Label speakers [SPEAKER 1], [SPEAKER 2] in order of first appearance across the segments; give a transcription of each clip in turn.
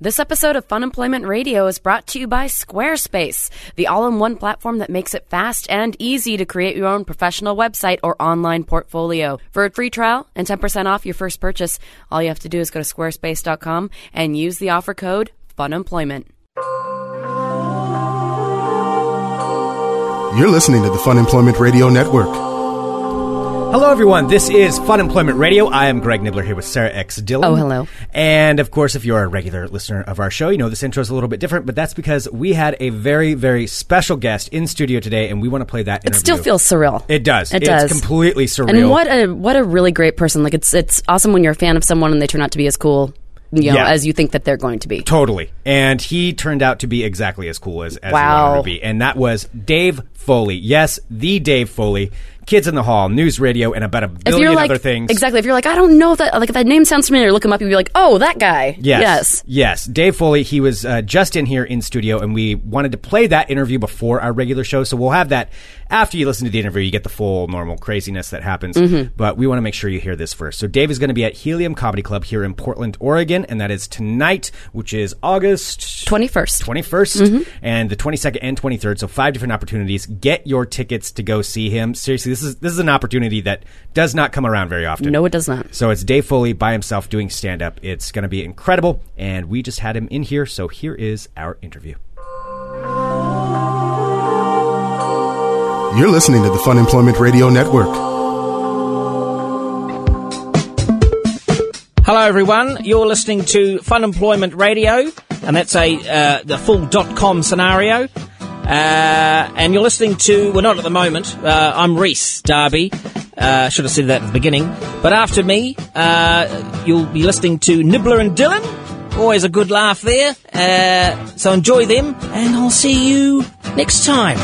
[SPEAKER 1] This episode of Fun Employment Radio is brought to you by Squarespace, the all in one platform that makes it fast and easy to create your own professional website or online portfolio. For a free trial and 10% off your first purchase, all you have to do is go to squarespace.com and use the offer code FUNEMPLOYMENT.
[SPEAKER 2] You're listening to the Fun Employment Radio Network.
[SPEAKER 3] Hello, everyone. This is Fun Employment Radio. I am Greg Nibbler here with Sarah X. Dillon.
[SPEAKER 1] Oh, hello.
[SPEAKER 3] And of course, if you're a regular listener of our show, you know this intro is a little bit different, but that's because we had a very, very special guest in studio today, and we want to play that interview.
[SPEAKER 1] It still feels surreal.
[SPEAKER 3] It does.
[SPEAKER 1] It
[SPEAKER 3] It's
[SPEAKER 1] does.
[SPEAKER 3] completely surreal.
[SPEAKER 1] And what a what a really great person. Like it's it's awesome when you're a fan of someone and they turn out to be as cool, you know,
[SPEAKER 3] Yeah.
[SPEAKER 1] as you think that they're going to be.
[SPEAKER 3] Totally. And he turned out to be exactly as cool as, as
[SPEAKER 1] Wow.
[SPEAKER 3] he wanted to be. And that was Dave Foley. Yes, the Dave Foley. Kids in the Hall, News Radio, and about a
[SPEAKER 1] If
[SPEAKER 3] billion
[SPEAKER 1] you're like
[SPEAKER 3] other things.
[SPEAKER 1] exactly, if you're like I don't know if that like if that name sounds familiar, look him up. You'd be like, oh, that guy.
[SPEAKER 3] Yes.
[SPEAKER 1] yes.
[SPEAKER 3] Yes. Dave Foley, he was uh, just in here in studio, and we wanted to play that interview before our regular show. So we'll have that after you listen to the interview. You get the full normal craziness that happens. But we want to make sure you hear this first. So Dave is going to be at Helium Comedy Club here in Portland, Oregon, and that is tonight, which is August
[SPEAKER 1] 21st.
[SPEAKER 3] 21st and the 22nd and 23rd so five different opportunities get your tickets to go see him seriously this is this is an opportunity that does not come around very often
[SPEAKER 1] No, it does not.
[SPEAKER 3] so it's Dave Foley by himself doing stand up. It's going to be incredible. And we just had him in here. So here is our interview.
[SPEAKER 2] You're listening to the Fun Employment Radio Network.
[SPEAKER 4] Hello, everyone. You're listening to Fun Employment Radio, and that's a uh, the full dot com scenario. Uh, and you're listening to well, not at the moment. Uh, I'm Reese Darby. Uh, should have said that at the beginning. But after me, uh, you'll be listening to Nibbler and Dylan. Always a good laugh there. Uh, so enjoy them, and I'll see you next time.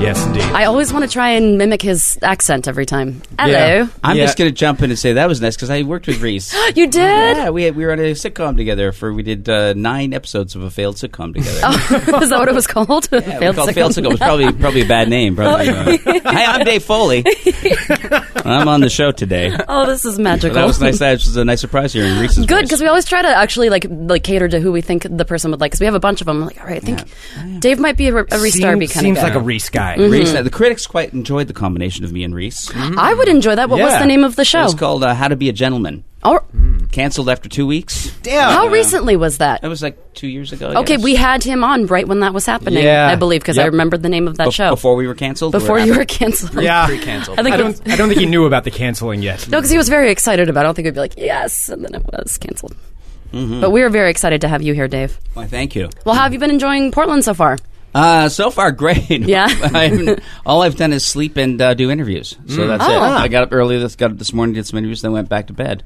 [SPEAKER 3] Yes, indeed.
[SPEAKER 1] I always want to try and mimic his accent every time. Hello.
[SPEAKER 3] Yeah.
[SPEAKER 5] I'm
[SPEAKER 3] Yeah.
[SPEAKER 5] just going to jump in and say that was nice because I worked with Reese.
[SPEAKER 1] You did?
[SPEAKER 5] yeah, we, we were on a sitcom together for we did uh, nine episodes of a failed sitcom together.
[SPEAKER 1] Oh, Is that what it was called?
[SPEAKER 5] Yeah, we called failed sitcom. It was probably probably a bad name. Probably.
[SPEAKER 1] Oh,
[SPEAKER 5] Hi, I'm Dave Foley. I'm on the show today.
[SPEAKER 1] Oh, this is
[SPEAKER 5] But
[SPEAKER 1] magical.
[SPEAKER 5] that was nice. That was a nice surprise here in Reese's.
[SPEAKER 1] Good
[SPEAKER 5] voice.
[SPEAKER 1] because we always try to actually like like cater to who we think the person would like. Because we have a bunch of them. like, all right, I think Dave might be a, re- a restar
[SPEAKER 3] Seem-
[SPEAKER 1] be Mm-hmm. kind
[SPEAKER 3] seems
[SPEAKER 1] of guy.
[SPEAKER 3] like a Reese guy.
[SPEAKER 5] Reese, the critics quite enjoyed the combination of me and Reese. It
[SPEAKER 1] I would enjoy that. What was
[SPEAKER 3] Yeah. Mm.
[SPEAKER 1] the name of the show?
[SPEAKER 5] was called uh, "How to Be a Gentleman."
[SPEAKER 1] Or-
[SPEAKER 5] Cancelled after two weeks.
[SPEAKER 3] Damn.
[SPEAKER 1] how recently was that?
[SPEAKER 5] That was like two years ago.
[SPEAKER 1] Okay,
[SPEAKER 5] yes.
[SPEAKER 1] we had him on right when that was happening.
[SPEAKER 3] Yeah.
[SPEAKER 1] I believe because I
[SPEAKER 3] Yep.
[SPEAKER 1] remembered the name of that
[SPEAKER 5] Bef-
[SPEAKER 1] show
[SPEAKER 5] before we were canceled. or
[SPEAKER 1] Before you
[SPEAKER 5] after?
[SPEAKER 1] were canceled.
[SPEAKER 3] yeah.
[SPEAKER 5] pre-canceled.
[SPEAKER 1] I think
[SPEAKER 3] I
[SPEAKER 1] it
[SPEAKER 3] don't, I don't think he knew about the canceling yet.
[SPEAKER 1] No, because he was very excited about it. I don't think we'd be like, yes. And then it was canceled.
[SPEAKER 5] Mm-hmm.
[SPEAKER 1] But we are very excited to have you here, Dave.
[SPEAKER 5] Why, thank you.
[SPEAKER 1] Well, how have you been enjoying Portland so far?
[SPEAKER 5] Uh, so far, great.
[SPEAKER 1] Yeah.
[SPEAKER 5] I haven't- all I've done is sleep and uh, do interviews. So that's it.
[SPEAKER 1] Ah.
[SPEAKER 5] I got up early. This got up this morning, did some interviews, then went back to bed.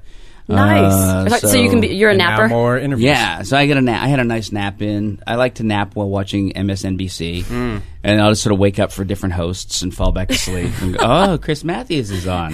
[SPEAKER 1] Nice.
[SPEAKER 5] Uh,
[SPEAKER 1] so, you can be you're a
[SPEAKER 3] And
[SPEAKER 1] napper.
[SPEAKER 3] Now more interviews.
[SPEAKER 5] Yeah. So I got a na- I had a nice nap in. I like to nap while watching MSNBC,
[SPEAKER 3] Mm.
[SPEAKER 5] and I'll just sort of wake up for different hosts and fall back asleep. and go, oh, Chris Matthews is on.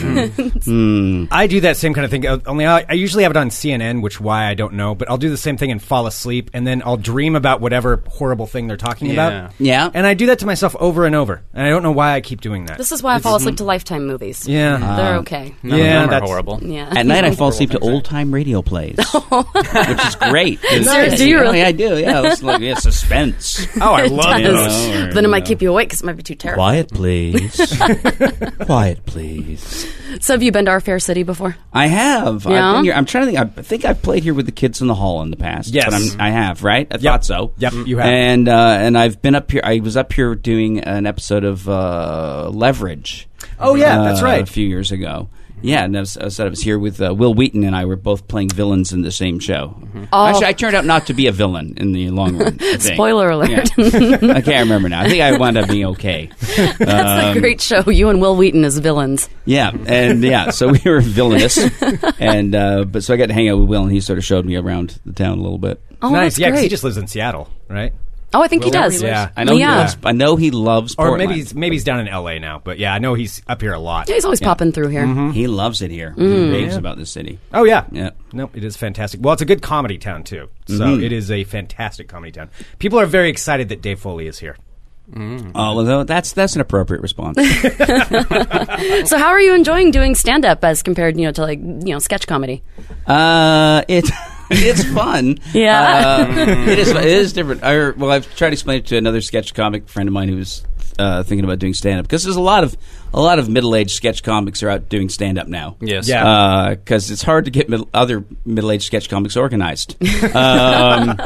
[SPEAKER 3] Mm. I do that same kind of thing. uh, Only I, I usually have it on CNN, which why I don't know. But I'll do the same thing and fall asleep, and then I'll dream about whatever horrible thing they're talking about.
[SPEAKER 5] Yeah.
[SPEAKER 3] And I do that to myself over and over, and I don't know why I keep doing that.
[SPEAKER 1] This is why I fall asleep to Lifetime movies.
[SPEAKER 3] yeah. Uh,
[SPEAKER 1] They're okay.
[SPEAKER 5] Mm-hmm.
[SPEAKER 3] yeah. That's horrible.
[SPEAKER 1] Yeah.
[SPEAKER 5] At night, I fall asleep to old time radio plays, which is great. Oh,
[SPEAKER 1] Seriously, do you
[SPEAKER 5] Yeah,
[SPEAKER 1] really?
[SPEAKER 5] I do. Yeah, it's like, yeah, suspense.
[SPEAKER 3] Oh, I
[SPEAKER 1] It
[SPEAKER 3] love
[SPEAKER 1] does.
[SPEAKER 3] those.
[SPEAKER 1] But then it might keep you awake because it might be too terrible.
[SPEAKER 5] Quiet, please. Quiet, please.
[SPEAKER 1] So have you been to our fair city before?
[SPEAKER 5] I have.
[SPEAKER 1] Yeah?
[SPEAKER 5] I've been here. I'm trying to think. I think I've played here with the kids in the hall in the past.
[SPEAKER 3] Yes.
[SPEAKER 5] but I'm, I have. Right? I
[SPEAKER 3] Yep.
[SPEAKER 5] thought so.
[SPEAKER 3] Yep, you have.
[SPEAKER 5] And uh, and I've been up here. I was up here doing an episode of uh, Leverage.
[SPEAKER 3] Oh, yeah,
[SPEAKER 5] uh,
[SPEAKER 3] that's right.
[SPEAKER 5] A few years ago. Yeah, and I was, I was I was here with uh, Will Wheaton, and I were both playing villains in the same show.
[SPEAKER 3] Mm-hmm.
[SPEAKER 5] Actually,
[SPEAKER 3] Oh.
[SPEAKER 5] I turned out not to be a villain in the long run. I think.
[SPEAKER 1] Spoiler alert.
[SPEAKER 5] Yeah. I can't remember now. I think I wound up being okay.
[SPEAKER 1] That's
[SPEAKER 3] Um,
[SPEAKER 1] a great show. You and Will Wheaton as villains.
[SPEAKER 5] Yeah, and yeah, so we were villainous, and uh, but so I got to hang out with Will, and he sort of showed me around the town a little bit.
[SPEAKER 1] Oh,
[SPEAKER 3] nice.
[SPEAKER 1] that's
[SPEAKER 3] yeah, 'cause
[SPEAKER 1] great.
[SPEAKER 3] he just lives in Seattle, right?
[SPEAKER 1] oh, I think he does.
[SPEAKER 3] Yeah.
[SPEAKER 5] I know
[SPEAKER 1] Yeah.
[SPEAKER 5] he loves. I know he loves.
[SPEAKER 3] Or
[SPEAKER 5] Portland.
[SPEAKER 3] maybe he's, maybe he's down in L.A. now, but yeah, I know he's up here a lot.
[SPEAKER 1] Yeah, he's always popping through here.
[SPEAKER 5] he loves it here.
[SPEAKER 1] Mm.
[SPEAKER 5] He raves about this city.
[SPEAKER 3] Oh yeah, Mm-hmm.
[SPEAKER 5] Yeah.
[SPEAKER 3] No, it is fantastic. Well, it's a good comedy town too, so it is a fantastic comedy town. People are very excited that Dave Foley is here.
[SPEAKER 5] Although Oh, that's that's an appropriate response. Mm-hmm.
[SPEAKER 1] So how are you enjoying doing stand up as compared, you know, to like, you know, sketch comedy?
[SPEAKER 5] uh, it. it's fun.
[SPEAKER 1] Yeah.
[SPEAKER 5] Uh, it is. It is different. I, well, I've tried to explain it to another sketch comic friend of mine who's uh, thinking about doing stand up because there's a lot of a lot of middle aged sketch comics are out doing stand up now.
[SPEAKER 4] Yes.
[SPEAKER 3] Yeah. Uh,
[SPEAKER 5] Because uh, it's hard to get middle, other middle aged sketch comics organized. Um,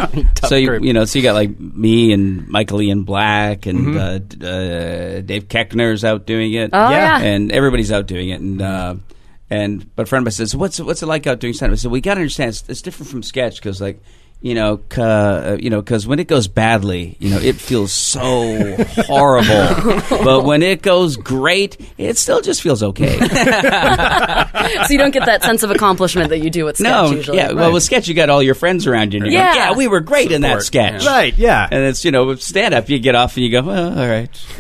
[SPEAKER 5] so you,
[SPEAKER 4] group.
[SPEAKER 5] you know, so you got like me and Michael Ian Black and uh, d- uh, Dave Keckner's out doing it
[SPEAKER 1] Oh,
[SPEAKER 3] Yeah.
[SPEAKER 1] yeah.
[SPEAKER 5] and everybody's out doing it. And uh, and but a friend of mine says, "What's what's it like out doing stand-up?" I said, "We got to understand it's, it's different from sketch because like." You know, ca- uh, you know, because when it goes badly, you know, it feels so horrible. but when it goes great, it still just feels okay.
[SPEAKER 1] so you don't get that sense of accomplishment that you do with sketch
[SPEAKER 5] no,
[SPEAKER 1] usually.
[SPEAKER 5] yeah. Well, with sketch, you got all your friends around you. And you're yeah,
[SPEAKER 1] Yeah.
[SPEAKER 5] yeah, we were great in that
[SPEAKER 4] Support,
[SPEAKER 5] sketch.
[SPEAKER 4] yeah.
[SPEAKER 3] Right, yeah.
[SPEAKER 5] And it's you know, with stand up, you get off and you go, well, all right.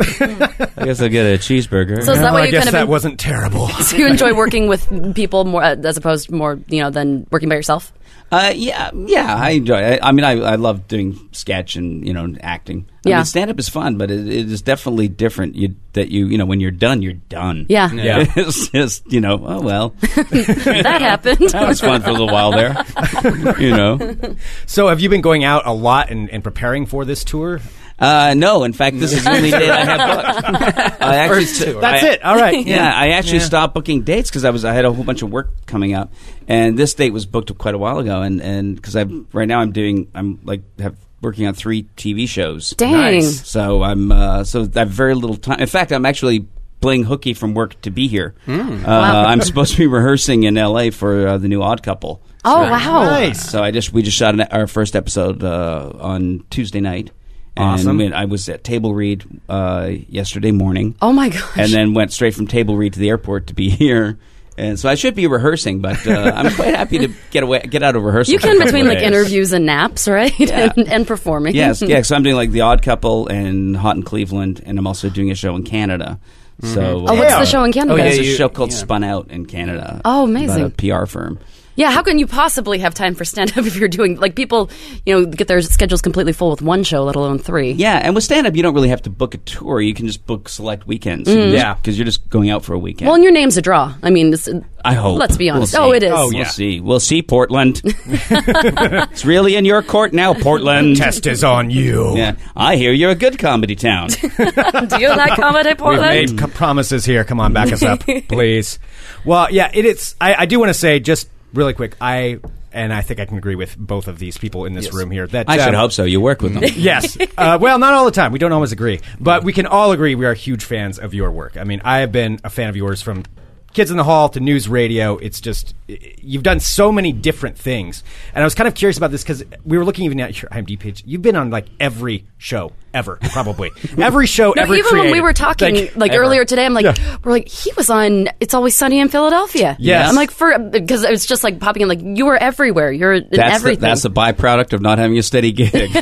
[SPEAKER 5] I guess I'll get a cheeseburger.
[SPEAKER 1] So is that
[SPEAKER 3] Well,
[SPEAKER 1] why
[SPEAKER 3] Oh, I
[SPEAKER 1] you
[SPEAKER 3] guess
[SPEAKER 1] kind of
[SPEAKER 3] that
[SPEAKER 1] en-
[SPEAKER 3] wasn't terrible.
[SPEAKER 1] so you enjoy working with people more uh, as opposed more you know than working by yourself?
[SPEAKER 5] Uh, yeah, yeah, I enjoy. It. I, I mean, I, I love doing sketch and you know and acting. I
[SPEAKER 1] Yeah.
[SPEAKER 5] mean, stand up is fun, but it, it is definitely different. You that you you know when you're done, you're done.
[SPEAKER 1] Yeah,
[SPEAKER 3] Yeah.
[SPEAKER 5] it's just you know oh well,
[SPEAKER 1] that happened.
[SPEAKER 5] that was fun for a little while there. you know,
[SPEAKER 3] so have you been going out a lot and, and preparing for this tour?
[SPEAKER 5] uh, no. In fact, this is the only date I have booked. I actually,
[SPEAKER 3] That's
[SPEAKER 5] I-
[SPEAKER 3] it. All right.
[SPEAKER 5] Yeah, I actually stopped booking dates because I was I had a whole bunch of work coming up, and this date was booked quite a while ago, and and because I right now I'm doing I'm like have working on three TV shows.
[SPEAKER 1] Dang. Nice.
[SPEAKER 5] So I'm uh, so I have very little time. In fact, I'm actually playing hooky from work to be here.
[SPEAKER 1] Hmm.
[SPEAKER 5] Uh, I'm supposed to be rehearsing in L.A. for uh, the new Odd Couple.
[SPEAKER 1] Oh wow.
[SPEAKER 3] Nice.
[SPEAKER 5] So I just we just shot an, our first episode uh, on Tuesday night. And
[SPEAKER 3] Awesome.
[SPEAKER 5] we- I was at table read uh, yesterday morning
[SPEAKER 1] Oh my gosh.
[SPEAKER 5] and then went straight from table read to the airport to be here. And so I should be rehearsing, but uh, I'm quite happy to get away, get out of rehearsal.
[SPEAKER 1] you
[SPEAKER 5] for a
[SPEAKER 1] can
[SPEAKER 5] couple
[SPEAKER 1] between
[SPEAKER 5] of
[SPEAKER 1] like
[SPEAKER 5] days.
[SPEAKER 1] interviews and naps, right?
[SPEAKER 5] Yeah.
[SPEAKER 1] and, and performing.
[SPEAKER 5] Yes, yeah. So I'm doing like the Odd Couple and Hot in Cleveland, and I'm also doing a show in Canada. So
[SPEAKER 1] Oh, what's
[SPEAKER 3] Yeah.
[SPEAKER 1] the show in Canada?
[SPEAKER 5] Oh,
[SPEAKER 4] yeah,
[SPEAKER 5] it's a
[SPEAKER 4] you-
[SPEAKER 5] show called
[SPEAKER 4] yeah.
[SPEAKER 5] Spun Out in Canada.
[SPEAKER 1] Oh,
[SPEAKER 5] about
[SPEAKER 1] amazing.
[SPEAKER 5] a PR firm.
[SPEAKER 1] Yeah, how can you possibly have time for stand up if you're doing like people, you know, get their schedules completely full with one show, let alone three?
[SPEAKER 5] Yeah, and with stand up, you don't really have to book a tour. You can just book select weekends.
[SPEAKER 3] Yeah.
[SPEAKER 5] because you're just going out for a
[SPEAKER 1] Mm-hmm.
[SPEAKER 5] weekend.
[SPEAKER 1] Well, and your name's a draw. I mean, this,
[SPEAKER 5] I hope.
[SPEAKER 1] Let's be
[SPEAKER 5] We'll
[SPEAKER 1] honest.
[SPEAKER 5] see.
[SPEAKER 1] oh, it is.
[SPEAKER 3] Oh, yeah.
[SPEAKER 5] We'll see. We'll see, Portland. it's really in your court now, Portland.
[SPEAKER 3] Test is on you.
[SPEAKER 5] Yeah, I hear you're a good comedy town.
[SPEAKER 1] Do you like comedy,
[SPEAKER 3] We've
[SPEAKER 1] Portland?
[SPEAKER 3] made co- promises here. Come on, back us up, please. Well, yeah, it is. I, I do want to say just really quick. I and I think I can agree with both of these people in this room here. That
[SPEAKER 5] I should
[SPEAKER 3] um,
[SPEAKER 5] hope so. You work with them.
[SPEAKER 3] Yes. Uh, well, not all the time. We don't always agree, but we can all agree we are huge fans of your work. I mean, I have been a fan of yours from Kids in the Hall to News Radio. It's just i- you've done so many different things, and I was kind of curious about this because we were looking even at your IMDb page. You've been on like every show ever, probably every show.
[SPEAKER 1] No,
[SPEAKER 3] every
[SPEAKER 1] even when we
[SPEAKER 3] creative.
[SPEAKER 1] were talking like,
[SPEAKER 3] ever.
[SPEAKER 1] earlier today, I'm like,
[SPEAKER 3] Yeah.
[SPEAKER 1] we're like, he was on It's Always Sunny in Philadelphia.
[SPEAKER 3] Yes.
[SPEAKER 1] I'm like, for because it's just like popping in, like you were everywhere. You're in
[SPEAKER 5] That's the,
[SPEAKER 1] everything.
[SPEAKER 5] that's the byproduct of not having a steady gig.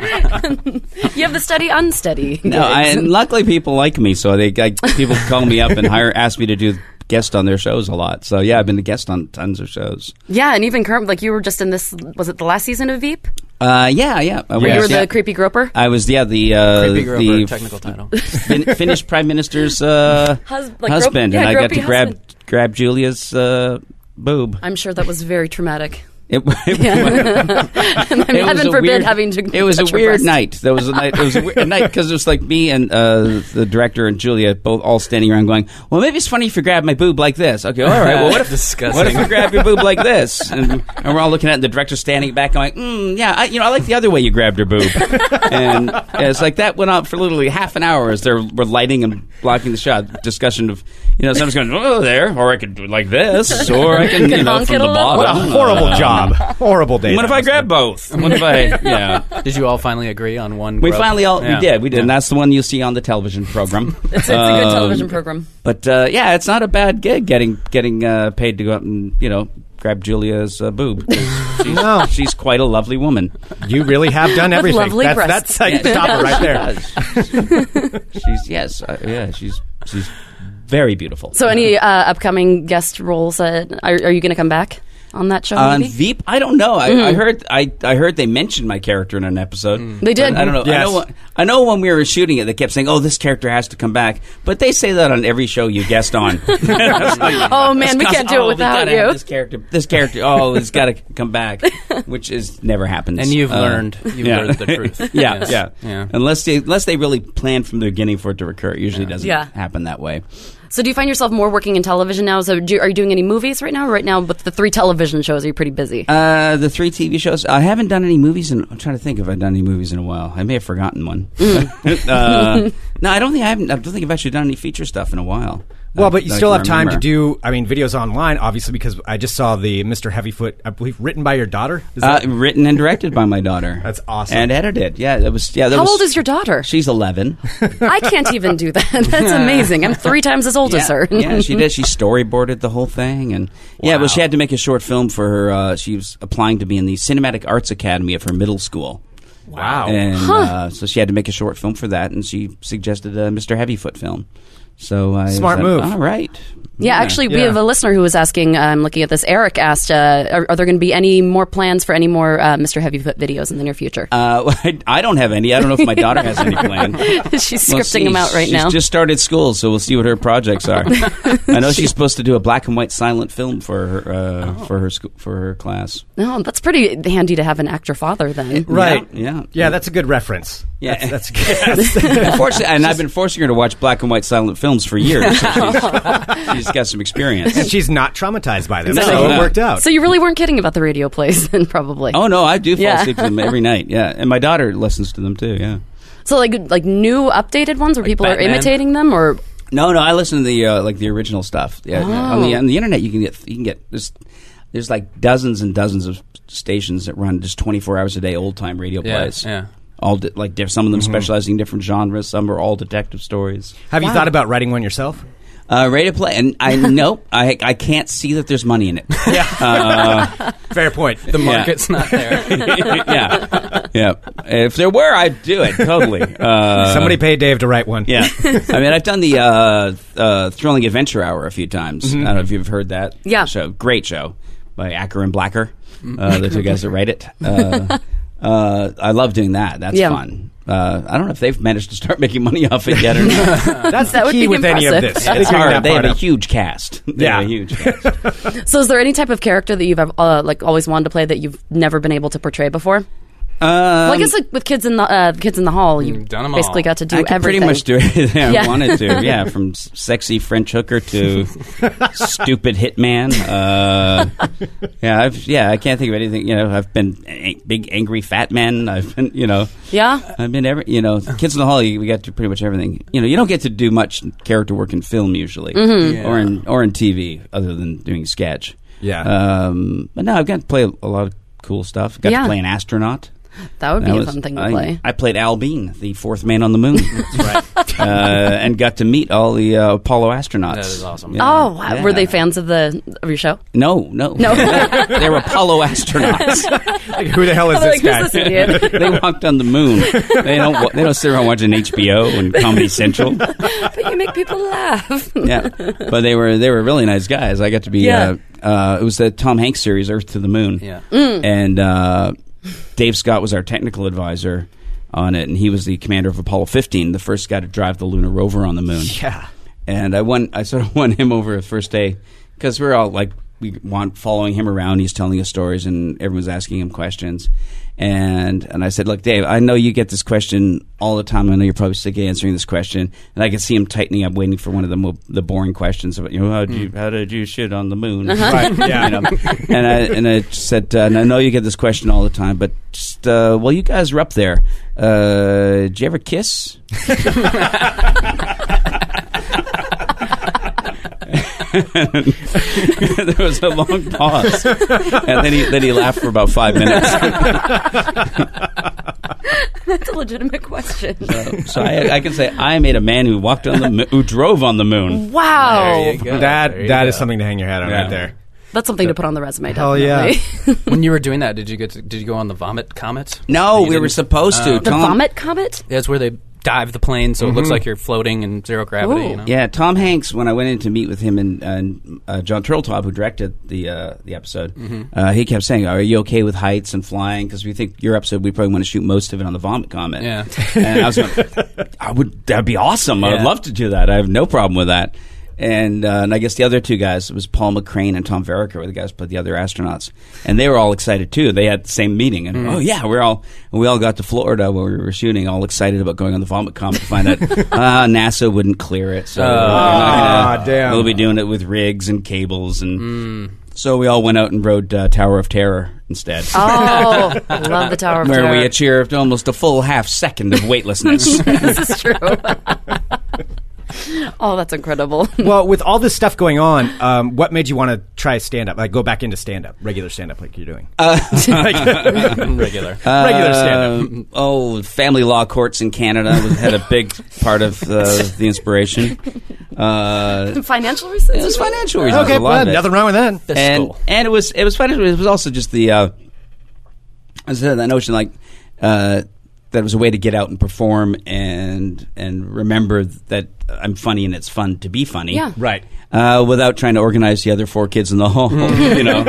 [SPEAKER 1] you have the steady, unsteady.
[SPEAKER 5] no, I, and luckily people like me, so they I, people call me up and hire ask me to do guest on their shows a lot. So yeah, I've been a guest on tons of shows.
[SPEAKER 1] yeah, and even current, like you were just in this. Was it the last season of Veep?
[SPEAKER 5] Uh, yeah, yeah. I
[SPEAKER 1] You
[SPEAKER 5] was-
[SPEAKER 1] were the
[SPEAKER 5] yeah.
[SPEAKER 1] creepy groper.
[SPEAKER 5] I was yeah the uh,
[SPEAKER 4] Creepy Grover,
[SPEAKER 5] the
[SPEAKER 4] technical title.
[SPEAKER 5] fin- Finnish prime minister's uh,
[SPEAKER 1] Hus- like
[SPEAKER 5] husband,
[SPEAKER 1] grope- yeah,
[SPEAKER 5] and I got
[SPEAKER 1] gropey
[SPEAKER 5] to grab
[SPEAKER 1] husband.
[SPEAKER 5] grab Julia's uh, boob.
[SPEAKER 1] I'm sure that was very traumatic.
[SPEAKER 5] It, it,
[SPEAKER 1] I mean,
[SPEAKER 5] It was
[SPEAKER 1] heaven
[SPEAKER 5] a
[SPEAKER 1] forbid
[SPEAKER 5] weird-
[SPEAKER 1] having to.
[SPEAKER 5] It was a
[SPEAKER 1] touch her
[SPEAKER 5] weird
[SPEAKER 1] breast.
[SPEAKER 5] night. That was a night. It was a weird night because it was like me and uh, the director and Julia both all standing around going, "Well, maybe it's funny if you grab my boob like this." Okay, all right. Well, what if
[SPEAKER 4] Disgusting.
[SPEAKER 5] What if you grab your boob like this? And, and we're all looking at it, and the director standing back, going, mm, "Yeah, I, you know, I like the other way you grabbed her boob." and yeah, it's like that went on for literally half an hour as they were lighting and blocking the shot. Discussion of you know, someone's going, "Oh, there," or I could do it like this, or I can,
[SPEAKER 1] Could
[SPEAKER 5] you know,
[SPEAKER 1] honk
[SPEAKER 5] from
[SPEAKER 1] it
[SPEAKER 5] the
[SPEAKER 1] a little.
[SPEAKER 5] bottom.
[SPEAKER 3] What a horrible
[SPEAKER 1] Uh,
[SPEAKER 3] job. Horrible day.
[SPEAKER 5] What
[SPEAKER 3] that
[SPEAKER 5] if I
[SPEAKER 3] was.
[SPEAKER 5] grab both? What if I? Yeah.
[SPEAKER 4] Did you all finally agree on one?
[SPEAKER 5] We
[SPEAKER 4] grub?
[SPEAKER 5] finally all
[SPEAKER 4] Yeah.
[SPEAKER 5] we did we did,
[SPEAKER 4] Yeah.
[SPEAKER 5] and that's the one you see on the television program.
[SPEAKER 1] It's, it's a
[SPEAKER 5] Um,
[SPEAKER 1] good television program.
[SPEAKER 5] but uh, yeah, it's not a bad gig getting getting uh, paid to go out and you know grab Julia's uh, boob. She's,
[SPEAKER 3] No.
[SPEAKER 5] she's quite a lovely woman.
[SPEAKER 3] You really have done everything.
[SPEAKER 1] lovely
[SPEAKER 3] that's,
[SPEAKER 1] breasts.
[SPEAKER 3] that's like stop it right there.
[SPEAKER 5] she's yes, uh, yeah, she's she's very beautiful.
[SPEAKER 1] So, any uh, upcoming guest roles? Uh, are, are you going to come back? on that show?
[SPEAKER 5] on
[SPEAKER 1] maybe?
[SPEAKER 5] Veep? I don't know. I,
[SPEAKER 1] Mm.
[SPEAKER 5] I heard I, I heard they mentioned my character in an episode.
[SPEAKER 1] They Mm. did.
[SPEAKER 5] But I don't know. I
[SPEAKER 3] Yes.
[SPEAKER 5] know. when- I know when we were shooting it, they kept saying, "Oh, this character has to come back," but they say that on every show you guest on.
[SPEAKER 1] oh man, we can't do
[SPEAKER 5] Oh,
[SPEAKER 1] it
[SPEAKER 5] we
[SPEAKER 1] without
[SPEAKER 5] gotta have
[SPEAKER 1] you.
[SPEAKER 5] This character, this character, oh, it's got to come back, which is never happens.
[SPEAKER 4] And you've
[SPEAKER 5] Uh,
[SPEAKER 4] learned. You've
[SPEAKER 5] yeah.
[SPEAKER 4] learned the truth.
[SPEAKER 5] yeah,
[SPEAKER 4] Yes.
[SPEAKER 5] yeah,
[SPEAKER 4] Yeah.
[SPEAKER 5] Unless they unless they really plan from the beginning for it to recur, it usually doesn't
[SPEAKER 1] Yeah.
[SPEAKER 5] happen that way.
[SPEAKER 1] So do you find yourself more working in television now? So do, are you doing any movies right now? Right now, with the three television shows, are you pretty busy?
[SPEAKER 5] Uh, the three TV shows. I haven't done any movies, in I'm trying to think if I've done any movies in a while. I may have forgotten one. uh, no, I don't think I haven't. I don't think I've actually done any feature stuff in a while.
[SPEAKER 3] Well,
[SPEAKER 5] Uh,
[SPEAKER 3] but you
[SPEAKER 5] that I
[SPEAKER 3] still
[SPEAKER 5] can
[SPEAKER 3] have time to
[SPEAKER 5] remember.
[SPEAKER 3] do, I mean, videos online, obviously, because I just saw the Mr. Heavyfoot, I believe, written by your daughter. Is
[SPEAKER 5] Uh,
[SPEAKER 3] that-
[SPEAKER 5] written and directed by my daughter.
[SPEAKER 3] That's awesome.
[SPEAKER 5] And edited. Yeah, that was. Yeah, that
[SPEAKER 1] How
[SPEAKER 5] was-
[SPEAKER 1] old is your daughter?
[SPEAKER 5] She's eleven.
[SPEAKER 1] I can't even do that. That's amazing. I'm three times as old as her.
[SPEAKER 5] yeah, she did. She storyboarded the whole thing, and yeah, well, she had to make a short film for her. Uh, she was applying to be in the Cinematic Arts Academy of her middle school,
[SPEAKER 3] wow.
[SPEAKER 1] Oh,
[SPEAKER 5] and uh, so she had to make a short film for that, and she suggested a Mr. Heavyfoot film. So I was
[SPEAKER 3] Smart
[SPEAKER 5] like,
[SPEAKER 3] move.
[SPEAKER 5] All right.
[SPEAKER 1] Yeah, actually, we
[SPEAKER 3] Yeah.
[SPEAKER 1] have a listener who was asking. uh, I'm looking at this. Eric asked, uh, are, "Are there going to be any more plans for any more uh, Mr. Heavyfoot videos in the near future?"
[SPEAKER 5] Uh, well, I, I don't have any. I don't know if my daughter has any plan.
[SPEAKER 1] She's
[SPEAKER 5] We'll
[SPEAKER 1] scripting
[SPEAKER 5] see.
[SPEAKER 1] them out right
[SPEAKER 5] she's
[SPEAKER 1] now.
[SPEAKER 5] just started school, so we'll see what her projects are. I know she's supposed to do a black and white silent film for her uh,
[SPEAKER 1] Oh.
[SPEAKER 5] for her school, for her class.
[SPEAKER 1] no, that's pretty handy to have an actor father then.
[SPEAKER 3] right.
[SPEAKER 5] Yeah, yeah.
[SPEAKER 3] Yeah, that's a good reference.
[SPEAKER 5] Yeah.
[SPEAKER 3] That's, that's good.
[SPEAKER 5] Fortunately, and I've been forcing her to watch black and white silent films for years. So she's, she's got
[SPEAKER 3] and
[SPEAKER 5] some experience.
[SPEAKER 3] she's not traumatized by them,
[SPEAKER 5] No.
[SPEAKER 3] so it
[SPEAKER 5] No.
[SPEAKER 3] worked out.
[SPEAKER 1] So you really weren't kidding about the radio plays then, probably.
[SPEAKER 5] Oh no, I do fall
[SPEAKER 1] Yeah.
[SPEAKER 5] asleep to them every night. Yeah, and my daughter listens to them too. Yeah.
[SPEAKER 1] So like like new updated ones where people are
[SPEAKER 5] Batman.
[SPEAKER 1] imitating them, or
[SPEAKER 5] No, no, I listen to the uh, like the original stuff. Yeah, yeah. on the on the internet you can get you can get there's there's like dozens and dozens of stations that run just 24 hours a day old time radio
[SPEAKER 4] Yeah,
[SPEAKER 5] plays.
[SPEAKER 4] yeah. Mm-hmm.
[SPEAKER 5] All di- like diff- some of them specializing in different genres. Some are all detective stories.
[SPEAKER 3] have you thought about writing one yourself?
[SPEAKER 5] Uh, ready to play, and I nope, I I can't see that there's money in it.
[SPEAKER 3] Yeah. Fair point.
[SPEAKER 4] The market's not there.
[SPEAKER 5] yeah, yeah. If there were, I'd do it totally. Uh,
[SPEAKER 3] Somebody pay Dave to write one.
[SPEAKER 5] yeah. I mean, I've done the uh, uh, Thrilling Adventure Hour a few times.
[SPEAKER 3] Mm-hmm.
[SPEAKER 5] I don't know if you've heard that.
[SPEAKER 1] Yeah.
[SPEAKER 5] Show great show by Acker and Blacker,
[SPEAKER 3] Mm-hmm.
[SPEAKER 5] uh, the two guys that write it. Uh, uh, I love doing that. That's
[SPEAKER 1] Yeah.
[SPEAKER 5] fun. Uh, I don't know if they've managed to start making money off it yet or not.
[SPEAKER 3] That's
[SPEAKER 1] That
[SPEAKER 3] the
[SPEAKER 1] would
[SPEAKER 3] key
[SPEAKER 1] be
[SPEAKER 3] with any of
[SPEAKER 1] impressive.
[SPEAKER 3] this.
[SPEAKER 5] It's
[SPEAKER 3] Figuring
[SPEAKER 5] hard.
[SPEAKER 3] that
[SPEAKER 5] They
[SPEAKER 3] part
[SPEAKER 5] had a
[SPEAKER 3] out.
[SPEAKER 5] huge cast. They had a
[SPEAKER 3] Yeah.
[SPEAKER 5] huge cast.
[SPEAKER 1] so is there any type of character that you've ever, uh, like always wanted to play that you've never been able to portray before?
[SPEAKER 5] Uh, Um,
[SPEAKER 1] well, I guess like with kids in the uh, kids in the hall, you
[SPEAKER 5] Mm,
[SPEAKER 4] You've done 'em
[SPEAKER 1] basically got
[SPEAKER 4] all.
[SPEAKER 1] to do
[SPEAKER 5] I could
[SPEAKER 1] everything.
[SPEAKER 5] pretty much do anything I
[SPEAKER 1] Yeah.
[SPEAKER 5] wanted to. Yeah, from s- sexy French hooker to stupid hitman. Uh, yeah, I've, yeah, I can't think of anything. You know, I've been a- big angry fat man. I've been, you know,
[SPEAKER 1] Yeah.
[SPEAKER 5] I've been every, you know, kids in the hall. You, we got to do pretty much everything. You know, you don't get to do much character work in film usually,
[SPEAKER 1] Mm-hmm.
[SPEAKER 5] or in or in TV, other than doing sketch.
[SPEAKER 3] Yeah.
[SPEAKER 5] Um, but no, I've got to play a, a lot of cool stuff. Got
[SPEAKER 1] Yeah.
[SPEAKER 5] to play an astronaut.
[SPEAKER 1] That would be
[SPEAKER 5] That
[SPEAKER 1] a
[SPEAKER 5] was-
[SPEAKER 1] fun thing to
[SPEAKER 5] I,
[SPEAKER 1] play.
[SPEAKER 5] I played Al Bean, the fourth man on the moon, uh, and got to meet all the uh, Apollo astronauts.
[SPEAKER 4] That is awesome.
[SPEAKER 5] Yeah.
[SPEAKER 1] Oh, wow. were they
[SPEAKER 5] Yeah.
[SPEAKER 1] fans of the of your show?
[SPEAKER 5] No, no, no. they were Apollo astronauts.
[SPEAKER 3] Like, who the hell is this
[SPEAKER 1] like,
[SPEAKER 3] guy?
[SPEAKER 1] who's this idiot?
[SPEAKER 5] they walked on the moon. They don't. wa- They don't sit around watching HBO and Comedy Central.
[SPEAKER 1] but you make people laugh.
[SPEAKER 5] Yeah, but they were they were really nice guys. I got to be.
[SPEAKER 1] Yeah.
[SPEAKER 5] Uh, uh, it was the Tom Hanks series, Earth to the Moon.
[SPEAKER 4] Yeah.
[SPEAKER 1] Mm.
[SPEAKER 5] and uh, Dave Scott was our technical advisor on it, and he was the commander of Apollo 15, the first guy to drive the lunar rover on the moon.
[SPEAKER 3] Yeah.
[SPEAKER 5] and I won. I sort of won him over the first day because we are all like we want following him around. He's telling us stories, and everyone's asking him questions. And and I said, look, Dave, I know you get this question all the time. I know you're probably sick of answering this question. And I could see him tightening up, waiting for one of the mo- the boring questions about you know how did you how did you shit on the moon?
[SPEAKER 3] Right, yeah.
[SPEAKER 5] You know? and I and I said, uh, and I know you get this question all the time, but just uh, well, you guys were up there. Uh, did you ever kiss? there was a long pause, and then he then he laughed for about five minutes.
[SPEAKER 1] That's a legitimate question.
[SPEAKER 5] So I, I can say I made a man who walked on the mo- who drove on the moon.
[SPEAKER 1] Wow.
[SPEAKER 4] go.
[SPEAKER 3] That,
[SPEAKER 4] There you
[SPEAKER 3] that is
[SPEAKER 4] go.
[SPEAKER 3] something to hang your hat on
[SPEAKER 5] Yeah.
[SPEAKER 3] right there.
[SPEAKER 1] That's something to put on the resume.
[SPEAKER 3] Hell
[SPEAKER 1] definitely.
[SPEAKER 4] When you were doing that, did you get to, did you go on the vomit comet?
[SPEAKER 5] No,
[SPEAKER 4] You
[SPEAKER 5] we
[SPEAKER 4] didn't-
[SPEAKER 5] were supposed to.
[SPEAKER 1] the
[SPEAKER 5] Tom-
[SPEAKER 1] vomit comet?
[SPEAKER 4] That's where they
[SPEAKER 6] dive the plane so it looks like you're floating in zero gravity. You know?
[SPEAKER 5] Yeah, Tom Hanks. When I went in to meet with him and, and uh, John Turteltaub, who directed the uh, the episode,
[SPEAKER 6] Mm-hmm.
[SPEAKER 5] uh, he kept saying, "Are you okay with heights and flying?" Because we think your episode, we probably want to shoot most of it on the vomit comment.
[SPEAKER 6] Yeah.
[SPEAKER 5] and I was going, "I would. That'd be awesome. I would
[SPEAKER 6] Yeah.
[SPEAKER 5] love to do that. I have no problem with that." And, uh, and I guess the other two guys it was Paul McCrane and Tom Verica were the guys who played the other astronauts, and they were all excited too. They had the same meeting, and oh yeah, we're all we all got to Florida where we were shooting, all excited about going on the vomit comet to find out uh, NASA wouldn't clear it, so
[SPEAKER 3] Ah,
[SPEAKER 5] we're not gonna-
[SPEAKER 3] damn.
[SPEAKER 5] we'll be doing it with rigs and cables, and so we all went out and rode uh, Tower of Terror instead.
[SPEAKER 7] Oh, love the Tower of
[SPEAKER 5] Where
[SPEAKER 7] Terror.
[SPEAKER 5] we achieved almost a full half second of weightlessness.
[SPEAKER 7] this is true. oh, that's incredible.
[SPEAKER 3] well, with all this stuff going on, um, what made you want to try stand up? Like go back into stand up, regular stand up, like you're doing.
[SPEAKER 5] Uh,
[SPEAKER 6] regular.
[SPEAKER 3] regular stand up.
[SPEAKER 5] Um, oh, family law courts in Canada was, had a big part of uh, the inspiration. Uh,
[SPEAKER 7] Financial
[SPEAKER 5] it was
[SPEAKER 7] reasons.
[SPEAKER 5] financial reasons.
[SPEAKER 3] Okay,
[SPEAKER 5] a lot
[SPEAKER 3] well,
[SPEAKER 5] of it.
[SPEAKER 3] nothing wrong with that.
[SPEAKER 5] and and it was it was funny. It was also just the uh, I said that notion like uh, that it was a way to get out and perform and and remember that I'm funny and it's fun to be funny.
[SPEAKER 7] Yeah.
[SPEAKER 3] Right.
[SPEAKER 5] Uh, without trying to organize the other four kids in the home, you know,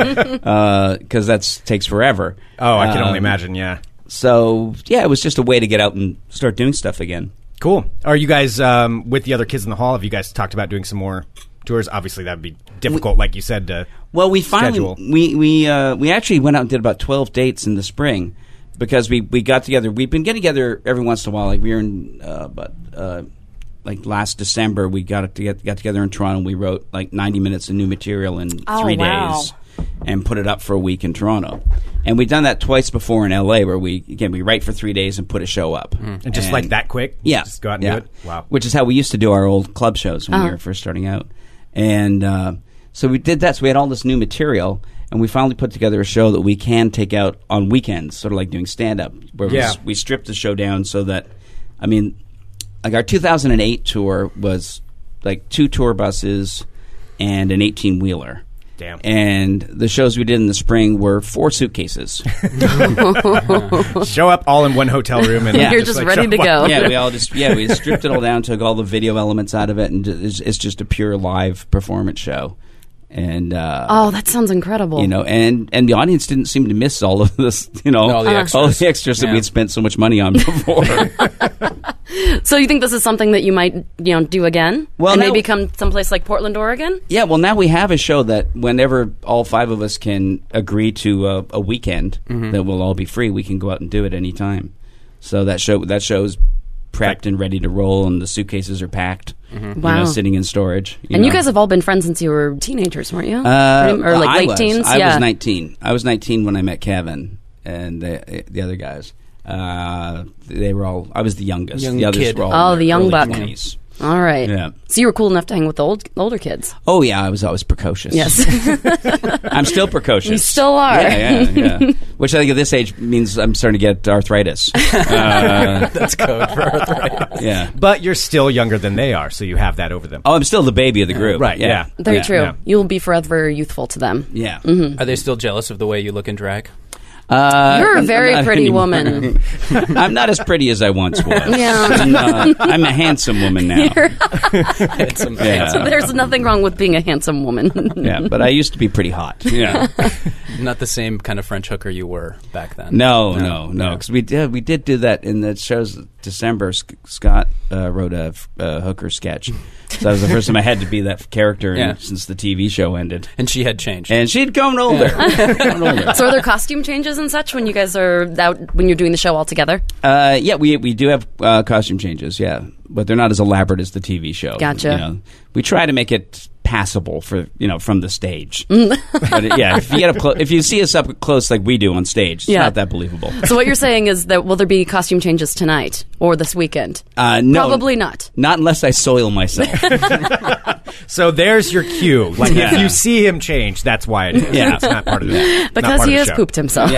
[SPEAKER 5] because that takes forever.
[SPEAKER 3] Oh, I can only
[SPEAKER 5] Um,
[SPEAKER 3] imagine. Yeah.
[SPEAKER 5] So yeah, it was just a way to get out and start doing stuff again.
[SPEAKER 3] Cool. Are you guys um, with the other kids in the hall? Have you guys talked about doing some more tours? Obviously, that would be difficult, like you said. To
[SPEAKER 5] Well, we finally
[SPEAKER 3] Schedule.
[SPEAKER 5] we we uh, we actually went out and did about twelve dates in the spring because we we got together. We've been getting together every once in a while. Like we were in, uh, but uh, like last December, we got to get, got together in Toronto. and We wrote like ninety minutes of new material in three
[SPEAKER 7] Oh, wow.
[SPEAKER 5] days and put it up for a week in Toronto. And we've done that twice before in L.A., where we again we write for three days and put a show up,
[SPEAKER 3] Mm. and just like that quick.
[SPEAKER 5] yeah.
[SPEAKER 3] Just go out and
[SPEAKER 5] yeah.
[SPEAKER 3] do it. Wow.
[SPEAKER 5] Which is how we used to do our old club shows when we were first starting out. And uh, so we did that. So we had all this new material, and we finally put together a show that we can take out on weekends, sort of like doing stand up, where we,
[SPEAKER 3] Yeah.
[SPEAKER 5] s- we stripped the show down so that, I mean, like our 2008 tour was like two tour buses and an 18 wheeler.
[SPEAKER 3] Damn.
[SPEAKER 5] And the shows we did in the spring were four suitcases.
[SPEAKER 3] Show up all in one hotel room, and
[SPEAKER 5] Yeah.
[SPEAKER 7] You're
[SPEAKER 5] Just
[SPEAKER 7] just
[SPEAKER 3] like,
[SPEAKER 7] ready
[SPEAKER 3] show
[SPEAKER 7] to
[SPEAKER 3] up.
[SPEAKER 7] go.
[SPEAKER 5] yeah, we all just yeah we stripped it all down, took all the video elements out of it, and it's, it's just a pure live performance show. And uh,
[SPEAKER 7] Oh, that sounds incredible.
[SPEAKER 5] you know, and and the audience didn't seem to miss all of this, you know,
[SPEAKER 6] All the
[SPEAKER 5] all
[SPEAKER 6] extras.
[SPEAKER 5] the extras that
[SPEAKER 6] Yeah.
[SPEAKER 5] we'd spent so much money on before.
[SPEAKER 7] So you think this is something that you might, you know, do again?
[SPEAKER 5] Well,
[SPEAKER 7] and
[SPEAKER 5] now-
[SPEAKER 7] maybe come someplace like Portland, Oregon?
[SPEAKER 5] yeah, well, now we have a show that whenever all five of us can agree to a, a weekend
[SPEAKER 6] Mm-hmm.
[SPEAKER 5] that we'll all be free, we can go out and do it any time. So that show that show's prepped and ready to roll, and the suitcases are packed,
[SPEAKER 6] Mm-hmm.
[SPEAKER 5] you know,
[SPEAKER 7] Wow.
[SPEAKER 5] sitting in storage.
[SPEAKER 7] And you
[SPEAKER 5] know.
[SPEAKER 7] guys have all been friends since you were teenagers, weren't you?
[SPEAKER 5] Uh,
[SPEAKER 7] Pretty- or like
[SPEAKER 5] I
[SPEAKER 7] late
[SPEAKER 5] was.
[SPEAKER 7] teens?
[SPEAKER 5] I
[SPEAKER 7] yeah.
[SPEAKER 5] was 19. I was 19 when I met Kevin and the, the other guys. Uh, they were all. I was the youngest.
[SPEAKER 6] Young
[SPEAKER 5] the others
[SPEAKER 6] kid.
[SPEAKER 5] were all
[SPEAKER 7] Oh,
[SPEAKER 5] in
[SPEAKER 7] the
[SPEAKER 5] their
[SPEAKER 7] young
[SPEAKER 5] early
[SPEAKER 7] buck.
[SPEAKER 5] 20s.
[SPEAKER 7] All right.
[SPEAKER 5] Yeah.
[SPEAKER 7] So you were cool enough to hang with the old, older kids.
[SPEAKER 5] Oh yeah, I was always precocious.
[SPEAKER 7] Yes.
[SPEAKER 5] I'm still precocious. You
[SPEAKER 7] still are.
[SPEAKER 5] Yeah, yeah, yeah. Which I think at this age means I'm starting to get arthritis. Uh,
[SPEAKER 6] That's code for arthritis.
[SPEAKER 5] yeah.
[SPEAKER 3] But you're still younger than they are, so you have that over them.
[SPEAKER 5] Oh, I'm still the baby of the group.
[SPEAKER 3] Right, yeah.
[SPEAKER 7] Very
[SPEAKER 5] Yeah,
[SPEAKER 7] true. Mm-hmm.
[SPEAKER 3] yeah.
[SPEAKER 7] You'll be forever youthful to them.
[SPEAKER 5] Yeah.
[SPEAKER 6] Are they still jealous of the way you look in drag?
[SPEAKER 5] Uh,
[SPEAKER 7] You're a
[SPEAKER 5] I'm
[SPEAKER 7] very
[SPEAKER 5] not
[SPEAKER 7] pretty
[SPEAKER 5] anymore.
[SPEAKER 7] woman.
[SPEAKER 5] I'm not as pretty as I once was.
[SPEAKER 7] Yeah.
[SPEAKER 5] I'm, uh, I'm a handsome woman now. Yeah.
[SPEAKER 7] So there's nothing wrong with being a handsome woman.
[SPEAKER 5] yeah, but I used to be pretty hot. Yeah.
[SPEAKER 6] Not the same kind of French hooker you were back then.
[SPEAKER 5] No, no, no. Because we did we did do that in the shows. December, Sc- Scott uh, wrote a f- uh, hooker sketch, so that was the first time I had to be that character
[SPEAKER 6] Yeah.
[SPEAKER 5] since the TV show ended.
[SPEAKER 6] And she had changed.
[SPEAKER 5] And she'd grown older. Grown older.
[SPEAKER 7] so are there costume changes and such when you guys are out when you're doing the show all together?
[SPEAKER 5] Uh, yeah, we we do have uh, costume changes. Yeah, but they're not as elaborate as the TV show.
[SPEAKER 7] Gotcha.
[SPEAKER 5] You know. We try to make it passable for you know from the stage.
[SPEAKER 7] Mm.
[SPEAKER 5] but it- yeah, if you get up close, if you see us up close like we do on stage, it's
[SPEAKER 7] Yeah.
[SPEAKER 5] not that believable.
[SPEAKER 7] So what you're saying is that will there be costume changes tonight or this weekend?
[SPEAKER 5] Uh, no,
[SPEAKER 7] Probably not.
[SPEAKER 5] Not unless I soil myself.
[SPEAKER 3] So there's your cue. Like
[SPEAKER 5] Yeah.
[SPEAKER 3] if you see him change, that's why it is.
[SPEAKER 5] Yeah.
[SPEAKER 3] It's not part of the not
[SPEAKER 7] Because
[SPEAKER 3] part
[SPEAKER 7] he
[SPEAKER 3] of the
[SPEAKER 7] has
[SPEAKER 3] show.
[SPEAKER 7] pooped himself.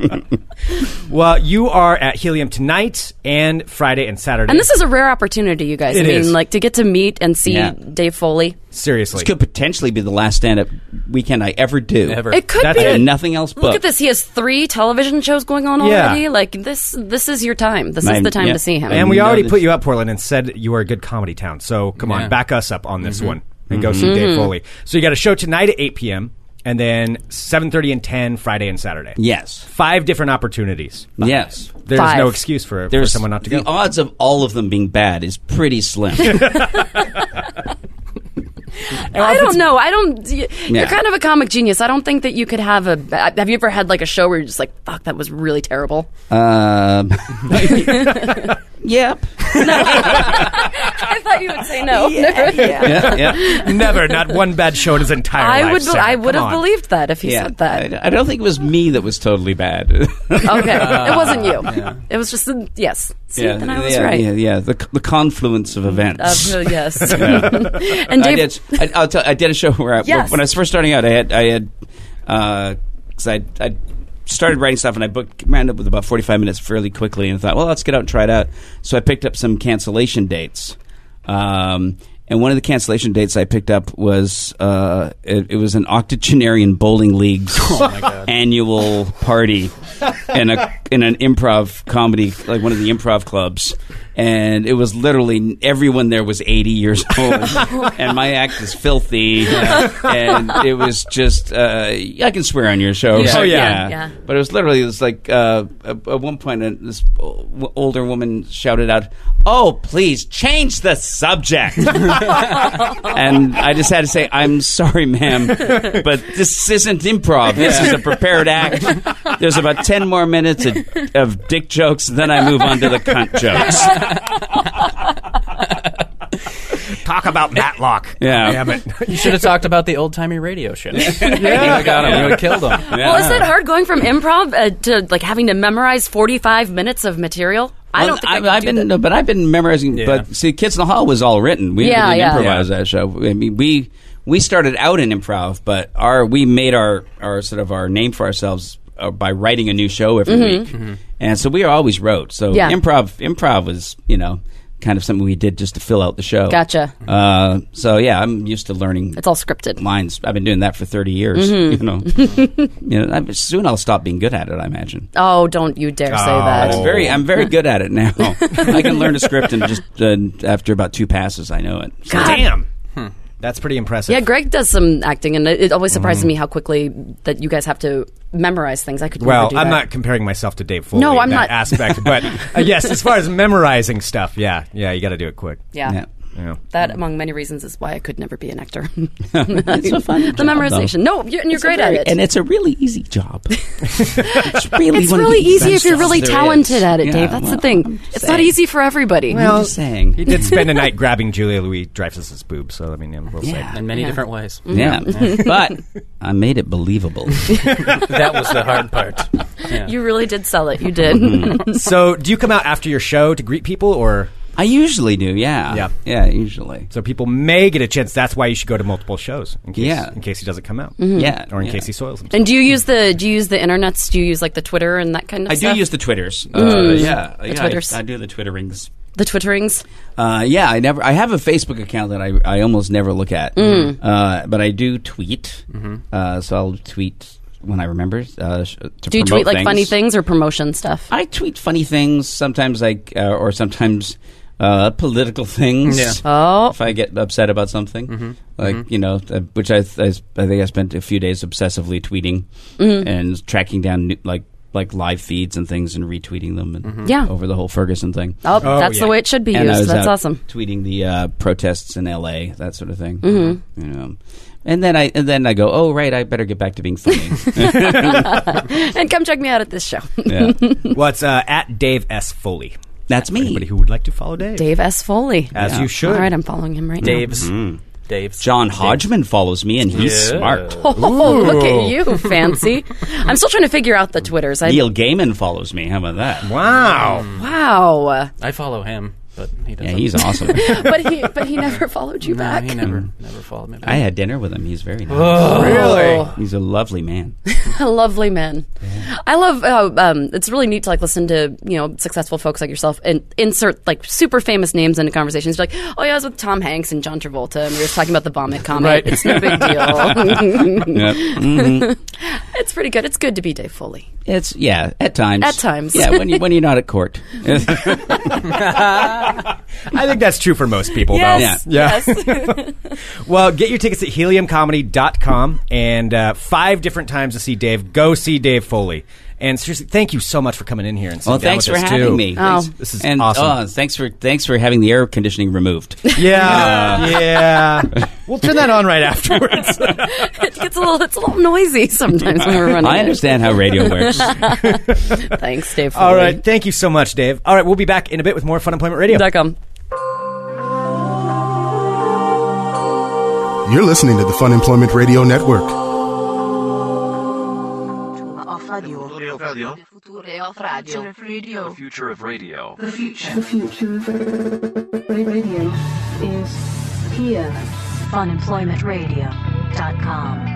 [SPEAKER 5] Yeah.
[SPEAKER 3] Well, you are at Helium tonight and Friday and Saturday.
[SPEAKER 1] And this is a rare opportunity, you guys.
[SPEAKER 3] It
[SPEAKER 1] I mean,
[SPEAKER 3] is.
[SPEAKER 1] like to get to meet and see
[SPEAKER 5] Yeah.
[SPEAKER 1] Dave Foley.
[SPEAKER 3] seriously.
[SPEAKER 5] This could potentially be the last stand up weekend I ever do.
[SPEAKER 6] Ever.
[SPEAKER 1] It could
[SPEAKER 3] That's
[SPEAKER 1] be.
[SPEAKER 5] I have
[SPEAKER 3] it.
[SPEAKER 5] nothing else booked.
[SPEAKER 1] Look at this. He has three television shows going on
[SPEAKER 3] Yeah.
[SPEAKER 1] already. Like this, this is your time. This is
[SPEAKER 5] Mine-
[SPEAKER 1] the time
[SPEAKER 5] yeah.
[SPEAKER 1] to see him.
[SPEAKER 3] And we
[SPEAKER 5] You know
[SPEAKER 3] already
[SPEAKER 5] this-
[SPEAKER 3] put you up, Portland, and said you are a good comedy town. So come
[SPEAKER 6] Yeah.
[SPEAKER 3] on, back us up on
[SPEAKER 1] Mm-hmm.
[SPEAKER 3] this one and go see Dave Foley. So you got a show tonight at 8 p.m. and then 7:30 and 10 Friday and Saturday.
[SPEAKER 5] Yes.
[SPEAKER 3] Five different opportunities.
[SPEAKER 5] Yes.
[SPEAKER 3] There's
[SPEAKER 1] Five.
[SPEAKER 3] no excuse for, for someone not to
[SPEAKER 5] the
[SPEAKER 3] go.
[SPEAKER 5] odds of all of them being bad is pretty slim.
[SPEAKER 1] I don't know. I don't. y- You're
[SPEAKER 5] Yeah.
[SPEAKER 1] kind of a comic genius. I don't think that you could have a. Have you ever had like a show where you're just like, "Fuck, that was really terrible."
[SPEAKER 5] um, yep.
[SPEAKER 1] I thought you would say no.
[SPEAKER 5] Yeah, yeah.
[SPEAKER 3] Never, not one bad show in his entire life.
[SPEAKER 1] I would.
[SPEAKER 3] Sarah.
[SPEAKER 1] I would
[SPEAKER 3] Come
[SPEAKER 1] have
[SPEAKER 3] on.
[SPEAKER 1] believed that if he said that. Oh,
[SPEAKER 5] I, I don't think it was me that was totally bad.
[SPEAKER 1] Okay, it wasn't you. It was just the- yes. See, then I was
[SPEAKER 5] yeah,
[SPEAKER 1] right.
[SPEAKER 5] Yeah, yeah. The, the confluence of
[SPEAKER 1] Uh,
[SPEAKER 5] events.
[SPEAKER 1] well, yes. and
[SPEAKER 5] I
[SPEAKER 1] Dave,
[SPEAKER 5] did. I, I'll tell, I did a show where I,
[SPEAKER 1] Yes.
[SPEAKER 5] when I was first starting out, I had I had because I I started writing stuff and I booked ran up with about forty five minutes fairly quickly and thought, well, let's get out and try it out. So I picked up some cancellation dates. Um, and one of the cancellation dates I picked up was uh, it, it was an octogenarian bowling league's annual party in a in an improv comedy like one of the improv clubs, and it was literally everyone there was eighty years old, and my act is filthy, and it was just uh, I can swear on your show,
[SPEAKER 6] Yeah.
[SPEAKER 5] So,
[SPEAKER 6] Oh,
[SPEAKER 1] yeah. Yeah.
[SPEAKER 5] but it was literally it was like uh, at at one point uh, this o- w- older woman shouted out, "Oh, please change the subject." and I just had to say, "I'm sorry, ma'am, but this isn't improv. This is a prepared act. There's about ten more minutes of, of dick jokes, then I move on to the cunt jokes."
[SPEAKER 3] Talk about Matlock.
[SPEAKER 5] Yeah.
[SPEAKER 3] Damn it.
[SPEAKER 6] You should have talked about the old timey radio show. You would've got him. You would have killed him.
[SPEAKER 5] Yeah.
[SPEAKER 1] well, is that hard going from improv uh, to like having to memorize 45 minutes of material? I
[SPEAKER 5] Well,
[SPEAKER 1] don't think I, could
[SPEAKER 5] I've
[SPEAKER 1] do
[SPEAKER 5] been,
[SPEAKER 1] that.
[SPEAKER 5] no, but I've been memorizing. But see, Kids in the Hall was all written. We
[SPEAKER 1] Yeah,
[SPEAKER 5] didn't
[SPEAKER 1] yeah.
[SPEAKER 5] improvise that show. I mean, we we started out in improv, but our we made our our sort of our name for ourselves uh, by writing a new show every week, and so we always wrote. So
[SPEAKER 1] Mm-hmm. Yeah.
[SPEAKER 5] improv improv was you know kind of something we did just to fill out the show.
[SPEAKER 1] Gotcha.
[SPEAKER 5] Uh, so yeah, I'm used to learning.
[SPEAKER 1] It's all scripted. Mm-hmm.
[SPEAKER 5] Lines. I've been doing that for thirty years. You know, you know. I, soon I'll stop being good at it. I imagine.
[SPEAKER 1] Oh, don't you dare say
[SPEAKER 3] Oh.
[SPEAKER 1] that.
[SPEAKER 5] I'm very, I'm very good at it now. I can learn a script and just uh, after about two passes, I know it. So-
[SPEAKER 3] Damn. Hmm. That's pretty impressive.
[SPEAKER 1] Yeah, Greg does some acting, and it, it always surprises me how quickly that you guys have to memorize things. I could never
[SPEAKER 3] Well,
[SPEAKER 1] do
[SPEAKER 3] I'm
[SPEAKER 1] that.
[SPEAKER 3] not comparing myself to Dave Foley.
[SPEAKER 1] No,
[SPEAKER 3] in
[SPEAKER 1] I'm
[SPEAKER 3] that
[SPEAKER 1] not.
[SPEAKER 3] aspect, but uh, yes, as far as memorizing stuff, yeah, yeah, you got to do it quick.
[SPEAKER 1] Yeah.
[SPEAKER 5] Yeah.
[SPEAKER 3] Yeah.
[SPEAKER 1] that among many reasons is why I could never be an actor.
[SPEAKER 5] it's a fun
[SPEAKER 1] the memorization. No, you're, and you're great at it.
[SPEAKER 5] and it's a really easy job. it's really,
[SPEAKER 1] it's
[SPEAKER 5] one of
[SPEAKER 1] really
[SPEAKER 5] the
[SPEAKER 1] easy if
[SPEAKER 5] best
[SPEAKER 1] you're
[SPEAKER 5] jobs
[SPEAKER 1] really
[SPEAKER 5] there
[SPEAKER 1] talented
[SPEAKER 5] is.
[SPEAKER 1] at it,
[SPEAKER 5] Yeah,
[SPEAKER 1] Dave. That's
[SPEAKER 5] well,
[SPEAKER 1] the thing.
[SPEAKER 5] I'm just
[SPEAKER 1] It's not
[SPEAKER 5] saying.
[SPEAKER 1] easy for everybody.
[SPEAKER 5] I'm just saying.
[SPEAKER 3] He did spend a night grabbing Julia Louis Dreyfus's boob, so I mean, yeah, we'll say.
[SPEAKER 5] Yeah.
[SPEAKER 6] In many different ways.
[SPEAKER 5] Mm-hmm. Yeah, but I made it believable.
[SPEAKER 6] That was the hard part. Yeah.
[SPEAKER 1] you really did sell it. You did.
[SPEAKER 5] Mm-hmm.
[SPEAKER 3] So, do you come out after your show to greet people, or
[SPEAKER 5] I usually do. Yeah,
[SPEAKER 3] Yeah.
[SPEAKER 5] yeah. Usually,
[SPEAKER 3] so people may get a chance? That's why you should go to multiple shows in case,
[SPEAKER 5] Yeah.
[SPEAKER 3] in case he doesn't come out,
[SPEAKER 1] Mm-hmm. Hmm.
[SPEAKER 5] yeah.
[SPEAKER 3] or in
[SPEAKER 5] yeah.
[SPEAKER 3] case he soils himself.
[SPEAKER 1] and do you use the do you use the internets? Do you use like the Twitter and that kind of
[SPEAKER 5] I
[SPEAKER 1] stuff? Hmm.
[SPEAKER 5] do use the twitters. Uh, yeah, yeah,
[SPEAKER 1] Twitters.
[SPEAKER 5] I, I do the twitterings.
[SPEAKER 1] the Twitterings.
[SPEAKER 5] Uh, yeah, I never. I have a Facebook account that I, I almost never look at,
[SPEAKER 1] Mm.
[SPEAKER 5] uh, but I do tweet. Uh, so I'll tweet when I remember. Uh, sh- to
[SPEAKER 1] Do you
[SPEAKER 5] promote
[SPEAKER 1] tweet like
[SPEAKER 5] things.
[SPEAKER 1] funny things or promotion stuff?
[SPEAKER 5] I tweet funny things sometimes, like uh, or sometimes uh, political things.
[SPEAKER 6] Yeah.
[SPEAKER 1] Oh,
[SPEAKER 5] If I get upset about something, like you know, uh, which I, I I think I spent a few days obsessively tweeting
[SPEAKER 1] Mm-hmm.
[SPEAKER 5] and tracking down new, like like live feeds and things and retweeting them and
[SPEAKER 1] Yeah.
[SPEAKER 5] over the whole Ferguson thing.
[SPEAKER 1] oh,
[SPEAKER 3] Oh,
[SPEAKER 1] that's
[SPEAKER 3] yeah.
[SPEAKER 1] the way it should be
[SPEAKER 5] And I
[SPEAKER 1] used.
[SPEAKER 5] was
[SPEAKER 1] That's
[SPEAKER 5] out
[SPEAKER 1] awesome.
[SPEAKER 5] Tweeting the uh, protests in L.A., that sort of thing. Mm-hmm. You know, and then I and then I go, oh right, I better get back to being funny.
[SPEAKER 1] And come check me out at this show.
[SPEAKER 5] yeah.
[SPEAKER 3] Well, it's uh, at Dave S Foley.
[SPEAKER 5] That's me.
[SPEAKER 3] Anybody who would like to follow Dave,
[SPEAKER 1] Dave S. Foley.
[SPEAKER 3] as you should.
[SPEAKER 1] All right, I'm following him right
[SPEAKER 6] Dave's.
[SPEAKER 4] Mm-hmm.
[SPEAKER 6] Dave's.
[SPEAKER 5] John Hodgman follows me, and he's
[SPEAKER 6] Yeah.
[SPEAKER 5] smart.
[SPEAKER 1] now. Oh, look at you, fancy. I'm still trying to figure out the Twitters. I, Mm.
[SPEAKER 5] Neil Gaiman follows me. How about that?
[SPEAKER 3] Wow.
[SPEAKER 1] Wow.
[SPEAKER 6] I follow him. but he doesn't.
[SPEAKER 5] Yeah, he's awesome.
[SPEAKER 1] but he but he never followed you
[SPEAKER 6] No,
[SPEAKER 1] back.
[SPEAKER 6] he never, never followed me. Back. Oh.
[SPEAKER 5] I had dinner with him. He's very nice.
[SPEAKER 1] Really?
[SPEAKER 5] He's a lovely man.
[SPEAKER 1] lovely men. I love how um, it's really neat to like listen to you know successful folks like yourself and insert like super famous names into conversations. Like, oh yeah, I was with Tom Hanks and John Travolta, and we were just talking about the vomit comet.
[SPEAKER 6] Right.
[SPEAKER 1] It's no big deal.
[SPEAKER 5] Yep. Mhm.
[SPEAKER 1] it's pretty good. It's good to be Dave Foley.
[SPEAKER 5] It's yeah, at times.
[SPEAKER 1] At times.
[SPEAKER 5] Yeah, when you when you're not at court.
[SPEAKER 3] I think that's true for most people, though.
[SPEAKER 1] Yes,
[SPEAKER 3] Yeah.
[SPEAKER 1] yes.
[SPEAKER 3] Well, get your tickets at heliumcomedy.com and uh, five different times to see Dave. Go see Dave Foley. And seriously, thank you so much for coming in here and sitting
[SPEAKER 5] well,
[SPEAKER 3] down
[SPEAKER 5] thanks for
[SPEAKER 3] with us,
[SPEAKER 5] having
[SPEAKER 3] too.
[SPEAKER 5] me.
[SPEAKER 1] Oh.
[SPEAKER 5] Thanks-
[SPEAKER 3] This is
[SPEAKER 5] and,
[SPEAKER 3] awesome.
[SPEAKER 5] oh, thanks for thanks for having the air conditioning removed.
[SPEAKER 3] Yeah, yeah. We'll turn that on right afterwards.
[SPEAKER 1] it gets a little it's a little noisy sometimes when we're running.
[SPEAKER 5] I
[SPEAKER 1] it.
[SPEAKER 5] understand how radio works.
[SPEAKER 1] Thanks, Dave. Foley.
[SPEAKER 3] All right, thank you so much, Dave. All right, we'll be back in a bit with more Fun Employment Radio.
[SPEAKER 1] Dot com.
[SPEAKER 2] You're listening to the Fun Employment Radio Network.
[SPEAKER 8] Off radio. Future of radio.
[SPEAKER 9] The future of radio.
[SPEAKER 8] The future of radio is here.
[SPEAKER 10] Funemploymentradio.com.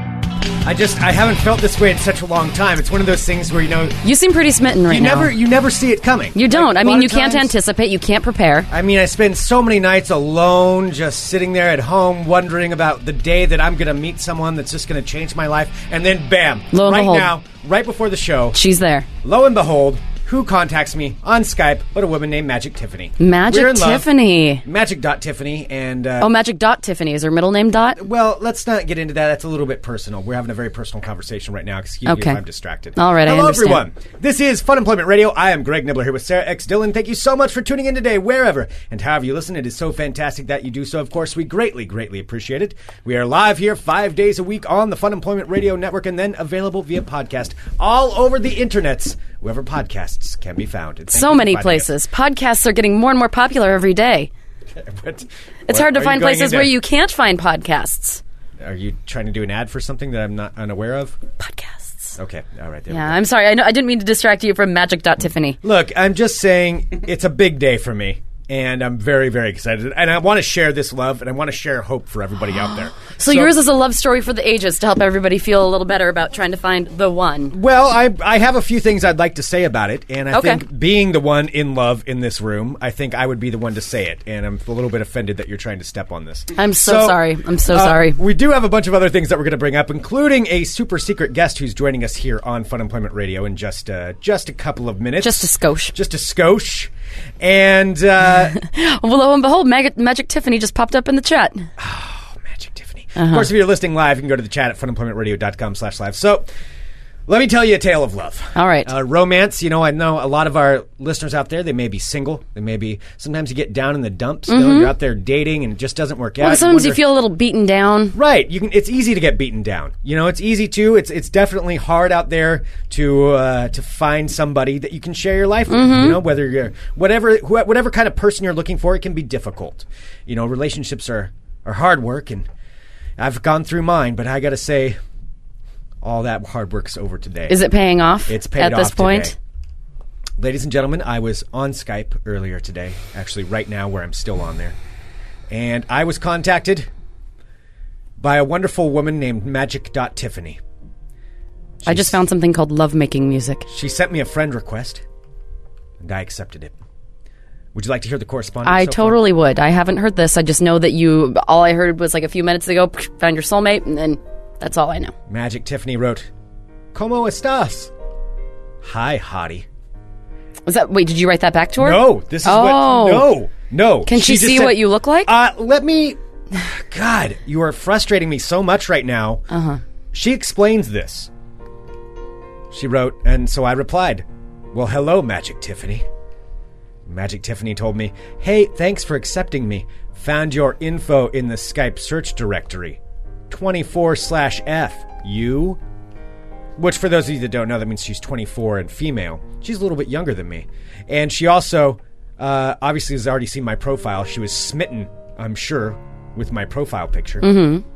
[SPEAKER 3] I just I haven't felt this way in such a long time. It's one of those things where you know
[SPEAKER 1] You seem pretty smitten right
[SPEAKER 3] you
[SPEAKER 1] now.
[SPEAKER 3] never you never see it coming.
[SPEAKER 1] you don't.
[SPEAKER 3] Like,
[SPEAKER 1] I
[SPEAKER 3] a lot
[SPEAKER 1] mean,
[SPEAKER 3] of
[SPEAKER 1] you can't
[SPEAKER 3] times-
[SPEAKER 1] anticipate. You can't prepare.
[SPEAKER 3] I mean, I spend so many nights alone, just sitting there at home, wondering about the day that I'm going to meet someone that's just going to change my life, and then bam,
[SPEAKER 1] Lo and
[SPEAKER 3] right
[SPEAKER 1] behold.
[SPEAKER 3] now, right before the show,
[SPEAKER 1] She's there.
[SPEAKER 3] lo and behold, who contacts me on Skype? But a woman named Magic Tiffany. We're
[SPEAKER 1] Magic
[SPEAKER 3] in love.
[SPEAKER 1] Tiffany.
[SPEAKER 3] Magic dot Tiffany, and uh,
[SPEAKER 1] Oh, Magic Dot Tiffany is her middle name. Dot.
[SPEAKER 3] Well, let's not get into that. That's a little bit personal. We're having a very personal conversation right now. Excuse
[SPEAKER 1] Okay.
[SPEAKER 3] me if I'm distracted.
[SPEAKER 1] All right, I
[SPEAKER 3] Hello,
[SPEAKER 1] understand.
[SPEAKER 3] everyone. This is Fun Employment Radio. I am Greg Nibbler here with Sarah X. Dillon. Thank you so much for tuning in today, wherever and however you listen. It is so fantastic that you do so. Of course, we greatly, greatly appreciate it. We are live here five days a week on the Fun Employment Radio Network and then available via podcast all over the internets, wherever podcasts can be found. And thank you
[SPEAKER 1] So
[SPEAKER 3] for
[SPEAKER 1] many
[SPEAKER 3] finding us.
[SPEAKER 1] places. Podcasts are getting more and more popular every day.
[SPEAKER 3] What-
[SPEAKER 1] It's
[SPEAKER 3] what
[SPEAKER 1] hard to
[SPEAKER 3] are you
[SPEAKER 1] find
[SPEAKER 3] going
[SPEAKER 1] places
[SPEAKER 3] into?
[SPEAKER 1] where you can't find podcasts.
[SPEAKER 3] Are you trying to do an ad for something that I'm not unaware of?
[SPEAKER 1] Podcasts.
[SPEAKER 3] Okay. All right. There we
[SPEAKER 1] Yeah,
[SPEAKER 3] go.
[SPEAKER 1] I'm sorry. I, know, I didn't mean to distract you from Magic Dot Tiffany.
[SPEAKER 3] Look, I'm just saying it's a big day for me. And I'm very, very excited. And I want to share this love and I want to share hope for everybody out there.
[SPEAKER 1] So, yours is a love story for the ages to help everybody feel a little better about trying to find the one.
[SPEAKER 3] Well, I, I have a few things I'd like to say about it. And I
[SPEAKER 1] Okay.
[SPEAKER 3] think being the one in love in this room, I think I would be the one to say it. And I'm a little bit offended that you're trying to step on this. uh,
[SPEAKER 1] I'm so sorry. I'm so sorry.
[SPEAKER 3] We do have a bunch of other things that we're going to bring up, including a super secret guest who's joining us here on Fun Employment Radio in just, uh, just a couple of minutes.
[SPEAKER 1] Just a skosh.
[SPEAKER 3] Just a skosh. And. Uh,
[SPEAKER 1] Well, lo and behold, Mag- Magic Tiffany just popped up in the chat.
[SPEAKER 3] Magic Tiffany.
[SPEAKER 1] Uh-huh.
[SPEAKER 3] Of course, if you're listening live, you can go to the chat at funemploymentradio.com slash live. So let me tell you a tale of love.
[SPEAKER 1] All right.
[SPEAKER 3] Uh, romance, you know, I know a lot of our listeners out there, they may be single. They may be, sometimes you get down in the dumps. You know, you're out there dating and it just doesn't work out.
[SPEAKER 1] Mm-hmm. Well, sometimes you
[SPEAKER 3] wonder-
[SPEAKER 1] feel a little beaten down.
[SPEAKER 3] Right, you can. It's easy to get beaten down. You know, it's easy to. It's it's definitely hard out there to uh, to find somebody that you can share your life with. You know, whether you're whatever wh- whatever kind of person you're looking for, it can be difficult. You know, relationships are are hard work, and I've gone through mine, but I got to say, all that hard work's over today.
[SPEAKER 1] Is it paying off?
[SPEAKER 3] It's paid
[SPEAKER 1] at this
[SPEAKER 3] off
[SPEAKER 1] point.
[SPEAKER 3] today. Ladies and gentlemen, I was on Skype earlier today, actually right now where I'm still on there. And I was contacted by a wonderful woman named Magic.Tiffany.
[SPEAKER 1] I just found something called lovemaking music.
[SPEAKER 3] She sent me a friend request, and I accepted it. Would you like to hear the correspondence?
[SPEAKER 1] I
[SPEAKER 3] so far?
[SPEAKER 1] totally would. I haven't heard this. I just know that you. All I heard was like a few minutes ago. Found your soulmate, and then that's all I know.
[SPEAKER 3] Magic Tiffany wrote, Como estás? Hi, hottie.
[SPEAKER 1] Was that? Wait, did you write that back to her?
[SPEAKER 3] No, this is
[SPEAKER 1] Oh.
[SPEAKER 3] what. No, no.
[SPEAKER 1] Can she
[SPEAKER 3] just
[SPEAKER 1] see what you look like?
[SPEAKER 3] Uh, let me. God, you are frustrating me so much right now. Uh
[SPEAKER 1] Uh-huh.
[SPEAKER 3] huh. She explains this. She wrote, and so I replied, Well, hello, Magic Tiffany. Magic Tiffany told me, Hey, thanks for accepting me. Found your info in the Skype search directory 24 slash F. You? Which, for those of you that don't know, that means she's 24 and female. She's a little bit younger than me. And she also, uh, obviously, has already seen my profile. She was smitten, I'm sure, with my profile picture. Mm-hmm.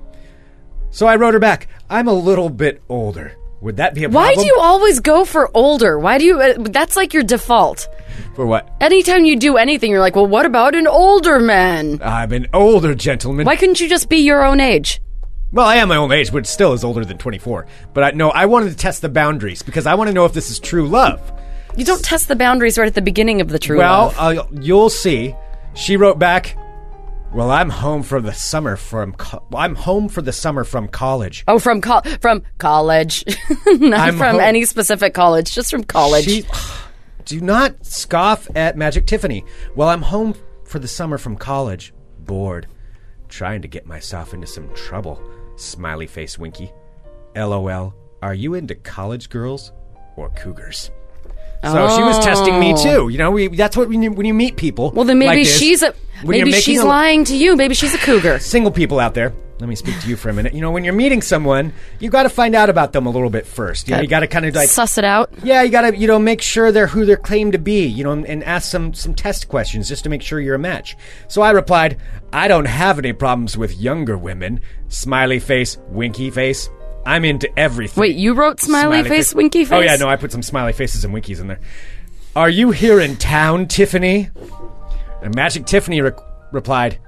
[SPEAKER 3] So I wrote her back, I'm a little bit older. Would that be a
[SPEAKER 1] Why
[SPEAKER 3] problem?
[SPEAKER 1] do you always go for older? Why do you? Uh, that's like your default.
[SPEAKER 3] For what?
[SPEAKER 1] Anytime you do anything, you're like, well, what about an older man?
[SPEAKER 3] I'm an older gentleman.
[SPEAKER 1] Why couldn't you just be your own age?
[SPEAKER 3] Well, I am my own age, but still is older than 24. But I, no, I wanted to test the boundaries because I want to know if this is true love.
[SPEAKER 1] You don't test the boundaries right at the beginning of the true
[SPEAKER 3] Well,
[SPEAKER 1] love.
[SPEAKER 3] uh, you'll see. She wrote back, "Well, I'm home for the summer from co- I'm home for the summer from college."
[SPEAKER 1] Oh, from col- from college, not
[SPEAKER 3] I'm
[SPEAKER 1] from
[SPEAKER 3] ho-
[SPEAKER 1] any specific college, just from college.
[SPEAKER 3] She, do not scoff at Magic Tiffany. Well, I'm home for the summer from college, bored, trying to get myself into some trouble. Smiley face Winky. LOL. Are you into college girls or cougars? So she was testing me too. You know, we, that's what we when you meet people.
[SPEAKER 1] Oh. well, then maybe
[SPEAKER 3] like this,
[SPEAKER 1] she's a
[SPEAKER 3] when you're
[SPEAKER 1] maybe
[SPEAKER 3] making
[SPEAKER 1] she's
[SPEAKER 3] a-
[SPEAKER 1] lying to you. Maybe she's a cougar.
[SPEAKER 3] single people out there let me speak to you for a minute you know when you're meeting someone you got to find out about them a little bit first you, know, you got to kind of like
[SPEAKER 1] Suss it out.
[SPEAKER 3] yeah you got to you know make sure they're who they're claimed to be you know and, and ask some some test questions just to make sure you're a match so i replied i don't have any problems with younger women smiley face winky face i'm into everything
[SPEAKER 1] Wait, you wrote smiley, face, winky face.
[SPEAKER 3] oh yeah no i put some smiley faces and winkies in there are you here in town tiffany and Magic Tiffany re- replied,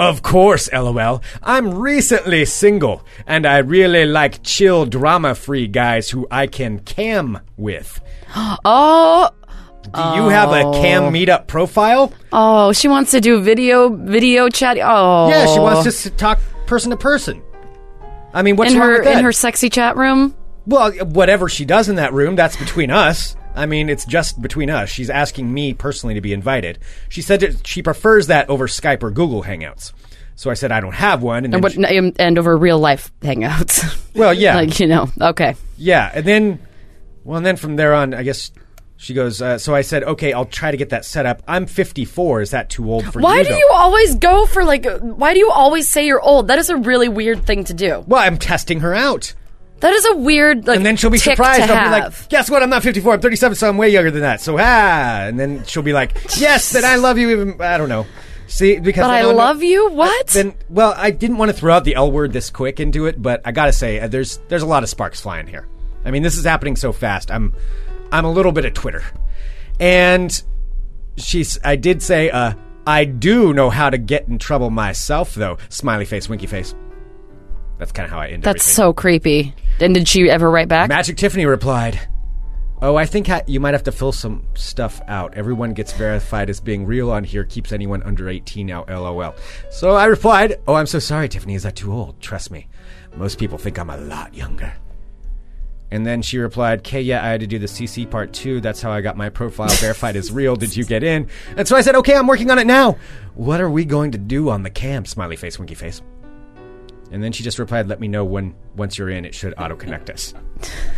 [SPEAKER 3] Of course, lol. I'm recently single, and I really like chill, drama free guys who I can cam with.
[SPEAKER 1] Oh,
[SPEAKER 3] Do you have a cam meetup profile?
[SPEAKER 1] oh, she wants to do video video chat. Oh,
[SPEAKER 3] Yeah, she wants to s- talk person to person. I mean, what's
[SPEAKER 1] in
[SPEAKER 3] wrong
[SPEAKER 1] her
[SPEAKER 3] with that?
[SPEAKER 1] in her sexy chat room.
[SPEAKER 3] well, whatever she does in that room, that's between us. I mean, it's just between us. She's asking me personally to be invited. She said that she prefers that over Skype or Google Hangouts. So I said I don't have one, and then
[SPEAKER 1] And, what,
[SPEAKER 3] she-
[SPEAKER 1] and and over real life hangouts.
[SPEAKER 3] Well, yeah.
[SPEAKER 1] like you know. Okay,
[SPEAKER 3] Yeah, and then, well, and then from there on, I guess she goes. Uh, so I said, okay, I'll try to get that set up. I'm 54. Is that too old for you?
[SPEAKER 1] why do
[SPEAKER 3] though?
[SPEAKER 1] you always go for like? uh, Why do you always say you're old? That is a really weird thing to do.
[SPEAKER 3] Well, I'm testing her out,
[SPEAKER 1] That is a weird like.
[SPEAKER 3] and then she'll be
[SPEAKER 1] tick
[SPEAKER 3] surprised.
[SPEAKER 1] To
[SPEAKER 3] I'll be
[SPEAKER 1] have.
[SPEAKER 3] like, guess what? I'm not 54. I'm 37, so I'm way younger than that. So ah, and then she'll be like, yes, then I love you. Even I don't know. See, because
[SPEAKER 1] but I
[SPEAKER 3] don't know-
[SPEAKER 1] love you. What?
[SPEAKER 3] Then, well, I didn't want to throw out the L word this quick into it, but I gotta say, uh, there's there's a lot of sparks flying here. I mean, this is happening so fast. I'm I'm a little bit of Twitter, and she's. I did say, uh, I do know how to get in trouble myself, though. Smiley face, winky face. That's kind of how I end.
[SPEAKER 1] That's
[SPEAKER 3] everything.
[SPEAKER 1] so creepy. And did she ever write back?
[SPEAKER 3] Magic Tiffany replied, "Oh, I think ha- you might have to fill some stuff out. Everyone gets verified as being real on here. Keeps anyone under 18 out. LOL." So I replied, "Oh, I'm so sorry, Tiffany. Is that too old? Trust me. Most people think I'm a lot younger." And then she replied, "Okay, yeah, I had to do the CC part too. That's how I got my profile verified as real. Did you get in?" And so I said, "Okay, I'm working on it now. What are we going to do on the cam?" Smiley face, winky face. And then she just replied, "Let me know when once you're in. It should auto connect us."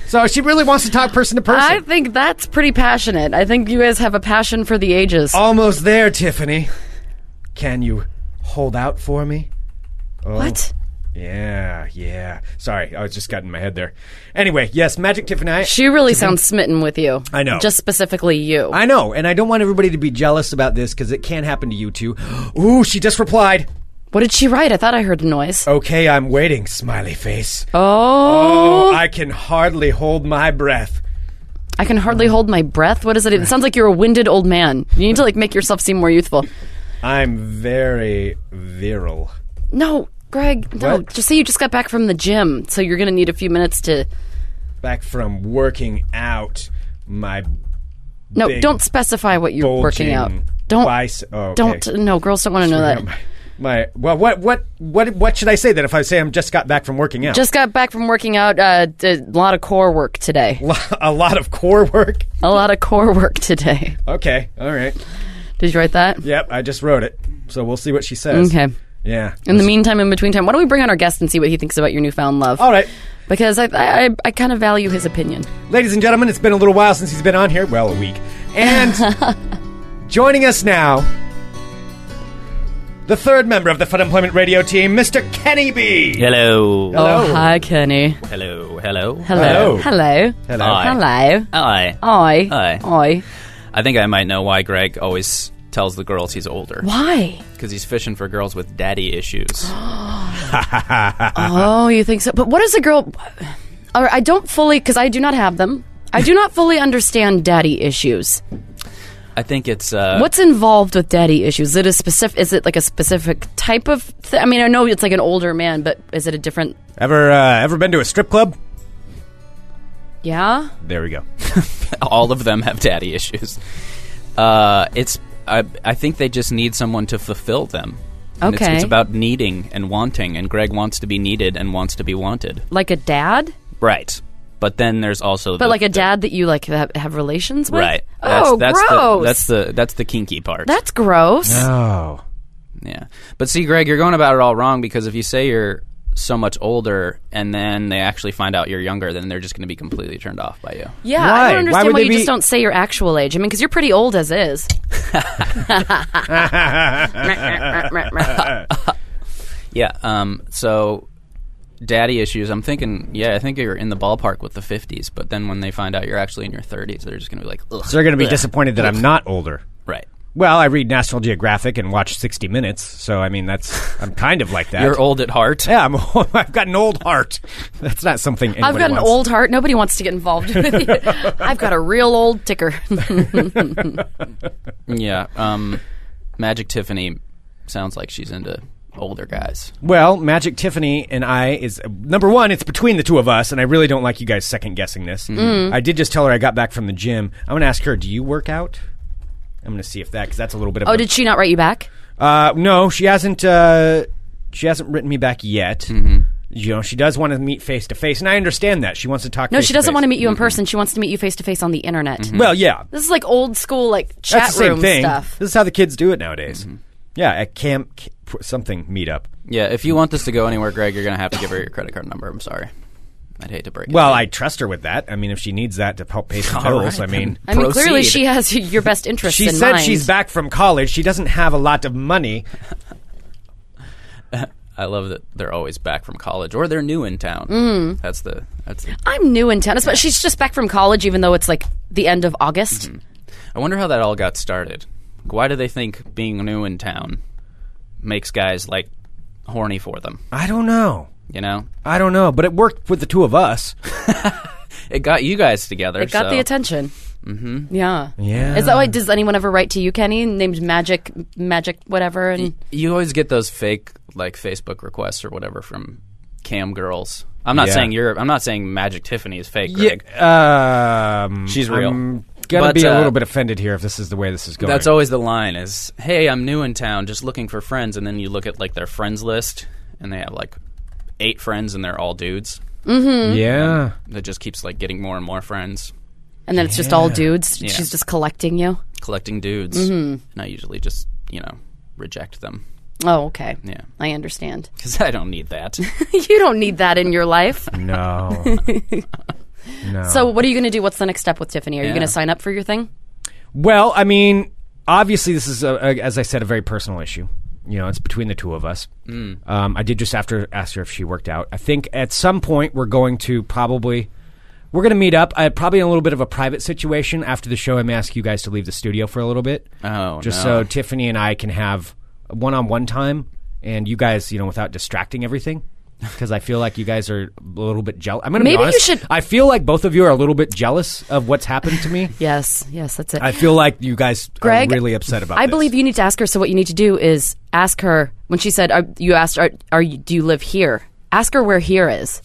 [SPEAKER 3] So she really wants to talk person to person.
[SPEAKER 1] I think that's pretty passionate. I think you guys have a passion for the ages.
[SPEAKER 3] Almost there, Tiffany. Can you hold out for me? Oh,
[SPEAKER 1] What?
[SPEAKER 3] Yeah, yeah. Sorry, I was just got in my head there. Anyway, yes, Magic Tiffany. I,
[SPEAKER 1] She really sounds smitten with you.
[SPEAKER 3] I know.
[SPEAKER 1] Just specifically you.
[SPEAKER 3] I know, and I don't want everybody to be jealous about this because it can happen to you too. Ooh, she just replied.
[SPEAKER 1] what did she write? I thought I heard a noise.
[SPEAKER 3] Okay, I'm waiting. Smiley face.
[SPEAKER 1] Oh,
[SPEAKER 3] I can hardly hold my breath.
[SPEAKER 1] I can hardly hold my breath. What is it? It sounds like you're a winded old man. You need to like make yourself seem more youthful.
[SPEAKER 3] I'm very virile.
[SPEAKER 1] No, Greg. No,
[SPEAKER 3] What?
[SPEAKER 1] just say you just got back from the gym, so you're gonna need a few minutes to.
[SPEAKER 3] Back from working out, my
[SPEAKER 1] No,
[SPEAKER 3] Big,
[SPEAKER 1] don't specify what you're working out.
[SPEAKER 3] bulging
[SPEAKER 1] Don't.
[SPEAKER 3] bice- oh, okay.
[SPEAKER 1] Don't. No, girls don't want to know that.
[SPEAKER 3] My, my- well, what what what what should I say then if I say I'm just got back from working out?
[SPEAKER 1] Just got back from working out. Uh, did a lot of core work today.
[SPEAKER 3] a lot of core work.
[SPEAKER 1] A lot of core work today.
[SPEAKER 3] Okay, all right.
[SPEAKER 1] Did you write that?
[SPEAKER 3] Yep, I just wrote it. So we'll see what she says.
[SPEAKER 1] Okay.
[SPEAKER 3] Yeah.
[SPEAKER 1] In the meantime, in between time, why don't we bring on our guest and see what he thinks about your newfound love?
[SPEAKER 3] all right,
[SPEAKER 1] Because I, I, I kind of value his opinion.
[SPEAKER 3] ladies and gentlemen, it's been a little while since he's been on here. Well, a week. And joining us now, the third member of the Fun Employment Radio team, Mr. Kenny B.
[SPEAKER 6] Hello.
[SPEAKER 3] Hello.
[SPEAKER 1] Oh, hi, Kenny.
[SPEAKER 6] Hello. Hello.
[SPEAKER 1] Hello.
[SPEAKER 3] Hello.
[SPEAKER 1] Hello.
[SPEAKER 3] Hello.
[SPEAKER 6] Hi.
[SPEAKER 1] Hello.
[SPEAKER 6] Hi.
[SPEAKER 1] Oi.
[SPEAKER 6] Hi.
[SPEAKER 1] Oi.
[SPEAKER 6] I think I might know why Greg always tells the girls he's older
[SPEAKER 1] Why?
[SPEAKER 6] because he's fishing for girls with daddy issues.
[SPEAKER 1] Oh, you think so? But what is a girl? All right, I don't fully because I do not have them. I do not fully understand daddy issues.
[SPEAKER 6] I think it's uh,
[SPEAKER 1] What's involved with daddy issues? Is it a specific? Is it like a specific type of? Th- I mean, I know it's like an older man, but is it a different?
[SPEAKER 3] Ever uh, ever been to a strip club?
[SPEAKER 1] Yeah.
[SPEAKER 3] There we go.
[SPEAKER 6] all of them have daddy issues. Uh, it's I, I think they just need someone to fulfill them. And It's,
[SPEAKER 1] Okay.
[SPEAKER 6] it's about needing and wanting, and Greg wants to be needed and wants to be wanted.
[SPEAKER 1] Like a dad,
[SPEAKER 6] Right. But then there's also
[SPEAKER 1] but
[SPEAKER 6] the,
[SPEAKER 1] like a
[SPEAKER 6] the-
[SPEAKER 1] dad that you like have, have relations with.
[SPEAKER 6] right.
[SPEAKER 1] Oh,
[SPEAKER 6] that's, that's
[SPEAKER 1] gross.
[SPEAKER 6] The, that's the that's the kinky part.
[SPEAKER 1] That's gross.
[SPEAKER 3] Oh.
[SPEAKER 6] Yeah. But see, Greg, you're going about it all wrong because if you say you're so much older and then they actually find out you're younger, then they're just going to be completely turned off by you.
[SPEAKER 1] Yeah,
[SPEAKER 3] Why?
[SPEAKER 1] I
[SPEAKER 3] Why
[SPEAKER 1] don't understand
[SPEAKER 3] would
[SPEAKER 1] why,
[SPEAKER 3] they
[SPEAKER 1] you
[SPEAKER 3] be-
[SPEAKER 1] just don't say your actual age. I mean, because you're pretty old as is.
[SPEAKER 6] Yeah. Um, so, daddy issues. I'm thinking, yeah, I think you're in the ballpark with the 50s, but then when they find out you're actually in your 30s, they're just going to be like, ugh.
[SPEAKER 3] So they're going to be disappointed that I'm not older.
[SPEAKER 6] Right.
[SPEAKER 3] Well, I read National Geographic and watch 60 Minutes, so I mean that's I'm kind of like that.
[SPEAKER 6] You're old at heart.
[SPEAKER 3] Yeah, I'm old. I've got an old heart. That's not something anybody
[SPEAKER 1] I've got an
[SPEAKER 3] wants.
[SPEAKER 1] old heart. Nobody wants to get involved with it. I've got a real old ticker.
[SPEAKER 6] Yeah. Um, Magic Tiffany sounds like she's into older guys.
[SPEAKER 3] Well, Magic Tiffany and I is number one. It's between the two of us, and I really don't like you guys second guessing this.
[SPEAKER 6] Mm.
[SPEAKER 1] Mm.
[SPEAKER 3] I did just tell her I got back from the gym. I'm going to ask her, "Do you work out?" I'm going to see if that because that's a little bit of.
[SPEAKER 1] oh,
[SPEAKER 3] a-
[SPEAKER 1] did she not write you back?
[SPEAKER 3] Uh, no, she hasn't. Uh, she hasn't written me back yet.
[SPEAKER 6] Mm-hmm.
[SPEAKER 3] You know, she does want to meet face to face, and I understand that she wants to talk.
[SPEAKER 1] No, she doesn't want to meet you in person. She wants to meet you face to face on the internet.
[SPEAKER 3] Well, yeah,
[SPEAKER 1] This is like old school, like chat
[SPEAKER 3] that's the same
[SPEAKER 1] room
[SPEAKER 3] thing.
[SPEAKER 1] stuff.
[SPEAKER 3] This is how the kids do it nowadays.
[SPEAKER 6] Mm-hmm.
[SPEAKER 3] Yeah, at camp, c- pr- something meetup.
[SPEAKER 6] Yeah. If you want this to go anywhere, Greg, you're going to have to give her your credit card number. I'm sorry. I'd hate to break it.
[SPEAKER 3] Well, I trust her with that. I mean, if she needs that to help pay some
[SPEAKER 6] All
[SPEAKER 3] bills,
[SPEAKER 6] right,
[SPEAKER 3] I mean.
[SPEAKER 1] I mean, clearly
[SPEAKER 6] Proceed.
[SPEAKER 1] she has your best interests
[SPEAKER 3] She
[SPEAKER 1] in
[SPEAKER 3] said
[SPEAKER 1] mind.
[SPEAKER 3] she's back from college. She doesn't have a lot of money.
[SPEAKER 6] I love that they're always back from college or they're new in town.
[SPEAKER 1] Mm-hmm.
[SPEAKER 6] That's the that's. The,
[SPEAKER 1] I'm new in town, but she's just back from college, even though it's like the end of August.
[SPEAKER 3] Mm-hmm.
[SPEAKER 6] I wonder how that all got started. Why do they think being new in town makes guys like horny for them?
[SPEAKER 3] I don't know.
[SPEAKER 6] You know,
[SPEAKER 3] I don't know, but it worked with the two of us.
[SPEAKER 6] it got you guys together.
[SPEAKER 1] It got
[SPEAKER 6] so-
[SPEAKER 1] the attention. Mm-hmm. Yeah.
[SPEAKER 3] Yeah.
[SPEAKER 1] Is that why? Does anyone ever write to you, Kenny, named Magic, Magic, whatever? And
[SPEAKER 6] You always get those fake like Facebook requests or whatever from cam girls. I'm not
[SPEAKER 3] Yeah.
[SPEAKER 6] saying you're. I'm not saying Magic Tiffany is fake. Greg.
[SPEAKER 3] Yeah, um,
[SPEAKER 6] She's real.
[SPEAKER 3] I'm gonna
[SPEAKER 6] But,
[SPEAKER 3] be a
[SPEAKER 6] uh,
[SPEAKER 3] little bit offended here if this is the way this is going.
[SPEAKER 6] That's always the line is, "Hey, I'm new in town, just looking for friends." And then you look at like their friends list, and they have like eight friends, and they're all dudes.
[SPEAKER 1] Mm-hmm.
[SPEAKER 3] Yeah.
[SPEAKER 6] That just keeps like getting more and more friends,
[SPEAKER 1] and then it's just all dudes.
[SPEAKER 6] Yeah.
[SPEAKER 1] She's just collecting you.
[SPEAKER 6] collecting dudes,
[SPEAKER 1] Mm-hmm.
[SPEAKER 6] and I usually just you know reject them
[SPEAKER 1] Oh, okay.
[SPEAKER 6] Yeah.
[SPEAKER 1] I understand.
[SPEAKER 6] because I don't need that.
[SPEAKER 1] you don't need that in your life.
[SPEAKER 3] No. no.
[SPEAKER 1] So, what are you going to do? What's the next step with Tiffany? Are you
[SPEAKER 6] Yeah.
[SPEAKER 1] going to sign up for your thing?
[SPEAKER 3] Well, I mean, obviously, this is, a, a, as I said, a very personal issue. You know, it's between the two of us.
[SPEAKER 1] Mm.
[SPEAKER 3] Um, I did just after ask her if she worked out. I think at some point we're going to probably we're going to meet up. I probably in a little bit of a private situation after the show. I may ask you guys to leave the studio for a little bit.
[SPEAKER 6] Oh,
[SPEAKER 3] just
[SPEAKER 6] no.
[SPEAKER 3] so Tiffany and I can have one-on-one time, and you guys, you know, without distracting everything. Because I feel like you guys are a little bit jealous. I'm going to
[SPEAKER 1] Maybe
[SPEAKER 3] be
[SPEAKER 1] you
[SPEAKER 3] honest.
[SPEAKER 1] should-
[SPEAKER 3] I feel like both of you are a little bit jealous of what's happened to me.
[SPEAKER 1] Yes. Yes, that's it.
[SPEAKER 3] I feel like you guys
[SPEAKER 1] Greg,
[SPEAKER 3] are really upset about.
[SPEAKER 1] I
[SPEAKER 3] this.
[SPEAKER 1] believe you need to ask her. So, what you need to do is ask her when she said, are, "You asked, are, are you, do you live here?" Ask her where here is.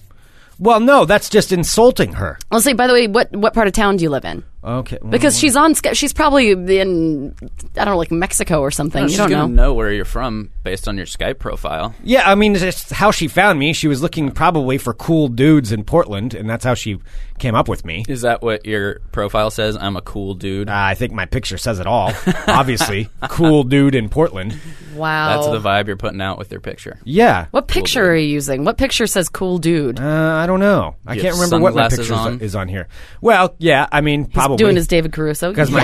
[SPEAKER 3] Well, no, that's just insulting her.
[SPEAKER 1] I'll say, by the way, what what part of town do you live in?
[SPEAKER 3] Okay, Mm. well,
[SPEAKER 1] Because she's on, ske- she's probably in, I don't know, like Mexico or something. you
[SPEAKER 6] She's
[SPEAKER 1] don't
[SPEAKER 6] gonna
[SPEAKER 1] know.
[SPEAKER 6] know where you're from based on your Skype profile.
[SPEAKER 3] yeah, I mean, it's how she found me. She was looking probably for cool dudes in Portland, and that's how she came up with me.
[SPEAKER 6] Is that what your profile says? I'm a cool dude.
[SPEAKER 3] Uh, I think my picture says it all. Obviously, cool dude in Portland.
[SPEAKER 1] Wow.
[SPEAKER 6] That's the vibe you're putting out with your picture.
[SPEAKER 3] Yeah,
[SPEAKER 1] What picture are you using? What picture says cool dude?
[SPEAKER 3] uh, I don't know. I
[SPEAKER 6] You
[SPEAKER 3] can't
[SPEAKER 6] have
[SPEAKER 3] remember what my
[SPEAKER 6] sunglasses
[SPEAKER 3] picture
[SPEAKER 6] on?
[SPEAKER 3] is- is on here. Well, yeah, I mean, probably
[SPEAKER 1] Doing his David Caruso.
[SPEAKER 3] because my,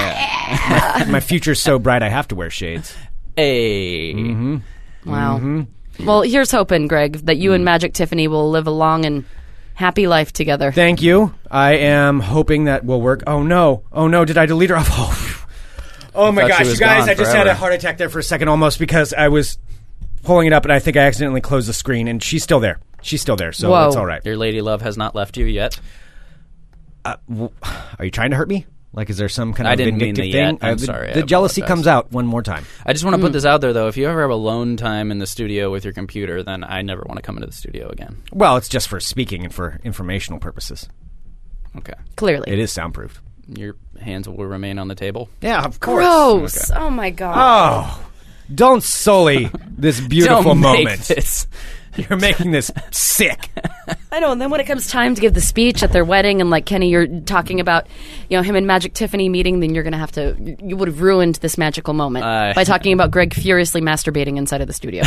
[SPEAKER 3] my my future's so bright, I have to wear shades.
[SPEAKER 6] Hey,
[SPEAKER 1] Wow.
[SPEAKER 6] Mm-hmm.
[SPEAKER 1] Well, here's hoping, Greg, that you
[SPEAKER 6] Mm.
[SPEAKER 1] and Magic Tiffany will live a long and happy life together.
[SPEAKER 3] Thank you. I am hoping that will work. Oh no! Oh no! Did I delete her? Oh, oh my
[SPEAKER 6] thought she
[SPEAKER 3] gosh, you
[SPEAKER 6] was
[SPEAKER 3] guys!
[SPEAKER 6] gone
[SPEAKER 3] I just had a
[SPEAKER 6] forever.
[SPEAKER 3] heart attack there for a second, almost because I was pulling it up, and I think I accidentally closed the screen, and she's still there. She's still there, so
[SPEAKER 1] Whoa.
[SPEAKER 3] it's all right.
[SPEAKER 6] your lady love has not left you yet.
[SPEAKER 3] Are you trying to hurt me? Like, is there some kind
[SPEAKER 6] I
[SPEAKER 3] of
[SPEAKER 6] didn't mean
[SPEAKER 3] vindictive
[SPEAKER 6] the
[SPEAKER 3] thing?
[SPEAKER 6] yet. I'm
[SPEAKER 3] Uh, the,
[SPEAKER 6] sorry. I
[SPEAKER 3] The jealousy
[SPEAKER 6] apologize.
[SPEAKER 3] comes out one more time.
[SPEAKER 6] I just want to
[SPEAKER 1] Mm.
[SPEAKER 6] put this out there, though. If you ever have alone time in the studio with your computer, then I never want to come into the studio again.
[SPEAKER 3] Well, it's just for speaking and for informational purposes.
[SPEAKER 6] Okay.
[SPEAKER 1] Clearly.
[SPEAKER 3] It is soundproofed.
[SPEAKER 6] Your hands will remain on the table.
[SPEAKER 3] Yeah, of course.
[SPEAKER 1] Gross. Oh my
[SPEAKER 6] Ah.
[SPEAKER 1] god.
[SPEAKER 3] Oh, don't sully this beautiful
[SPEAKER 6] Don't make
[SPEAKER 3] moment.
[SPEAKER 6] this.
[SPEAKER 3] You're making this sick.
[SPEAKER 1] I know. And then when it comes time to give the speech at their wedding, and like Kenny, you're talking about, you know, him and Magic Tiffany meeting, then you're gonna have to. You would have ruined this magical moment
[SPEAKER 6] I-
[SPEAKER 1] by talking about Greg furiously masturbating inside of the studio.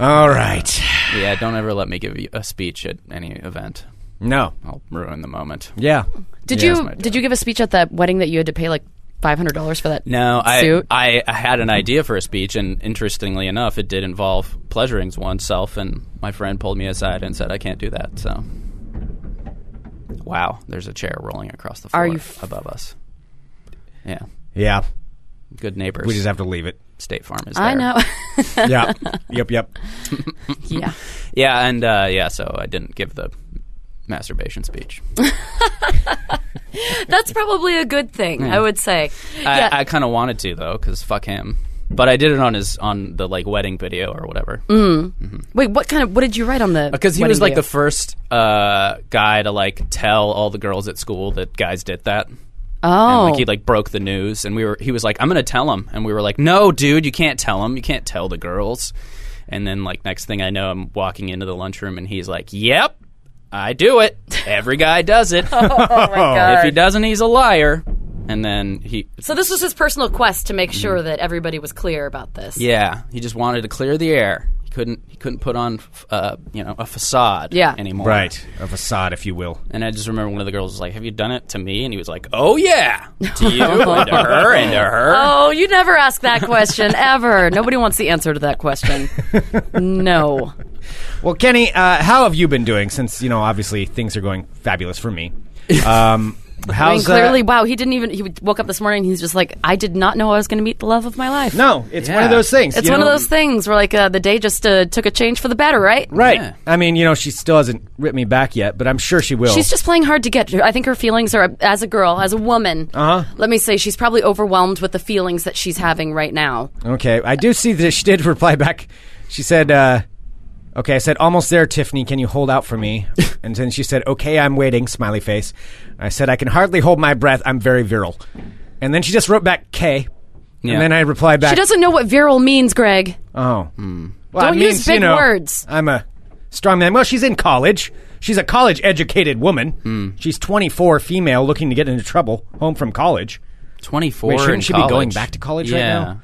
[SPEAKER 3] All right.
[SPEAKER 6] Yeah, don't ever let me give you a speech at any event.
[SPEAKER 3] No.
[SPEAKER 6] I'll ruin the moment.
[SPEAKER 3] Yeah.
[SPEAKER 1] Did
[SPEAKER 6] Yeah, that's
[SPEAKER 1] you
[SPEAKER 6] my
[SPEAKER 1] did you give a speech at that wedding that you had to pay like five hundred dollars for that?
[SPEAKER 6] No, I,
[SPEAKER 1] suit?
[SPEAKER 6] I I had an idea for a speech, and interestingly enough, it did involve pleasuring oneself. And my friend pulled me aside and said, "I can't do that." So, wow, there's a chair rolling across the floor
[SPEAKER 1] Are you f-
[SPEAKER 6] above us. Yeah,
[SPEAKER 3] Yeah.
[SPEAKER 6] good neighbors.
[SPEAKER 3] We just have to leave it.
[SPEAKER 6] State Farm is there.
[SPEAKER 1] I know.
[SPEAKER 3] Yeah. yep. Yep.
[SPEAKER 1] yeah.
[SPEAKER 6] Yeah, and uh, yeah, so I didn't give the masturbation speech.
[SPEAKER 1] That's probably a good thing, I would say. yeah.
[SPEAKER 6] I, I kind of wanted to though, because fuck him. But I did it on his on the like wedding video or whatever.
[SPEAKER 1] Wait, what kind of what did you write on the
[SPEAKER 6] Because Uh, he
[SPEAKER 1] wedding
[SPEAKER 6] was like
[SPEAKER 1] video?
[SPEAKER 6] the first uh, guy to like tell all the girls at school that guys did that.
[SPEAKER 1] Oh.
[SPEAKER 6] And, like he like broke the news, and we were he was like, "I'm gonna tell him," and we were like, "No, dude, you can't tell him. You can't tell the girls." And then like next thing I know, I'm walking into the lunchroom, and he's like, "Yep, I do it. Every guy does it.
[SPEAKER 1] Oh,
[SPEAKER 6] If he doesn't, he's a liar." And then he,
[SPEAKER 1] so this was his personal quest to make sure that everybody was clear about this.
[SPEAKER 6] yeah, he just wanted to clear the air. He couldn't he couldn't put on uh, you know a facade
[SPEAKER 1] Yeah.
[SPEAKER 6] anymore.
[SPEAKER 3] Right. A facade, if you will.
[SPEAKER 6] And I just remember one of the girls was like, "Have you done it to me?" And he was like, "Oh yeah, to you and to her and to her."
[SPEAKER 1] Oh, you never ask that question ever. Nobody wants the answer to that question. No.
[SPEAKER 3] Well, Kenny, uh, how have you been doing since you know? Obviously, things are going fabulous for me. Um, how's
[SPEAKER 1] I mean,
[SPEAKER 3] uh,
[SPEAKER 1] clearly, wow, he didn't even. He woke up this morning and he's just like, I did not know I was going to meet the love of my life.
[SPEAKER 3] no, it's one
[SPEAKER 6] Yeah.
[SPEAKER 3] of those things.
[SPEAKER 1] It's
[SPEAKER 3] you
[SPEAKER 1] one of
[SPEAKER 3] know?
[SPEAKER 1] those things where, like, uh, the day just uh, took a change for the better, right?
[SPEAKER 3] Right.
[SPEAKER 6] Yeah.
[SPEAKER 3] I mean, you know, she still hasn't ripped me back yet, but I'm sure she will.
[SPEAKER 1] She's just playing hard to get. I think her feelings are, as a girl, as a woman, uh-huh. let me say, she's probably overwhelmed with the feelings that she's having right now.
[SPEAKER 3] okay. I do see that she did reply back. She said, uh, "Okay." I said, "Almost there, Tiffany. Can you hold out for me?" and then she said, "Okay, I'm waiting." Smiley face. I said, "I can hardly hold my breath. I'm very virile." And then she just wrote back K.
[SPEAKER 6] Yeah.
[SPEAKER 3] And then I replied back.
[SPEAKER 1] She doesn't know what virile means, Greg.
[SPEAKER 3] Oh.
[SPEAKER 6] Hmm.
[SPEAKER 3] Well,
[SPEAKER 1] Don't
[SPEAKER 3] it
[SPEAKER 1] use
[SPEAKER 3] means,
[SPEAKER 1] big
[SPEAKER 3] you know,
[SPEAKER 1] words.
[SPEAKER 3] I'm a strong man. Well, she's in college. She's a college educated woman.
[SPEAKER 6] Hmm.
[SPEAKER 3] She's 24, female, looking to get into trouble, home from college.
[SPEAKER 6] Twenty four.
[SPEAKER 3] Wait, shouldn't she be going back to college right
[SPEAKER 6] yeah.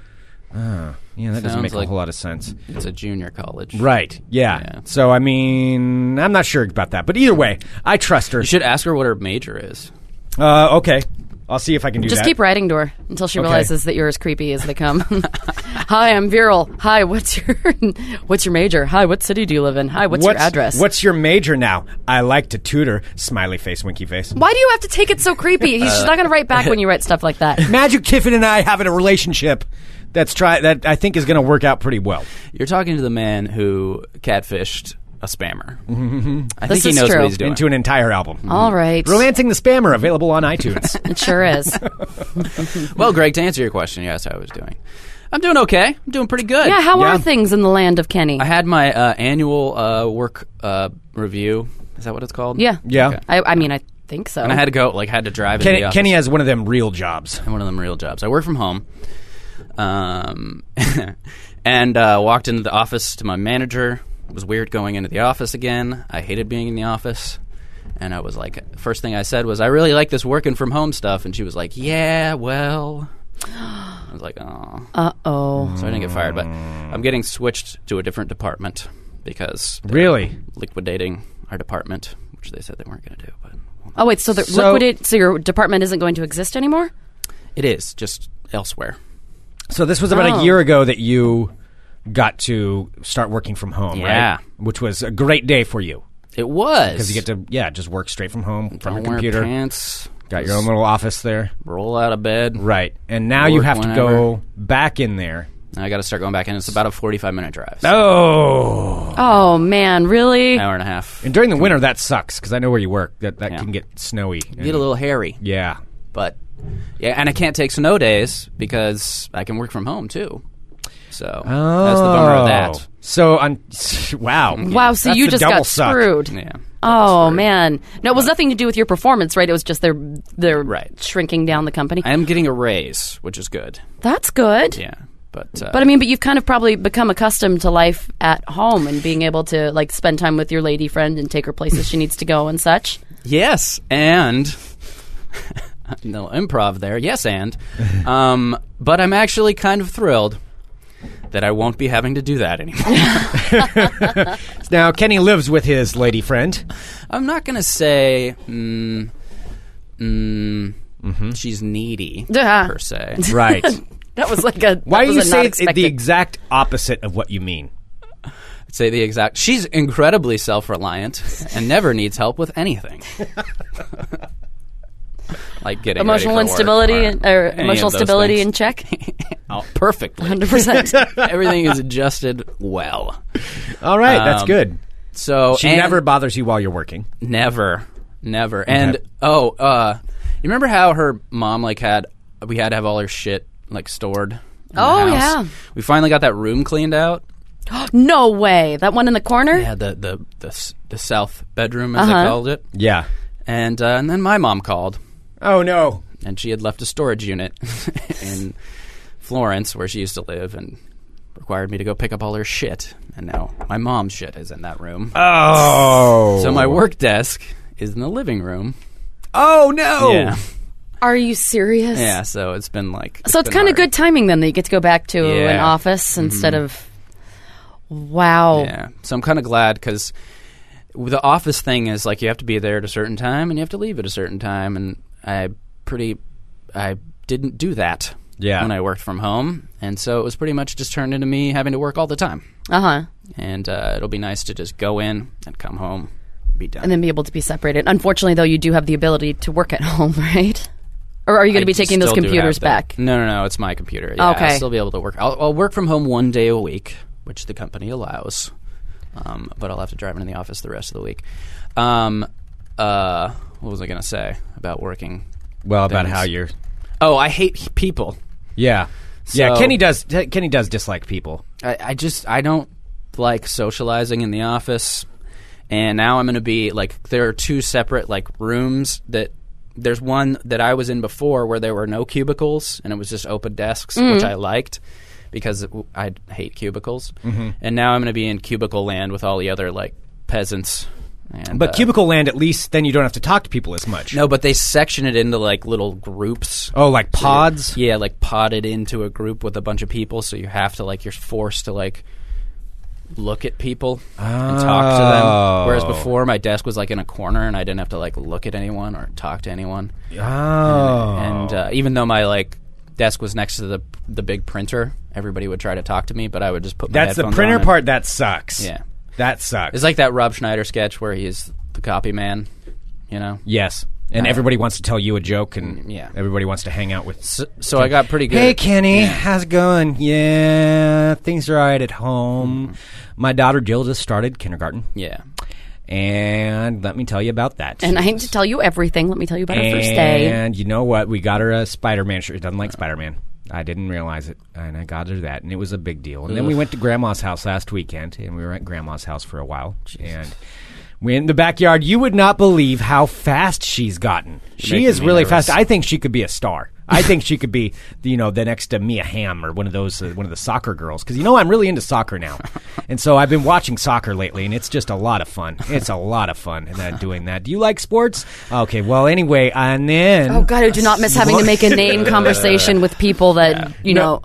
[SPEAKER 3] now? Yeah, that doesn't
[SPEAKER 6] Sounds
[SPEAKER 3] make a
[SPEAKER 6] like-
[SPEAKER 3] whole lot of sense.
[SPEAKER 6] It's a junior college.
[SPEAKER 3] Right. Yeah.
[SPEAKER 6] Yeah.
[SPEAKER 3] So, I mean, I'm not sure about that. But either way, I trust her.
[SPEAKER 6] You should ask her what her major is.
[SPEAKER 3] Uh, okay. I'll see if I can do
[SPEAKER 1] Just
[SPEAKER 3] that.
[SPEAKER 1] keep writing to her until she
[SPEAKER 3] Okay.
[SPEAKER 1] realizes that you're as creepy as they come. Hi, I'm Viral. Hi, what's your what's your major? Hi, what city do you live in? Hi, what's, your address?
[SPEAKER 3] What's your major now? I like to tutor. Smiley face, winky face.
[SPEAKER 1] Why do you have to take it so creepy? He's just not going to write back when you write stuff like that.
[SPEAKER 3] Magic Tiffin and I having a relationship that's try that I think is going to work out pretty well.
[SPEAKER 6] You're talking to the man who catfished a spammer. I
[SPEAKER 1] This
[SPEAKER 6] think he
[SPEAKER 1] is
[SPEAKER 6] knows
[SPEAKER 1] true.
[SPEAKER 6] what he's doing.
[SPEAKER 3] Mm-hmm. into an entire album.
[SPEAKER 1] All right,
[SPEAKER 3] Romancing the Spammer available on iTunes.
[SPEAKER 1] It sure is.
[SPEAKER 6] well, Greg, to answer your question, you asked how I was doing. I'm doing okay. I'm doing pretty good.
[SPEAKER 1] Yeah, how
[SPEAKER 3] Yeah.
[SPEAKER 1] are things in the land of Kenny?
[SPEAKER 6] I had my uh, annual uh, work uh, review. Is that what it's called?
[SPEAKER 1] yeah,
[SPEAKER 3] yeah.
[SPEAKER 1] I, I mean, I think so.
[SPEAKER 6] And I had to go, like, had to drive. into the
[SPEAKER 3] Kenny,
[SPEAKER 6] office.
[SPEAKER 3] Kenny has one of them real jobs.
[SPEAKER 6] one of them real jobs. I work from home, um, and uh, walked into the office to my manager. It was weird going into the office again. I hated being in the office, and I was like, first thing I said was, "I really like this working from home stuff," and she was like, "Yeah, well." I was like, "Oh,"
[SPEAKER 1] uh oh,
[SPEAKER 6] so I didn't get fired, but I'm getting switched to a different department because they're
[SPEAKER 3] Really?
[SPEAKER 6] liquidating our department, which they said they weren't going to do, but
[SPEAKER 1] oh wait, so the
[SPEAKER 3] So-
[SPEAKER 1] liquidate. So your department isn't going to exist anymore?
[SPEAKER 6] it is just elsewhere.
[SPEAKER 3] So this was about
[SPEAKER 1] Oh.
[SPEAKER 3] a year ago that you got to start working from home,
[SPEAKER 6] Yeah.
[SPEAKER 3] right? Which was a great day for you
[SPEAKER 6] It was
[SPEAKER 3] because you get to yeah, just work straight from home from
[SPEAKER 6] Don't
[SPEAKER 3] your
[SPEAKER 6] wear
[SPEAKER 3] computer.
[SPEAKER 6] pants.
[SPEAKER 3] Got your own little office there.
[SPEAKER 6] roll out of bed.
[SPEAKER 3] Right. And now you
[SPEAKER 6] Work
[SPEAKER 3] have to
[SPEAKER 6] whenever.
[SPEAKER 3] go back in there
[SPEAKER 6] And I got to start going back, and it's about a 45 minute drive. So
[SPEAKER 3] Oh.
[SPEAKER 1] Oh man, really?
[SPEAKER 6] An hour and a half.
[SPEAKER 3] And during the winter, that sucks because I know where you work. That that
[SPEAKER 6] Yeah.
[SPEAKER 3] can get snowy.
[SPEAKER 6] Get a little hairy.
[SPEAKER 3] Yeah.
[SPEAKER 6] But, yeah, and I can't take snow days because I can work from home too. So that's the bummer of that.
[SPEAKER 3] Oh. So on. Wow.
[SPEAKER 1] Wow, so
[SPEAKER 3] That's
[SPEAKER 1] you
[SPEAKER 3] the
[SPEAKER 1] just
[SPEAKER 3] double
[SPEAKER 1] got
[SPEAKER 3] suck.
[SPEAKER 1] screwed.
[SPEAKER 6] Yeah.
[SPEAKER 1] Oh man, no, it was nothing to do with your performance, right? It was just their their
[SPEAKER 6] Right.
[SPEAKER 1] shrinking down the company.
[SPEAKER 6] I am getting a raise, which is good.
[SPEAKER 1] That's good.
[SPEAKER 6] Yeah. But, uh,
[SPEAKER 1] But I mean, but you've kind of probably become accustomed to life at home and being able to like spend time with your lady friend and take her places she needs to go and such.
[SPEAKER 6] Yes, and no improv there. Yes, and um, but I'm actually kind of thrilled that I won't be having to do that anymore.
[SPEAKER 3] Now Kenny lives with his lady friend.
[SPEAKER 6] I'm not gonna say mm, mm, she's needy
[SPEAKER 1] Yeah.
[SPEAKER 6] per se.
[SPEAKER 3] Mm-hmm. Right.
[SPEAKER 1] That was like a
[SPEAKER 3] Why
[SPEAKER 1] that
[SPEAKER 3] do
[SPEAKER 1] was
[SPEAKER 3] you
[SPEAKER 1] a not
[SPEAKER 3] say it's
[SPEAKER 1] expected-
[SPEAKER 3] the exact opposite of what you mean?
[SPEAKER 6] I'd say the exact. She's incredibly self-reliant and never needs help with anything. like getting ready
[SPEAKER 1] emotional
[SPEAKER 6] for work
[SPEAKER 1] instability
[SPEAKER 6] or
[SPEAKER 1] and, or
[SPEAKER 6] any
[SPEAKER 1] emotional
[SPEAKER 6] of those
[SPEAKER 1] stability
[SPEAKER 6] things.
[SPEAKER 1] in check?
[SPEAKER 6] Oh, perfectly.
[SPEAKER 1] Hundred percent.
[SPEAKER 6] Everything is adjusted well.
[SPEAKER 3] All right, that's
[SPEAKER 6] Um,
[SPEAKER 3] good.
[SPEAKER 6] So
[SPEAKER 3] She
[SPEAKER 6] and-
[SPEAKER 3] never bothers you while you're working.
[SPEAKER 6] Never, never. And oh, uh, you remember how her mom like had we had to have all her shit like stored. in the
[SPEAKER 1] Oh,
[SPEAKER 6] house?
[SPEAKER 1] yeah.
[SPEAKER 6] We finally got that room cleaned out.
[SPEAKER 1] no way. That one in the corner.
[SPEAKER 6] Yeah, the the the, s- the south bedroom as
[SPEAKER 1] Uh-huh.
[SPEAKER 6] I called it.
[SPEAKER 3] Yeah.
[SPEAKER 6] And uh, and then my mom called,
[SPEAKER 3] Oh no.
[SPEAKER 6] and she had left a storage unit in Florence where she used to live, and required me to go pick up all her shit. And now my mom's shit is in that room.
[SPEAKER 3] Oh.
[SPEAKER 6] so my work desk is in the living room.
[SPEAKER 3] Oh no.
[SPEAKER 6] Yeah.
[SPEAKER 1] Are you serious?
[SPEAKER 6] Yeah, so it's been like.
[SPEAKER 1] So it's
[SPEAKER 6] been
[SPEAKER 1] kind of
[SPEAKER 6] hard.
[SPEAKER 1] good timing then that you get to go back to an
[SPEAKER 6] Yeah. Mm-hmm.
[SPEAKER 1] office instead of. Wow.
[SPEAKER 6] Yeah. So I'm kind of glad because the office thing is like you have to be there at a certain time and you have to leave at a certain time, and I pretty I didn't do that.
[SPEAKER 3] Yeah.
[SPEAKER 6] When I worked from home, and so it was pretty much just turned into me having to work all the time.
[SPEAKER 1] Uh huh.
[SPEAKER 6] And uh, it'll be nice to just go in and come home, be done.
[SPEAKER 1] And then be able to be separated. Unfortunately, though, you do have the ability to work at home, right? Or are you going
[SPEAKER 6] I
[SPEAKER 1] to be taking those
[SPEAKER 6] still do have
[SPEAKER 1] computers
[SPEAKER 6] that.
[SPEAKER 1] back?
[SPEAKER 6] No, no, no. It's my computer. Yeah,
[SPEAKER 1] Okay.
[SPEAKER 6] I'll still be able to work. I'll, I'll work from home one day a week, which the company allows. Um, but I'll have to drive into the office the rest of the week. Um, uh, what was I going to say about working?
[SPEAKER 3] Well, about
[SPEAKER 6] Things.
[SPEAKER 3] how you're.
[SPEAKER 6] Oh, I hate people.
[SPEAKER 3] Yeah. yeah.
[SPEAKER 6] So-
[SPEAKER 3] Kenny does. Kenny does dislike people.
[SPEAKER 6] I, I just I don't like socializing in the office. And now I'm going to be like there are two separate like rooms that there's one that I was in before where there were no cubicles and it was just open desks, which I liked because it, I hate cubicles.
[SPEAKER 3] Mm-hmm.
[SPEAKER 6] And now I'm going to be in cubicle land with all the other like peasants. And,
[SPEAKER 3] But
[SPEAKER 6] uh,
[SPEAKER 3] cubicle land, at least, then you don't have to talk to people as much.
[SPEAKER 6] no, but they section it into like little groups.
[SPEAKER 3] Oh, like
[SPEAKER 6] So you're-
[SPEAKER 3] pods?
[SPEAKER 6] Yeah, like podded into a group with a bunch of people, so you have to like you're forced to like look at people and talk to
[SPEAKER 3] Oh.
[SPEAKER 6] them. Whereas before, my desk was like in a corner, and I didn't have to like look at anyone or talk to anyone.
[SPEAKER 3] Oh.
[SPEAKER 6] And uh, even though my like desk was next to the the big printer, everybody would try to talk to me, but I would just put my
[SPEAKER 3] That's the
[SPEAKER 6] headphones
[SPEAKER 3] printer
[SPEAKER 6] on and-
[SPEAKER 3] part that sucks.
[SPEAKER 6] Yeah.
[SPEAKER 3] That sucks.
[SPEAKER 6] It's like that Rob Schneider sketch where he's the copy man. You know.
[SPEAKER 3] yes. And everybody wants to tell you a joke, and
[SPEAKER 6] Uh, mm, Yeah.
[SPEAKER 3] everybody wants to hang out with.
[SPEAKER 6] So, so I got pretty good.
[SPEAKER 3] Hey
[SPEAKER 6] at-
[SPEAKER 3] Kenny, how's it going? Yeah, things are all right at home. My daughter Jill just started kindergarten,
[SPEAKER 6] Mm-hmm. yeah.
[SPEAKER 3] and let me tell you about that.
[SPEAKER 1] And I hate to tell you everything. Let me tell you about our first day.
[SPEAKER 3] And you know what? We got her a Spider Man shirt. She doesn't like Spider Man. I didn't realize it, and I got her that, and it was a big deal. And then we went to Grandma's house last weekend, and we were at Grandma's house for a while, and. we in the backyard. You would not believe how fast she's gotten. She
[SPEAKER 6] making
[SPEAKER 3] is
[SPEAKER 6] me
[SPEAKER 3] really
[SPEAKER 6] nervous.
[SPEAKER 3] fast. I think she could be a star. I think she could be, you know, the next uh, Mia Hamm or one of those, uh, one of the soccer girls. Because you know I'm really into soccer now, and so I've been watching soccer lately, and it's just a lot of fun. It's a lot of fun and, uh, doing that. Do you like sports? Okay, well anyway, and then
[SPEAKER 1] Oh God, I do not miss having to make a name conversation with people that you know.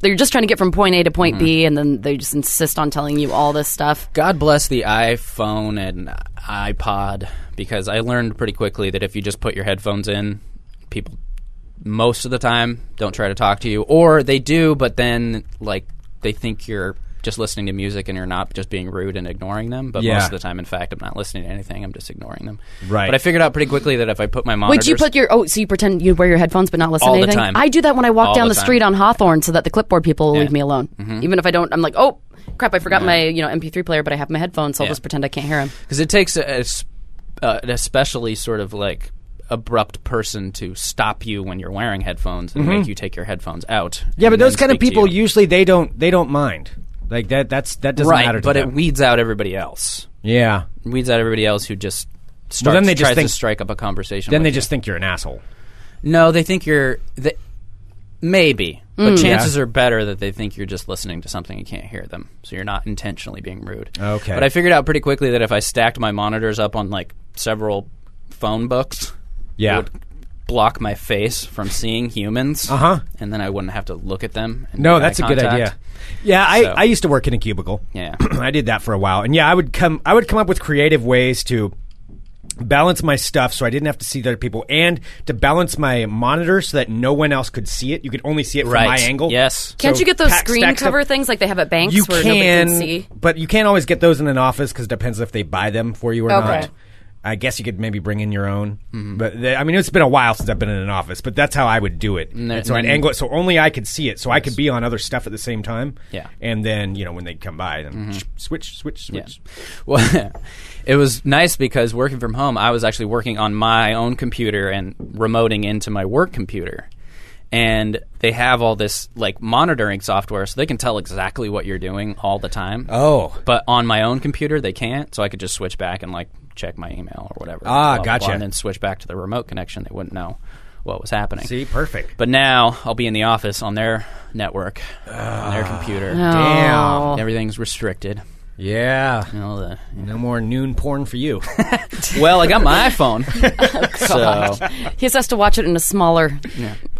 [SPEAKER 1] They're just trying to get from point A to point
[SPEAKER 6] Mm-hmm.
[SPEAKER 1] B, and then they just insist on telling you all this stuff.
[SPEAKER 6] God bless the iPhone and iPod because I learned pretty quickly that if you just put your headphones in, people most of the time don't try to talk to you, or they do, but then like they think you're just listening to music and you're not just being rude and ignoring them. But
[SPEAKER 3] Yeah.
[SPEAKER 6] most of the time, in fact, I'm not listening to anything. I'm just ignoring them.
[SPEAKER 3] Right.
[SPEAKER 6] But I figured out pretty quickly that if I put my
[SPEAKER 1] Wait,
[SPEAKER 6] monitors,
[SPEAKER 1] do you put your oh? So you pretend you wear your headphones but not listen
[SPEAKER 6] All
[SPEAKER 1] to
[SPEAKER 6] the
[SPEAKER 1] anything?
[SPEAKER 6] time.
[SPEAKER 1] I do that when I walk
[SPEAKER 6] All
[SPEAKER 1] down
[SPEAKER 6] the
[SPEAKER 1] the,
[SPEAKER 6] time.
[SPEAKER 1] street on Hawthorne, so that the clipboard people will
[SPEAKER 6] Yeah. Mm-hmm.
[SPEAKER 1] leave me alone. Even if I don't, I'm like, oh crap, I forgot my you know MP3 player, but I have my headphones, so I'll
[SPEAKER 6] Yeah.
[SPEAKER 1] just pretend I can't hear him.
[SPEAKER 6] because it takes a, a s- uh, an especially sort of like abrupt person to stop you when you're wearing headphones and make you take your headphones out.
[SPEAKER 3] Mm-hmm. Yeah, but
[SPEAKER 6] and then
[SPEAKER 3] those kind of
[SPEAKER 6] speak to
[SPEAKER 3] people
[SPEAKER 6] you.
[SPEAKER 3] usually they don't they don't mind. Like that that's that doesn't
[SPEAKER 6] right,
[SPEAKER 3] matter to
[SPEAKER 6] but
[SPEAKER 3] them.
[SPEAKER 6] it weeds out everybody else.
[SPEAKER 3] yeah.
[SPEAKER 6] Weeds out everybody else who just. Starts,
[SPEAKER 3] then they just
[SPEAKER 6] tries
[SPEAKER 3] think-
[SPEAKER 6] to strike up a conversation.
[SPEAKER 3] Then
[SPEAKER 6] with
[SPEAKER 3] they
[SPEAKER 6] you.
[SPEAKER 3] just think you're an asshole.
[SPEAKER 6] No, they think you're. They, maybe. But
[SPEAKER 3] Mm.
[SPEAKER 6] chances are better that they think you're just listening to something and can't hear them. So you're not intentionally being rude.
[SPEAKER 3] Okay.
[SPEAKER 6] But I figured out pretty quickly that if I stacked my monitors up on like several phone books,
[SPEAKER 3] Yeah.
[SPEAKER 6] it would block my face from seeing humans. Uh
[SPEAKER 3] Uh-huh.
[SPEAKER 6] And then I wouldn't have to look at them. and
[SPEAKER 3] No,
[SPEAKER 6] make eye
[SPEAKER 3] that's a good
[SPEAKER 6] contact.
[SPEAKER 3] idea. Yeah, I,
[SPEAKER 6] So-
[SPEAKER 3] I used to work in a cubicle.
[SPEAKER 6] Yeah.
[SPEAKER 3] I did that for a while, and yeah, I would come I would come up with creative ways to balance my stuff so I didn't have to see the other people, and to balance my monitor so that no one else could see it. You could only see it from
[SPEAKER 6] Right.
[SPEAKER 3] my angle.
[SPEAKER 6] Yes.
[SPEAKER 1] Can't
[SPEAKER 3] So
[SPEAKER 1] you get those
[SPEAKER 3] pack-
[SPEAKER 1] screen
[SPEAKER 3] stack stuff-
[SPEAKER 1] cover things like they have at banks
[SPEAKER 3] You
[SPEAKER 1] where
[SPEAKER 3] can,
[SPEAKER 1] nobody can see?
[SPEAKER 3] but you can't always get those in an office because it depends if they buy them for you or
[SPEAKER 1] Okay.
[SPEAKER 3] not. I guess you could maybe bring in your own,
[SPEAKER 6] Mm-hmm.
[SPEAKER 3] but th- I mean it's been a while since I've been in an office, but that's how I would do it.
[SPEAKER 6] there-
[SPEAKER 3] And so I'd
[SPEAKER 6] then-
[SPEAKER 3] angle it so only I could see it, so I could be on other stuff at the same time.
[SPEAKER 6] Yeah. Mm-hmm.
[SPEAKER 3] and then you know when they come by, then switch, switch,
[SPEAKER 6] Yeah.
[SPEAKER 3] switch.
[SPEAKER 6] Well, it was nice because working from home, I was actually working on my own computer and remoting into my work computer. And they have all this like monitoring software, so they can tell exactly what you're doing all the time.
[SPEAKER 3] Oh.
[SPEAKER 6] but on my own computer, they can't. So I could just switch back and like check my email or whatever.
[SPEAKER 3] Ah, gotcha.
[SPEAKER 6] and then switch back to the remote connection. They wouldn't know what was happening.
[SPEAKER 3] See, perfect.
[SPEAKER 6] But now I'll be in the office on their network, on their computer.
[SPEAKER 1] Ah.
[SPEAKER 3] Damn.
[SPEAKER 1] Oh.
[SPEAKER 6] Everything's restricted.
[SPEAKER 3] Yeah.
[SPEAKER 6] All the
[SPEAKER 3] No more noon porn for you.
[SPEAKER 6] Well, I got my iPhone,
[SPEAKER 1] Oh,
[SPEAKER 6] so
[SPEAKER 1] He just has to watch it in a smaller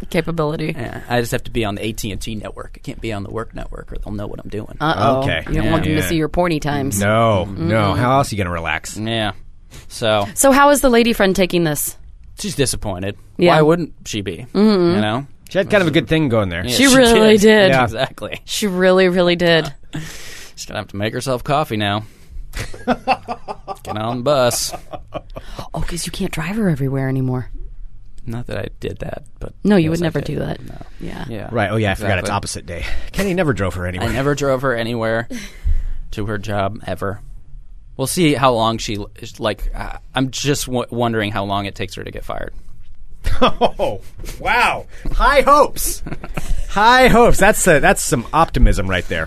[SPEAKER 1] capability.
[SPEAKER 6] yeah, I just have to be on the AT and T network. I can't be on the work network, or they'll know what I'm doing.
[SPEAKER 1] Uh oh.
[SPEAKER 3] Okay.
[SPEAKER 1] You don't want them
[SPEAKER 3] Yeah.
[SPEAKER 1] to see your porny times.
[SPEAKER 3] no,
[SPEAKER 6] Mm-hmm.
[SPEAKER 3] no. How else are you going to relax?
[SPEAKER 6] yeah, so
[SPEAKER 1] So how is the lady friend taking this?
[SPEAKER 6] she's disappointed.
[SPEAKER 1] Yeah.
[SPEAKER 6] Why wouldn't she be? You know,
[SPEAKER 3] She had kind of a good thing going there.
[SPEAKER 6] Yeah,
[SPEAKER 1] She really did.
[SPEAKER 3] Yeah.
[SPEAKER 6] Exactly.
[SPEAKER 1] She really, really did.
[SPEAKER 6] She's gonna have to make herself coffee now. Get on the bus.
[SPEAKER 1] Oh, because you can't drive her everywhere anymore.
[SPEAKER 6] Not that I did that, but
[SPEAKER 1] No, you
[SPEAKER 6] yes,
[SPEAKER 1] would
[SPEAKER 6] I
[SPEAKER 1] never
[SPEAKER 6] did.
[SPEAKER 1] do that.
[SPEAKER 6] No.
[SPEAKER 1] Yeah.
[SPEAKER 6] Yeah,
[SPEAKER 3] Right. Oh yeah, I forgot it's
[SPEAKER 6] Exactly.
[SPEAKER 3] opposite day. Kenny never drove her anywhere.
[SPEAKER 6] I never drove her anywhere to her job ever. We'll see how long she like. Uh, I'm just w- wondering how long it takes her to get fired.
[SPEAKER 3] Oh wow! High hopes. High hopes. That's a, that's some optimism right there.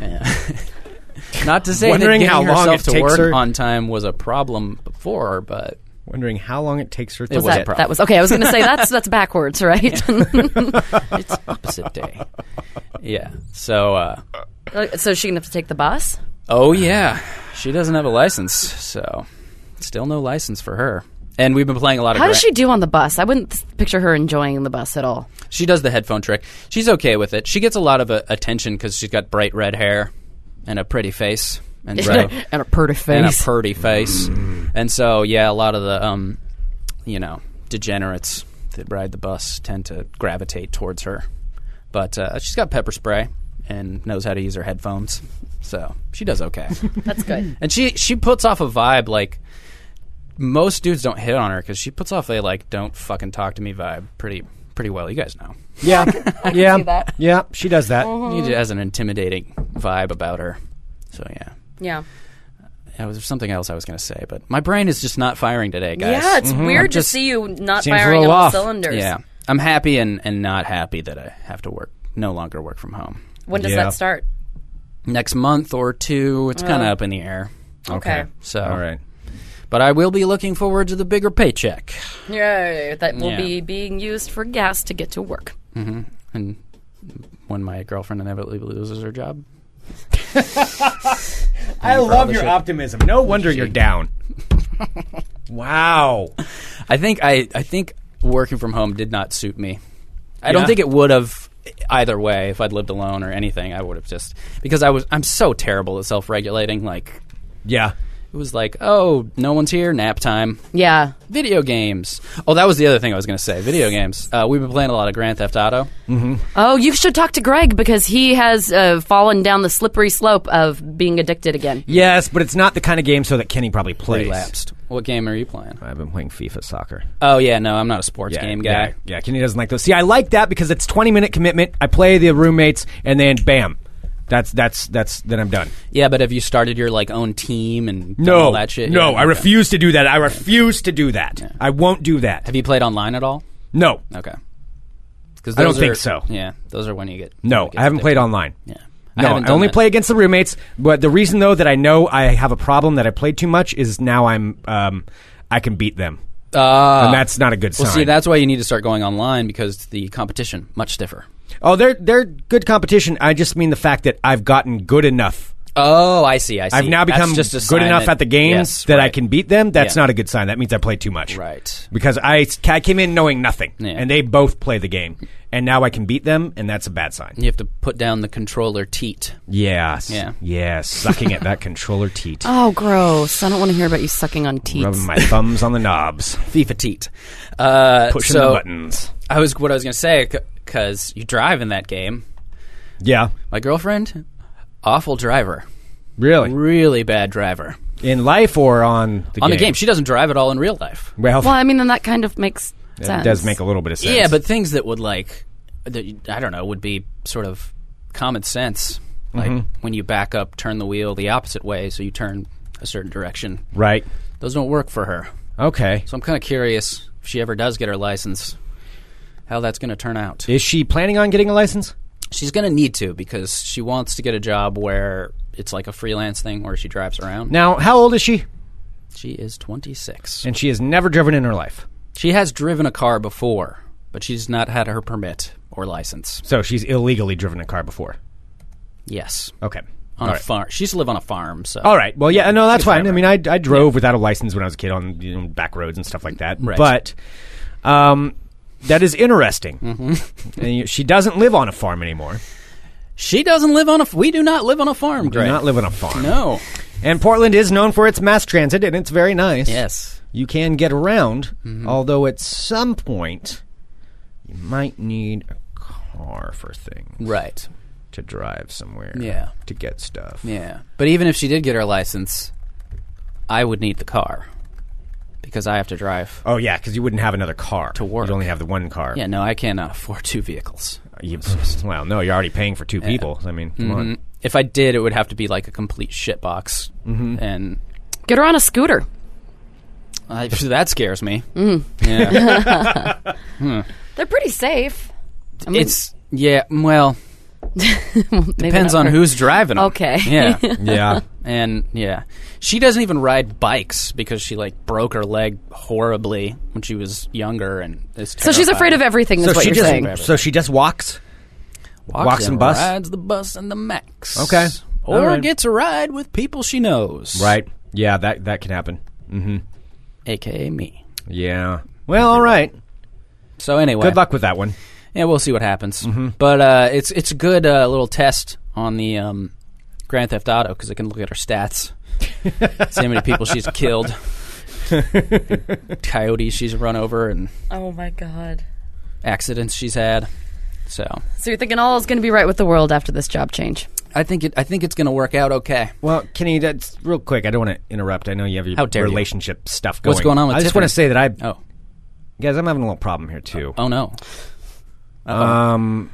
[SPEAKER 6] Not to say
[SPEAKER 3] Wondering
[SPEAKER 6] that
[SPEAKER 3] how
[SPEAKER 6] getting
[SPEAKER 3] long
[SPEAKER 6] herself
[SPEAKER 3] it
[SPEAKER 6] to
[SPEAKER 3] takes
[SPEAKER 6] work
[SPEAKER 3] her-
[SPEAKER 6] on time was a problem before, but
[SPEAKER 3] Wondering how long it takes her to
[SPEAKER 6] It was
[SPEAKER 3] get.
[SPEAKER 6] a
[SPEAKER 1] That,
[SPEAKER 6] problem.
[SPEAKER 1] that was okay. I was going to say that's that's backwards, right?
[SPEAKER 6] it's opposite day. Yeah. So, uh,
[SPEAKER 1] so is she going to have to take the bus?
[SPEAKER 6] oh yeah, she doesn't have a license, so still no license for her. And we've been playing a lot of.
[SPEAKER 1] How does she
[SPEAKER 6] Gran-
[SPEAKER 1] do on the bus? I wouldn't th- picture her enjoying the bus at all.
[SPEAKER 6] She does the headphone trick. She's okay with it. She gets a lot of uh, attention because she's got bright red hair and a pretty face, and so
[SPEAKER 1] and a pretty face.
[SPEAKER 6] and a purdy face, and so yeah, a lot of the um, you know, degenerates that ride the bus tend to gravitate towards her. But uh, she's got pepper spray and knows how to use her headphones, so she does okay.
[SPEAKER 1] that's good.
[SPEAKER 6] and she she puts off a vibe like most dudes don't hit on her because she puts off a like don't fucking talk to me vibe pretty pretty well. You guys know.
[SPEAKER 3] Yeah, yeah,
[SPEAKER 1] see that.
[SPEAKER 3] yeah. She does that.
[SPEAKER 6] She has an intimidating vibe about her. So yeah.
[SPEAKER 1] Yeah.
[SPEAKER 6] There was something else I was going to say, but my brain is just not firing today, guys. Mm-hmm.
[SPEAKER 1] Yeah, it's weird
[SPEAKER 6] just-
[SPEAKER 1] to see you not
[SPEAKER 3] Mm-hmm. Seems a
[SPEAKER 1] firing on
[SPEAKER 3] little
[SPEAKER 1] all
[SPEAKER 3] off.
[SPEAKER 1] cylinders.
[SPEAKER 6] Yeah. I'm happy and, and not happy that I have to work, no longer work from home.
[SPEAKER 1] When does
[SPEAKER 3] Yeah.
[SPEAKER 1] that start?
[SPEAKER 6] Next month or two, it's kind of up in the air.
[SPEAKER 1] Uh, Okay.
[SPEAKER 6] So,
[SPEAKER 3] All right.
[SPEAKER 6] but I will be looking forward to the bigger paycheck
[SPEAKER 1] Yeah, that will
[SPEAKER 6] Yeah.
[SPEAKER 1] be being used for gas to get to work.
[SPEAKER 6] and when my girlfriend inevitably loses her job.
[SPEAKER 3] I love
[SPEAKER 6] the
[SPEAKER 3] your
[SPEAKER 6] shit.
[SPEAKER 3] optimism. No wonder you're down. wow.
[SPEAKER 6] I think I, I think working from home did not suit me. I
[SPEAKER 3] Yeah.
[SPEAKER 6] don't think it would have either way if I'd lived alone or anything. I would have just because I was I'm so terrible at self regulating. Like
[SPEAKER 3] Yeah.
[SPEAKER 6] it It was like, oh, no one's here, nap time.
[SPEAKER 1] Yeah.
[SPEAKER 6] Video games. Oh, that was the other thing I was going to say. Video games. Uh, we've been playing a lot of Grand Theft Auto.
[SPEAKER 1] Oh, you should talk to Greg because he has uh, fallen down the slippery slope of being addicted again.
[SPEAKER 3] Yes, but it's not the kind of game so that Kenny probably plays.
[SPEAKER 6] Relapsed. What game are you playing?
[SPEAKER 3] I've been playing FIFA soccer.
[SPEAKER 6] Oh yeah, no, I'm not a sports game guy.
[SPEAKER 3] Yeah, yeah, Kenny doesn't like those. See, I like that because it's 20 minute commitment. I play the roommates and then bam. That's that's that's then I'm done.
[SPEAKER 6] Yeah, but have you started your like own team and done
[SPEAKER 3] No,
[SPEAKER 6] all that shit?
[SPEAKER 3] no,
[SPEAKER 6] Yeah,
[SPEAKER 3] I
[SPEAKER 6] okay.
[SPEAKER 3] refuse to do that. I refuse to do that. I won't do that.
[SPEAKER 6] Have you played online at all?
[SPEAKER 3] No,
[SPEAKER 6] Okay. Because
[SPEAKER 3] I don't think so.
[SPEAKER 6] Yeah, those are when you get.
[SPEAKER 3] no,
[SPEAKER 6] it gets
[SPEAKER 3] I haven't played
[SPEAKER 6] addictive.
[SPEAKER 3] online.
[SPEAKER 6] Yeah.
[SPEAKER 3] No, I,
[SPEAKER 6] haven't done
[SPEAKER 3] only
[SPEAKER 6] that.
[SPEAKER 3] play against the roommates. But the reason though that I know I have a problem that I played too much is now I'm um I can beat them. and that's not a good
[SPEAKER 6] Ah. Well,
[SPEAKER 3] sign.
[SPEAKER 6] see, that's why you need to start going online because the competition much stiffer.
[SPEAKER 3] oh, they're they're good competition. I just mean the fact that I've gotten good enough
[SPEAKER 6] Oh, I see. I see.
[SPEAKER 3] I've now
[SPEAKER 6] That's
[SPEAKER 3] become
[SPEAKER 6] just a
[SPEAKER 3] good
[SPEAKER 6] sign
[SPEAKER 3] enough
[SPEAKER 6] that-
[SPEAKER 3] at the games
[SPEAKER 6] yes,
[SPEAKER 3] that I
[SPEAKER 6] right.
[SPEAKER 3] can beat them. That's
[SPEAKER 6] Yeah.
[SPEAKER 3] not a good sign. That means I played too much.
[SPEAKER 6] Right.
[SPEAKER 3] Because I, I came in knowing nothing,
[SPEAKER 6] Yeah.
[SPEAKER 3] and they both play the game, and now I can beat them, and that's a bad sign.
[SPEAKER 6] You have to put down the controller teat.
[SPEAKER 3] Yes.
[SPEAKER 6] Yeah.
[SPEAKER 3] Yes. Sucking at that controller teat,
[SPEAKER 1] Oh, gross. I don't want to hear about you sucking on teats.
[SPEAKER 3] rubbing my thumbs on the knobs,
[SPEAKER 6] FIFA teat. Uh,
[SPEAKER 3] pushing
[SPEAKER 6] so
[SPEAKER 3] the buttons.
[SPEAKER 6] I was what I was going to say because you drive in that game.
[SPEAKER 3] Yeah.
[SPEAKER 6] My girlfriend, awful driver,
[SPEAKER 3] Really.
[SPEAKER 6] really bad driver.
[SPEAKER 3] In life or on the game?
[SPEAKER 6] On the game, she doesn't drive at all in real life.
[SPEAKER 3] well,
[SPEAKER 1] Well, I mean, then that kind of makes
[SPEAKER 3] it
[SPEAKER 1] sense.
[SPEAKER 3] does make a little bit of sense.
[SPEAKER 6] Yeah, but things that would like that you- I don't know would be sort of common sense.
[SPEAKER 3] Mm-hmm.
[SPEAKER 6] Like when you back up, turn the wheel the opposite way, so you turn a certain direction.
[SPEAKER 3] right.
[SPEAKER 6] Those don't work for her.
[SPEAKER 3] Okay.
[SPEAKER 6] So I'm kind of curious if she ever does get her license, how that's going to turn out.
[SPEAKER 3] Is she planning on getting a license?
[SPEAKER 6] She's going to need to because she wants to get a job where it's like a freelance thing where she drives around.
[SPEAKER 3] Now, how old is she?
[SPEAKER 6] she is 26.
[SPEAKER 3] And she has never driven in her life,
[SPEAKER 6] She has driven a car before, but she's not had her permit or license.
[SPEAKER 3] so she's illegally driven a car before.
[SPEAKER 6] Yes.
[SPEAKER 3] Okay. All
[SPEAKER 6] on a
[SPEAKER 3] right.
[SPEAKER 6] farm. She used to live on a farm, so
[SPEAKER 3] All right. Well, yeah, no, that's
[SPEAKER 6] Good
[SPEAKER 3] fine. I
[SPEAKER 6] driver.
[SPEAKER 3] mean, I, I drove without a license when I was a kid on you know, back roads and stuff like that.
[SPEAKER 6] Right.
[SPEAKER 3] But um, that is interesting.
[SPEAKER 6] Mm-hmm.
[SPEAKER 3] and you, she doesn't live on a farm anymore.
[SPEAKER 6] she doesn't live on a. f- We do not live on a farm,
[SPEAKER 3] Do
[SPEAKER 6] Greg.
[SPEAKER 3] not live on a farm.
[SPEAKER 6] no.
[SPEAKER 3] And Portland is known for its mass transit, and it's very nice.
[SPEAKER 6] Yes. Mm-hmm.
[SPEAKER 3] You can get around, although at some point you might need a car for things
[SPEAKER 6] Right.
[SPEAKER 3] to drive somewhere.
[SPEAKER 6] Yeah.
[SPEAKER 3] To get stuff.
[SPEAKER 6] Yeah. But even if she did get her license, I would need the car because I have to drive.
[SPEAKER 3] Oh yeah, because you wouldn't have another car to
[SPEAKER 6] work.
[SPEAKER 3] You'd only have the one car.
[SPEAKER 6] Yeah. No, I cannot afford two vehicles.
[SPEAKER 3] You, well, no, you're already paying for two people. I mean, come on.
[SPEAKER 6] Mm-hmm. If I did, it would have to be like a complete shitbox,
[SPEAKER 3] Mm-hmm.
[SPEAKER 6] and
[SPEAKER 1] Get her on a scooter.
[SPEAKER 6] I, that scares me. Yeah.
[SPEAKER 1] They're pretty safe. mean-
[SPEAKER 6] it's yeah. Well,
[SPEAKER 1] Maybe
[SPEAKER 6] depends
[SPEAKER 1] not
[SPEAKER 6] on
[SPEAKER 1] for-
[SPEAKER 6] who's driving. 'em.
[SPEAKER 1] Okay.
[SPEAKER 6] Yeah.
[SPEAKER 3] Yeah.
[SPEAKER 6] And yeah, she doesn't even ride bikes because she like broke her leg horribly when she was younger, and is
[SPEAKER 1] So she's afraid of everything, is
[SPEAKER 3] so
[SPEAKER 1] what
[SPEAKER 3] she
[SPEAKER 1] you're
[SPEAKER 3] just
[SPEAKER 1] saying.
[SPEAKER 3] so she just walks.
[SPEAKER 6] walks,
[SPEAKER 3] walks and bus?
[SPEAKER 6] rides the bus and the max.
[SPEAKER 3] Okay.
[SPEAKER 6] or
[SPEAKER 3] All right.
[SPEAKER 6] gets a ride with people she knows,
[SPEAKER 3] Right. Yeah, that that can happen.
[SPEAKER 6] AKA me.
[SPEAKER 3] Yeah. Well, all right.
[SPEAKER 6] So anyway,
[SPEAKER 3] Good luck Mm-hmm. with that one.
[SPEAKER 6] Yeah, we'll see what happens. But uh, it's it's a good uh, little test on the um, Grand Theft Auto because it can look at her stats, see how many people she's killed, coyotes she's run over, and
[SPEAKER 1] Oh, my God.
[SPEAKER 6] accidents she's had. So
[SPEAKER 1] So you're thinking all is going to be right with the world after this job change.
[SPEAKER 6] I think it, I think it's going to work out okay.
[SPEAKER 3] Well, Kenny, that's real quick. I don't want to interrupt. I know you have your
[SPEAKER 6] How dare you.
[SPEAKER 3] relationship stuff going.
[SPEAKER 6] What's going on with
[SPEAKER 3] I just want to say
[SPEAKER 6] Tiffany?
[SPEAKER 3] that I
[SPEAKER 6] Oh,
[SPEAKER 3] guys, I'm having a little problem here too.
[SPEAKER 6] oh no.
[SPEAKER 3] Um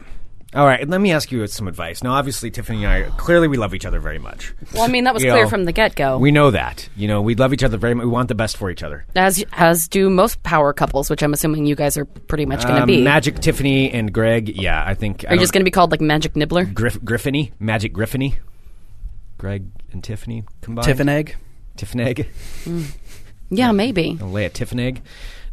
[SPEAKER 3] all right, let me ask you some advice. Now, obviously, Tiffany and I clearly we love each other very much.
[SPEAKER 1] Well, I mean, that was
[SPEAKER 3] Yeah.
[SPEAKER 1] clear from the get
[SPEAKER 6] Oh.
[SPEAKER 1] go.
[SPEAKER 3] We know that. You know, we love each other very much. We want the best for each other.
[SPEAKER 1] As, as do most power couples, which I'm assuming you guys are pretty much going to
[SPEAKER 3] Um,
[SPEAKER 1] be.
[SPEAKER 3] Magic Tiffany and Greg. Yeah, I think.
[SPEAKER 1] are you just going to be called like Magic Nibbler?
[SPEAKER 3] Griff- Griffiny? Magic Griffiny? Greg and Tiffany combined?
[SPEAKER 6] Tiffin egg.
[SPEAKER 3] Tiffin egg?
[SPEAKER 1] Yeah, maybe.
[SPEAKER 3] I'll lay a Tiffin egg.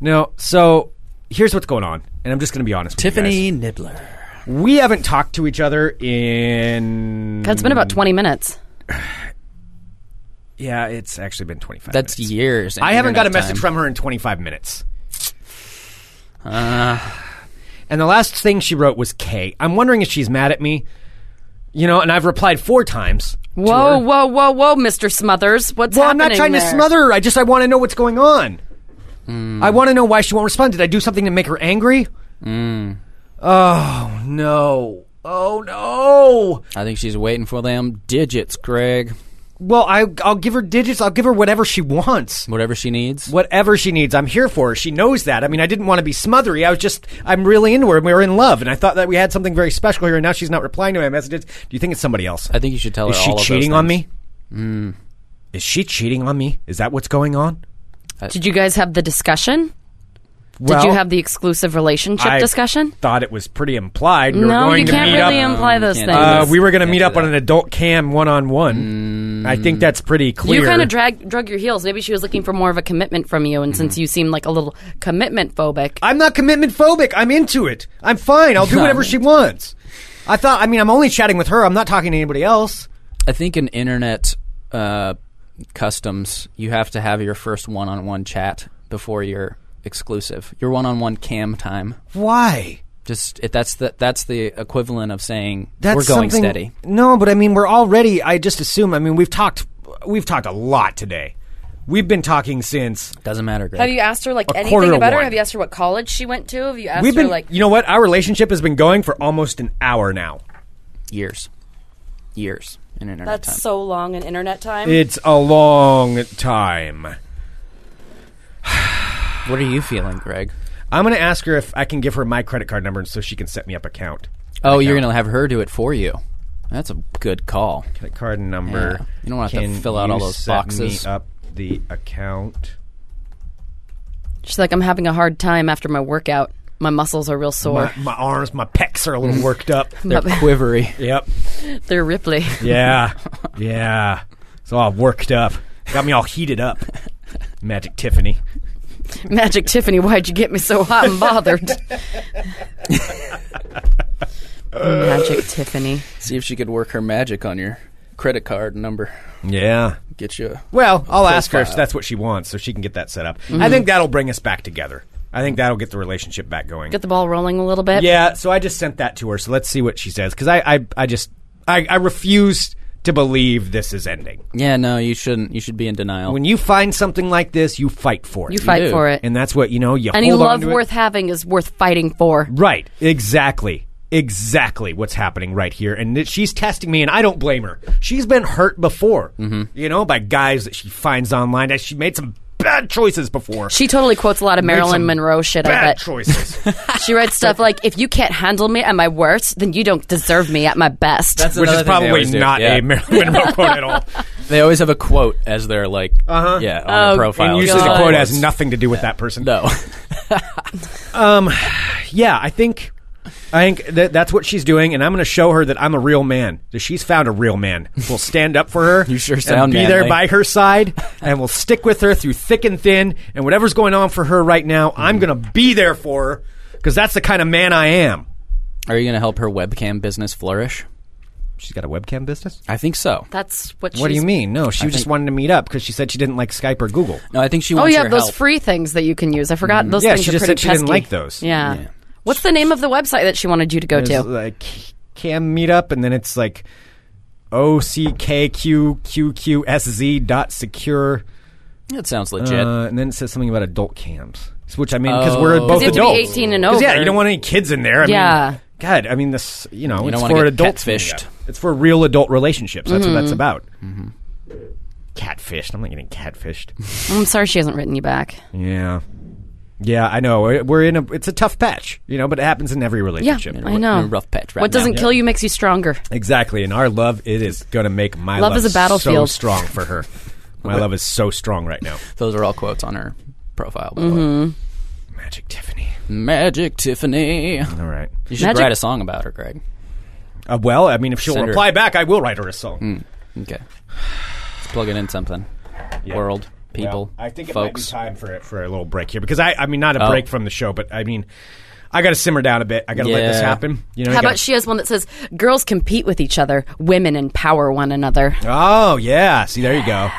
[SPEAKER 3] No, so here's what's going on, and I'm just going to be honest with you
[SPEAKER 6] Tiffany Nibbler.
[SPEAKER 3] guys. We haven't talked to each other in.
[SPEAKER 1] God, it's been about 20 minutes.
[SPEAKER 3] Yeah, it's actually been 25
[SPEAKER 6] That's
[SPEAKER 3] minutes.
[SPEAKER 6] years. and
[SPEAKER 3] I haven't got a
[SPEAKER 6] internet
[SPEAKER 3] message
[SPEAKER 6] time.
[SPEAKER 3] from her in 25 minutes.
[SPEAKER 6] Uh.
[SPEAKER 3] and the last thing she wrote was K. I'm wondering if she's mad at me. You know, and I've replied four times.
[SPEAKER 1] Whoa, whoa, whoa, whoa, Mr. Smothers. What's
[SPEAKER 3] Well, I'm
[SPEAKER 1] happening
[SPEAKER 3] not trying to
[SPEAKER 1] there? Hmm.
[SPEAKER 3] smother her. I just I want to know what's going on. I want to know why she won't respond. Did I do something to make her angry?
[SPEAKER 1] Hmm.
[SPEAKER 3] Oh no. Oh no.
[SPEAKER 6] I think she's waiting for them digits, Greg.
[SPEAKER 3] Well, I I'll give her digits. I'll give her whatever she wants.
[SPEAKER 6] Whatever she needs.
[SPEAKER 3] Whatever she needs, I'm here for her. She knows that. I mean, I didn't want to be smothery. I was just, I'm really into her, and we were in love, and I thought that we had something very special here, and now she's not replying to my messages. Do you think it's somebody else?
[SPEAKER 6] I think you should tell
[SPEAKER 3] Is
[SPEAKER 6] her
[SPEAKER 3] she
[SPEAKER 6] all of those
[SPEAKER 3] cheating on
[SPEAKER 6] things.
[SPEAKER 3] me?
[SPEAKER 1] Hmm.
[SPEAKER 3] Is she cheating on me? Is that what's going on?
[SPEAKER 1] Uh, Did you guys have the discussion?
[SPEAKER 3] Well,
[SPEAKER 1] Did you have the exclusive relationship
[SPEAKER 3] I
[SPEAKER 1] discussion?
[SPEAKER 3] Thought it was pretty implied. We were
[SPEAKER 1] no,
[SPEAKER 3] going
[SPEAKER 1] you
[SPEAKER 3] to
[SPEAKER 1] can't
[SPEAKER 3] meet
[SPEAKER 1] really
[SPEAKER 3] up.
[SPEAKER 1] imply those
[SPEAKER 6] can't
[SPEAKER 1] things.
[SPEAKER 6] do
[SPEAKER 3] Uh,
[SPEAKER 6] Yes.
[SPEAKER 3] we were going to
[SPEAKER 6] Can't
[SPEAKER 3] meet
[SPEAKER 6] do
[SPEAKER 3] up on
[SPEAKER 6] that.
[SPEAKER 3] an adult cam one on one. I think that's pretty clear.
[SPEAKER 1] you kind of drag, drug your heels. Maybe she was looking for more of a commitment from you, and
[SPEAKER 3] Mm-hmm.
[SPEAKER 1] since you seem like a little commitment phobic,
[SPEAKER 3] I'm not commitment phobic. I'm into it. I'm fine. I'll do whatever she wants. I thought. I mean, I'm only chatting with her. I'm not talking to anybody else.
[SPEAKER 6] I think in internet uh, customs, you have to have your first one-on-one chat before your exclusive. Your one-on-one cam time.
[SPEAKER 3] Why?
[SPEAKER 6] Just it, that's the that's the equivalent of saying
[SPEAKER 3] That's
[SPEAKER 6] we're going
[SPEAKER 3] something-
[SPEAKER 6] steady.
[SPEAKER 3] No, but I mean, we're already. I just assume. I mean, we've talked. We've talked a lot today. We've been talking since.
[SPEAKER 6] Doesn't matter, Greg.
[SPEAKER 1] have you asked her like
[SPEAKER 3] A quarter
[SPEAKER 1] anything
[SPEAKER 3] to
[SPEAKER 1] about her?
[SPEAKER 3] one.
[SPEAKER 1] Have you asked her what college she went to? Have you asked
[SPEAKER 3] We've
[SPEAKER 1] her
[SPEAKER 3] been.
[SPEAKER 1] like
[SPEAKER 3] you know what? Our relationship has been going for almost an hour now.
[SPEAKER 6] years, years in internet
[SPEAKER 1] that's
[SPEAKER 6] time.
[SPEAKER 1] so long in internet time?
[SPEAKER 3] It's a long time.
[SPEAKER 6] what are you feeling, Greg?
[SPEAKER 3] I'm going to ask her if I can give her my credit card number so she can set me up account.
[SPEAKER 6] Oh, you're gonna have her do it for you. That's a good call.
[SPEAKER 3] Credit card number.
[SPEAKER 6] Yeah. You don't have to
[SPEAKER 3] Can
[SPEAKER 6] fill out
[SPEAKER 3] you
[SPEAKER 6] all those
[SPEAKER 3] set
[SPEAKER 6] boxes.
[SPEAKER 3] Me up the account.
[SPEAKER 1] She's like, I'm having a hard time after my workout. My muscles are real sore.
[SPEAKER 3] My, my arms, my pecs are a little worked up.
[SPEAKER 6] They're quivery.
[SPEAKER 3] Yep.
[SPEAKER 1] They're Ripley.
[SPEAKER 3] Yeah. Yeah. It's all worked up. Got me all heated up. Magic Tiffany.
[SPEAKER 1] Magic Tiffany, why'd you get me so hot and bothered? Magic Tiffany.
[SPEAKER 6] See if she could work her magic on your credit card number.
[SPEAKER 3] Yeah.
[SPEAKER 6] Get you.
[SPEAKER 3] Well, I'll ask her if
[SPEAKER 6] Profile.
[SPEAKER 3] that's what she wants so she can get that set up.
[SPEAKER 6] Mm-hmm.
[SPEAKER 3] I think that'll bring us back together. I think that'll get the relationship back going.
[SPEAKER 1] Get the ball rolling a little bit.
[SPEAKER 3] Yeah, so I just sent that to her. So let's see what she says because I, I, I just, I, I refuse to believe this is ending.
[SPEAKER 6] Yeah, no, you shouldn't. You should be in denial.
[SPEAKER 3] When you find something like this, you fight for it.
[SPEAKER 1] You fight
[SPEAKER 6] do.
[SPEAKER 1] for it.
[SPEAKER 3] and that's what you know. You
[SPEAKER 1] Any
[SPEAKER 3] hold
[SPEAKER 1] love
[SPEAKER 3] on to it.
[SPEAKER 1] worth having is worth fighting for.
[SPEAKER 3] Right, exactly. Exactly what's happening right here. And that she's testing me, and I don't blame her. She's been hurt before, you know, by guys that she finds online. That She made some bad choices before.
[SPEAKER 1] She totally quotes a lot of
[SPEAKER 3] Made
[SPEAKER 1] Marilyn
[SPEAKER 3] some
[SPEAKER 1] Monroe shit, I
[SPEAKER 3] Bad
[SPEAKER 1] bet.
[SPEAKER 3] choices.
[SPEAKER 1] She writes stuff like, if you can't handle me at my worst, then you don't deserve me at my best.
[SPEAKER 6] That's
[SPEAKER 3] which
[SPEAKER 6] another
[SPEAKER 3] is
[SPEAKER 6] thing they
[SPEAKER 3] probably
[SPEAKER 6] always do.
[SPEAKER 3] not
[SPEAKER 6] Yeah.
[SPEAKER 3] a Marilyn Monroe quote at all.
[SPEAKER 6] They always have a quote as their like. Uh-huh. Yeah, on their profile.
[SPEAKER 3] And usually the
[SPEAKER 1] God.
[SPEAKER 3] quote has nothing to do with that person.
[SPEAKER 6] No.
[SPEAKER 3] yeah, I think I think that that's what she's doing, and I'm going to show her that I'm a real man. That she's found a real man. We'll stand up for her.
[SPEAKER 6] You sure
[SPEAKER 3] and
[SPEAKER 6] sound
[SPEAKER 3] be there
[SPEAKER 6] manly.
[SPEAKER 3] by her side, and we'll stick with her through thick and thin. And whatever's going on for her right now, I'm going to be there for her because that's the kind of man I am.
[SPEAKER 6] Are you going to help her webcam business flourish?
[SPEAKER 3] She's got a webcam business.
[SPEAKER 6] I think so.
[SPEAKER 1] That's what she's...
[SPEAKER 3] What do you mean? No, she just
[SPEAKER 6] think-
[SPEAKER 3] wanted to meet up because she said she didn't like Skype or Google.
[SPEAKER 6] No, I think she
[SPEAKER 1] Oh,
[SPEAKER 6] wants
[SPEAKER 1] yeah,
[SPEAKER 6] your
[SPEAKER 1] those
[SPEAKER 6] help.
[SPEAKER 1] free things that you can use. I forgot. Those
[SPEAKER 3] Mm-hmm. Yeah,
[SPEAKER 1] things
[SPEAKER 3] she
[SPEAKER 1] are
[SPEAKER 3] just
[SPEAKER 1] pretty
[SPEAKER 3] said she didn't
[SPEAKER 1] pesky.
[SPEAKER 3] like those.
[SPEAKER 1] Yeah. What's the name of the website that she wanted you to go
[SPEAKER 3] There's uh,
[SPEAKER 1] to?
[SPEAKER 3] like cam meetup, and then it's like o c k q q q s z dot secure.
[SPEAKER 6] That sounds legit.
[SPEAKER 3] Uh, and then it says something about adult cams, s- which I mean, because we're
[SPEAKER 6] Oh.
[SPEAKER 3] both
[SPEAKER 1] you have to be
[SPEAKER 3] adults.
[SPEAKER 1] 18 and
[SPEAKER 3] 'Cause, Yeah,
[SPEAKER 1] over.
[SPEAKER 3] you don't want any kids in there. I
[SPEAKER 1] Yeah.
[SPEAKER 3] Mean, God, I mean, this, you know,
[SPEAKER 6] don't
[SPEAKER 3] it's
[SPEAKER 6] wanna
[SPEAKER 3] for
[SPEAKER 6] get
[SPEAKER 3] an adult
[SPEAKER 6] catfished.
[SPEAKER 3] meetup. It's for real adult relationships. That's
[SPEAKER 1] Mm-hmm.
[SPEAKER 3] what that's about.
[SPEAKER 6] Mm-hmm.
[SPEAKER 3] Catfished. I'm not getting catfished.
[SPEAKER 1] I'm sorry she hasn't written you back.
[SPEAKER 3] yeah. Yeah, I know. We're we're in a, it's a tough patch, you know, but it happens in every
[SPEAKER 1] Yeah,
[SPEAKER 3] relationship.
[SPEAKER 1] I know.
[SPEAKER 6] in a rough patch right
[SPEAKER 1] what
[SPEAKER 6] now.
[SPEAKER 1] doesn't kill you makes you stronger.
[SPEAKER 3] Exactly. In our love, it is going to make my love,
[SPEAKER 1] Love is a battlefield.
[SPEAKER 3] so strong for her. My love is so strong right now.
[SPEAKER 6] Those are all quotes on her profile. by the way.
[SPEAKER 1] Mm-hmm.
[SPEAKER 3] Magic Tiffany.
[SPEAKER 6] Magic Tiffany.
[SPEAKER 3] All right.
[SPEAKER 6] You should
[SPEAKER 1] Magic-
[SPEAKER 6] write a song about her, Greg.
[SPEAKER 3] Uh, well, I mean, if she'll
[SPEAKER 6] Send her- Hmm,
[SPEAKER 3] reply back, I will write her a song.
[SPEAKER 6] Okay. Let's plug it in something. World, people,
[SPEAKER 3] Well, I think it
[SPEAKER 6] folks.
[SPEAKER 3] might be time for it for a little break here because I, I mean, not a
[SPEAKER 6] Oh.
[SPEAKER 3] break from the show, but I mean, I got to simmer down a bit. I got to let this
[SPEAKER 6] Yeah.
[SPEAKER 3] happen. You know,
[SPEAKER 1] How
[SPEAKER 3] you
[SPEAKER 1] about she has one that says, "Girls compete with each other, women empower one another."
[SPEAKER 3] gotta- Oh yeah, see there you go,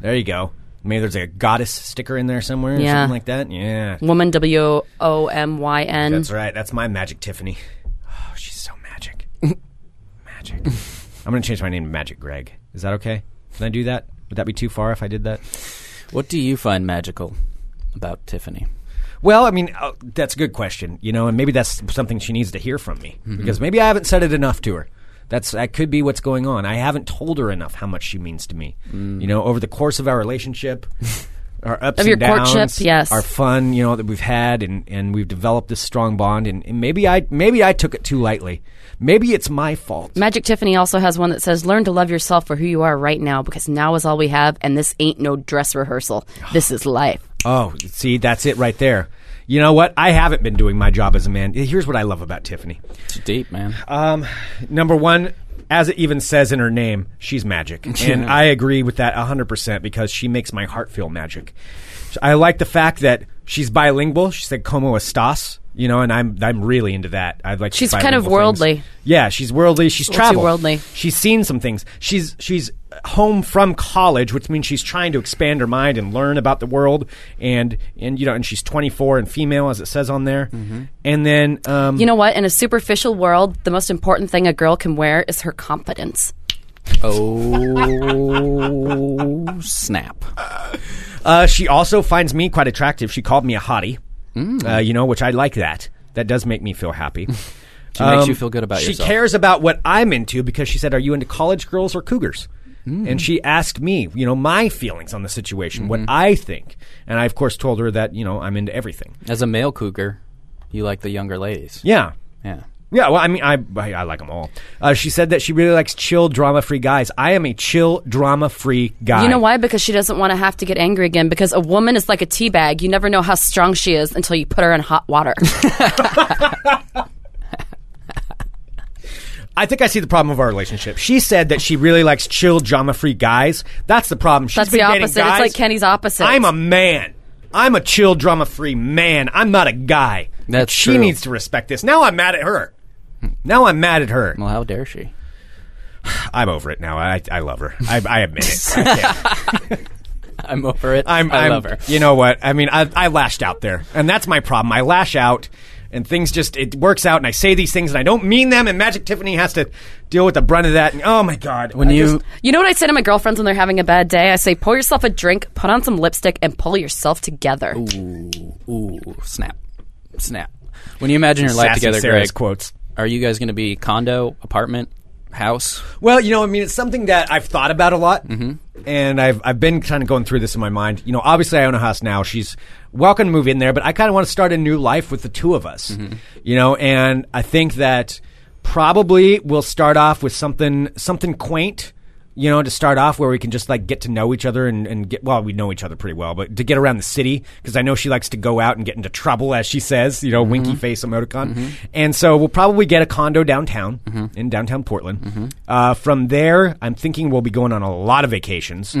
[SPEAKER 3] there you go. Maybe there's a goddess sticker in there somewhere, or
[SPEAKER 1] Yeah. Mm-hmm.
[SPEAKER 3] something like that. Yeah,
[SPEAKER 1] Woman, W O M Y N.
[SPEAKER 3] that's right. That's my magic, Tiffany. Oh, she's so magic, magic. I'm gonna change my name to Magic Greg. Is that okay? Can I do that? Would that be too far if I did that?
[SPEAKER 6] What do you find magical about Tiffany?
[SPEAKER 3] Well, I mean, uh, that's a good question, you know, and maybe that's something she needs to hear from me
[SPEAKER 1] Mm-hmm.
[SPEAKER 3] because maybe I haven't said it enough to her. That's that could be what's going on. I haven't told her enough how much she means to me. You know, over the course of our relationship, our ups
[SPEAKER 1] Mm. Of your
[SPEAKER 3] and downs,
[SPEAKER 1] courtship, yes.
[SPEAKER 3] our fun, you know, that we've had, and and we've developed this strong bond. And, and maybe I maybe I took it too lightly. Maybe it's my fault.
[SPEAKER 1] Magic Tiffany also has one that says, Learn to love yourself for who you are right now because now is all we have, and this ain't no dress rehearsal. This is life.
[SPEAKER 3] Oh, see, that's it right there. You know what? I haven't been doing my job as a man. Here's what I love about Tiffany.
[SPEAKER 6] It's deep, man.
[SPEAKER 3] Uh, Number one, as it even says in her name, she's magic. And I agree with that 100% because she makes my heart feel magic. So I like the fact that she's bilingual. She said, como estas? You know, and I'm I'm really into that. I like.
[SPEAKER 1] She's kind of
[SPEAKER 3] bilingual things.
[SPEAKER 1] worldly.
[SPEAKER 3] Yeah, she's worldly. She's
[SPEAKER 1] little too
[SPEAKER 3] traveled.
[SPEAKER 1] worldly.
[SPEAKER 3] She's seen some things. She's she's home from college, which means she's trying to expand her mind and learn about the world. And and you know, and she's 24 and female, as it says on there. And then um,
[SPEAKER 1] You know what? In a superficial world, the most important thing a girl can wear is her confidence.
[SPEAKER 6] oh, snap.
[SPEAKER 3] Uh, she also finds me quite attractive. She called me a hottie,
[SPEAKER 6] Mm.
[SPEAKER 3] uh, you know, which I like that. That does make me feel happy.
[SPEAKER 6] She makes you feel good about
[SPEAKER 3] Um, she
[SPEAKER 6] yourself.
[SPEAKER 3] cares about what I'm into because she said, "Are you into college girls or cougars?"
[SPEAKER 6] Mm.
[SPEAKER 3] And she asked me, you know, my feelings on the situation, what
[SPEAKER 6] Mm-hmm.
[SPEAKER 3] I think, and I of course told her that you know I'm into everything.
[SPEAKER 6] As a male cougar, you like the younger ladies.
[SPEAKER 3] Yeah,
[SPEAKER 6] Yeah.
[SPEAKER 3] yeah. Well, I mean, I I, I like them all. Uh, she said that she really likes chill, drama-free guys. I am a chill, drama-free guy.
[SPEAKER 1] You know why? Because she doesn't want to have to get angry again. Because a woman is like a tea bag. You never know how strong she is until you put her in hot water.
[SPEAKER 3] I think I see the problem of our relationship. She said that she really likes chill, drama-free guys. That's the problem. She's
[SPEAKER 1] That's
[SPEAKER 3] been
[SPEAKER 1] the
[SPEAKER 3] dating
[SPEAKER 1] opposite. It's
[SPEAKER 3] guys.
[SPEAKER 1] like Kenny's opposite.
[SPEAKER 3] I'm a man. I'm a chill, drama-free man. I'm not a guy.
[SPEAKER 6] That's
[SPEAKER 3] she
[SPEAKER 6] true.
[SPEAKER 3] needs to respect this. Now I'm mad at her. Now I'm mad at her.
[SPEAKER 6] Well, how dare she?
[SPEAKER 3] I'm over it now. I, I love her. I, I admit it. I can't.
[SPEAKER 6] I'm over it.
[SPEAKER 3] I'm,
[SPEAKER 6] I
[SPEAKER 3] I'm-
[SPEAKER 6] love her.
[SPEAKER 3] You know what? I mean, I, I lashed out there, and that's my problem. I lash out, and things just it works out, and I say these things, and I don't mean them, and Magic Tiffany has to deal with the brunt of that. And oh my god,
[SPEAKER 6] When
[SPEAKER 3] I
[SPEAKER 6] you
[SPEAKER 3] just-
[SPEAKER 1] You know what I say to my girlfriends when they're having a bad day? I say, pour yourself a drink, put on some lipstick, and pull yourself together.
[SPEAKER 6] Ooh, snap, snap. When you imagine your life
[SPEAKER 3] Sassy
[SPEAKER 6] together,
[SPEAKER 3] Sarah's
[SPEAKER 6] Greg,
[SPEAKER 3] quotes.
[SPEAKER 6] are you guys going to be condo, apartment, house?
[SPEAKER 3] Well, you know, I mean, it's something that I've thought about a lot, and I've I've been kind of going through this in my mind. You know, obviously, I own a house now. She's welcome to move in there, but I kind of want to start a new life with the two of us. You know, and I think that probably we'll start off with something something quaint. You know, to start off where we can just like get to know each other and, and get well, we know each other pretty well, but to get around the city because I know she likes to go out and get into trouble, as she says. You know, winky face emoticon. And so we'll probably get a condo downtown in downtown Portland. Uh, from there, I'm thinking we'll be going on a lot of vacations.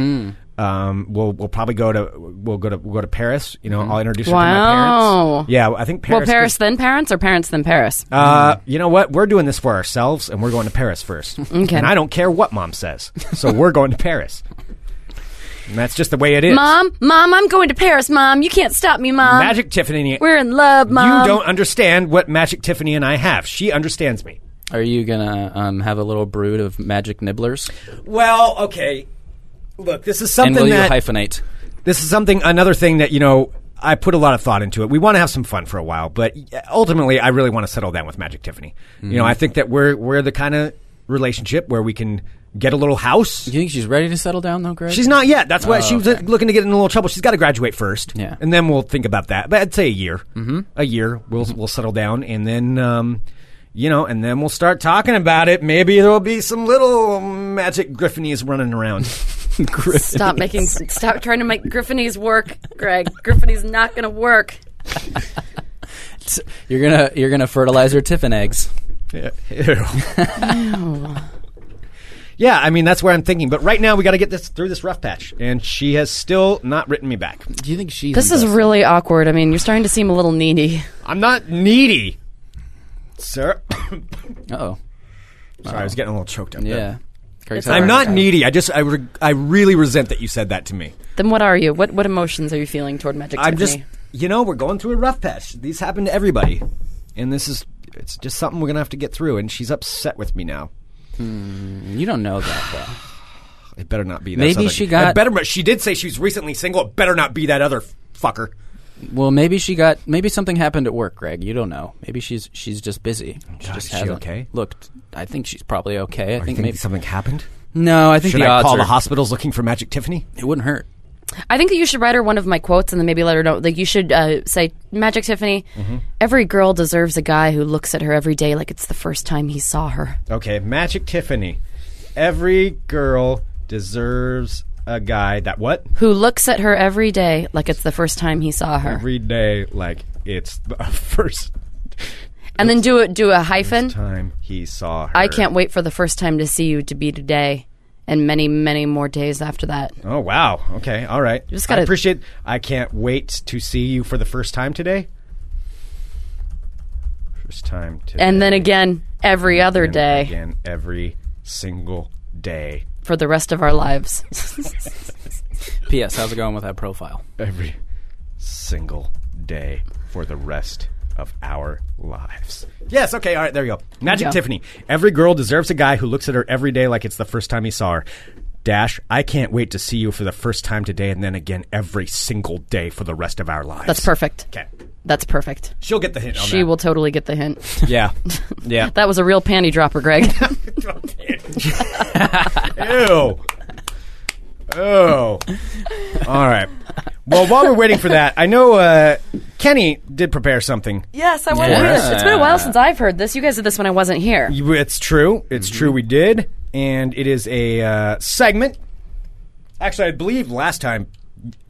[SPEAKER 3] Um, we'll we'll probably go to we'll go to we'll go to Paris. You know, I'll introduce her to my
[SPEAKER 1] Wow.
[SPEAKER 3] parents. Yeah, I think
[SPEAKER 1] Well,
[SPEAKER 3] Paris.
[SPEAKER 1] Paris then parents or parents then Paris?
[SPEAKER 3] Uh, you know what? We're doing this for ourselves, and we're going to Paris first.
[SPEAKER 1] Okay.
[SPEAKER 3] And I don't care what mom says, so we're going to Paris. And that's just the way it is.
[SPEAKER 1] Mom, mom, I'm going to Paris, mom. You can't stop me, mom.
[SPEAKER 3] Magic Tiffany.
[SPEAKER 1] We're in love, mom.
[SPEAKER 3] You don't understand what Magic Tiffany and I have. She understands me.
[SPEAKER 6] Are you going to um, have a little brood of magic nibblers?
[SPEAKER 3] Well, okay. Look, this is
[SPEAKER 6] And
[SPEAKER 3] something
[SPEAKER 6] will you
[SPEAKER 3] that
[SPEAKER 6] hyphenate?
[SPEAKER 3] this is something another thing that you know I put a lot of thought into it. We want to have some fun for a while, but uh, ultimately, I really want to settle down with Magic Tiffany. You know,
[SPEAKER 6] Mm-hmm.
[SPEAKER 3] I think that we're we're the kind of relationship where we can get a little house.
[SPEAKER 6] Do you think she's ready to settle down, though, Greg?
[SPEAKER 3] She's not yet. That's why
[SPEAKER 6] Oh,
[SPEAKER 3] she was uh,
[SPEAKER 6] okay.
[SPEAKER 3] looking to get in a little trouble. She's got to graduate first,
[SPEAKER 6] Yeah.
[SPEAKER 3] and then we'll think about that. But I'd say a year, mm-hmm. a year. We'll we'll settle down, and then um, you know, and then we'll start talking about it. Maybe there'll be some little magic griffinies running around.
[SPEAKER 1] stop making, stop trying to make Griffinies work, Greg. Griffinies not going to work.
[SPEAKER 6] You're gonna you're gonna fertilize her tiffin eggs.
[SPEAKER 3] yeah, I mean that's where I'm thinking. But right now we got to get this through this rough patch, and she has still not written me back.
[SPEAKER 6] Do you think she's
[SPEAKER 1] This is
[SPEAKER 6] invested?
[SPEAKER 1] really awkward. I mean, you're starting to seem a little needy.
[SPEAKER 3] I'm not needy, sir.
[SPEAKER 6] Uh-oh.
[SPEAKER 3] Sorry, I was getting a little choked up. there.
[SPEAKER 6] Yeah. Craig's
[SPEAKER 3] I'm
[SPEAKER 6] having a hard
[SPEAKER 3] not
[SPEAKER 6] time.
[SPEAKER 3] needy. I just I, re- I really resent that you said that to me.
[SPEAKER 1] Then what are you? What what emotions are you feeling toward Magic
[SPEAKER 3] I'm just,
[SPEAKER 1] Tiffany?
[SPEAKER 3] you know, we're going through a rough patch. These happen to everybody, and this is it's just something we're gonna have to get through. And she's upset with me now.
[SPEAKER 6] You don't know that though.
[SPEAKER 3] it better not be that.
[SPEAKER 6] Maybe
[SPEAKER 3] Southern-
[SPEAKER 6] she
[SPEAKER 3] it
[SPEAKER 6] got-
[SPEAKER 3] better. She did say she was recently single. It better not be that other fucker.
[SPEAKER 6] Well, maybe she got maybe something happened at work, Greg. You don't know. Maybe she's she's just busy. She
[SPEAKER 3] God,
[SPEAKER 6] just
[SPEAKER 3] is she
[SPEAKER 6] hasn't
[SPEAKER 3] okay?
[SPEAKER 6] Looked. I think she's probably
[SPEAKER 3] I
[SPEAKER 6] okay. I think
[SPEAKER 3] think
[SPEAKER 6] maybe
[SPEAKER 3] something happened.
[SPEAKER 6] no. I think
[SPEAKER 3] Should
[SPEAKER 6] the
[SPEAKER 3] I
[SPEAKER 6] odds
[SPEAKER 3] call
[SPEAKER 6] are,
[SPEAKER 3] the hospitals looking for Magic Tiffany?
[SPEAKER 6] It wouldn't hurt.
[SPEAKER 1] I think that you should write her one of my quotes and then maybe let her know. Like, you should uh, say, Magic Tiffany,
[SPEAKER 3] Mm-hmm.
[SPEAKER 1] every girl deserves a guy who looks at her every day like it's the first time he saw her.
[SPEAKER 3] Okay, Magic Tiffany. Every girl deserves a guy that what
[SPEAKER 1] Who looks at her every day like it's the first time he saw her.
[SPEAKER 3] every day like it's the first
[SPEAKER 1] and then do a, do a hyphen.
[SPEAKER 3] time he saw her.
[SPEAKER 1] I can't wait for the first time to see you to be today and many, many more days after that.
[SPEAKER 3] Oh wow. Okay. All right.
[SPEAKER 1] just gotta-
[SPEAKER 3] I appreciate. I can't wait to see you for the first time today. First time today.
[SPEAKER 1] And then again, every other
[SPEAKER 3] and
[SPEAKER 1] day
[SPEAKER 3] Again, every single day.
[SPEAKER 1] for the rest of our lives.
[SPEAKER 6] P.S. How's it going with that profile?
[SPEAKER 3] Every single day for the rest of our lives. Yes. Okay. All right. There you go. Magic
[SPEAKER 1] Yeah.
[SPEAKER 3] Tiffany. Every girl deserves a guy who looks at her every day like it's the first time he saw her. Dash, I can't wait to see you for the first time today and then again every single day for the rest of our lives.
[SPEAKER 1] That's perfect.
[SPEAKER 3] Okay.
[SPEAKER 1] That's perfect.
[SPEAKER 3] She'll get the hint on
[SPEAKER 1] She
[SPEAKER 3] that.
[SPEAKER 1] will totally get the hint.
[SPEAKER 3] Yeah. Yeah.
[SPEAKER 1] That was a real panty dropper, Greg.
[SPEAKER 3] Ew. Oh. All right. Well, while we're waiting for that, I know uh, Kenny did prepare something.
[SPEAKER 1] yes, I want to
[SPEAKER 3] hear
[SPEAKER 1] this. It's been a while since I've heard this. You guys did this when I wasn't here.
[SPEAKER 3] You- It's true. It's true. We did, and it is a uh, segment. Actually, I believe last time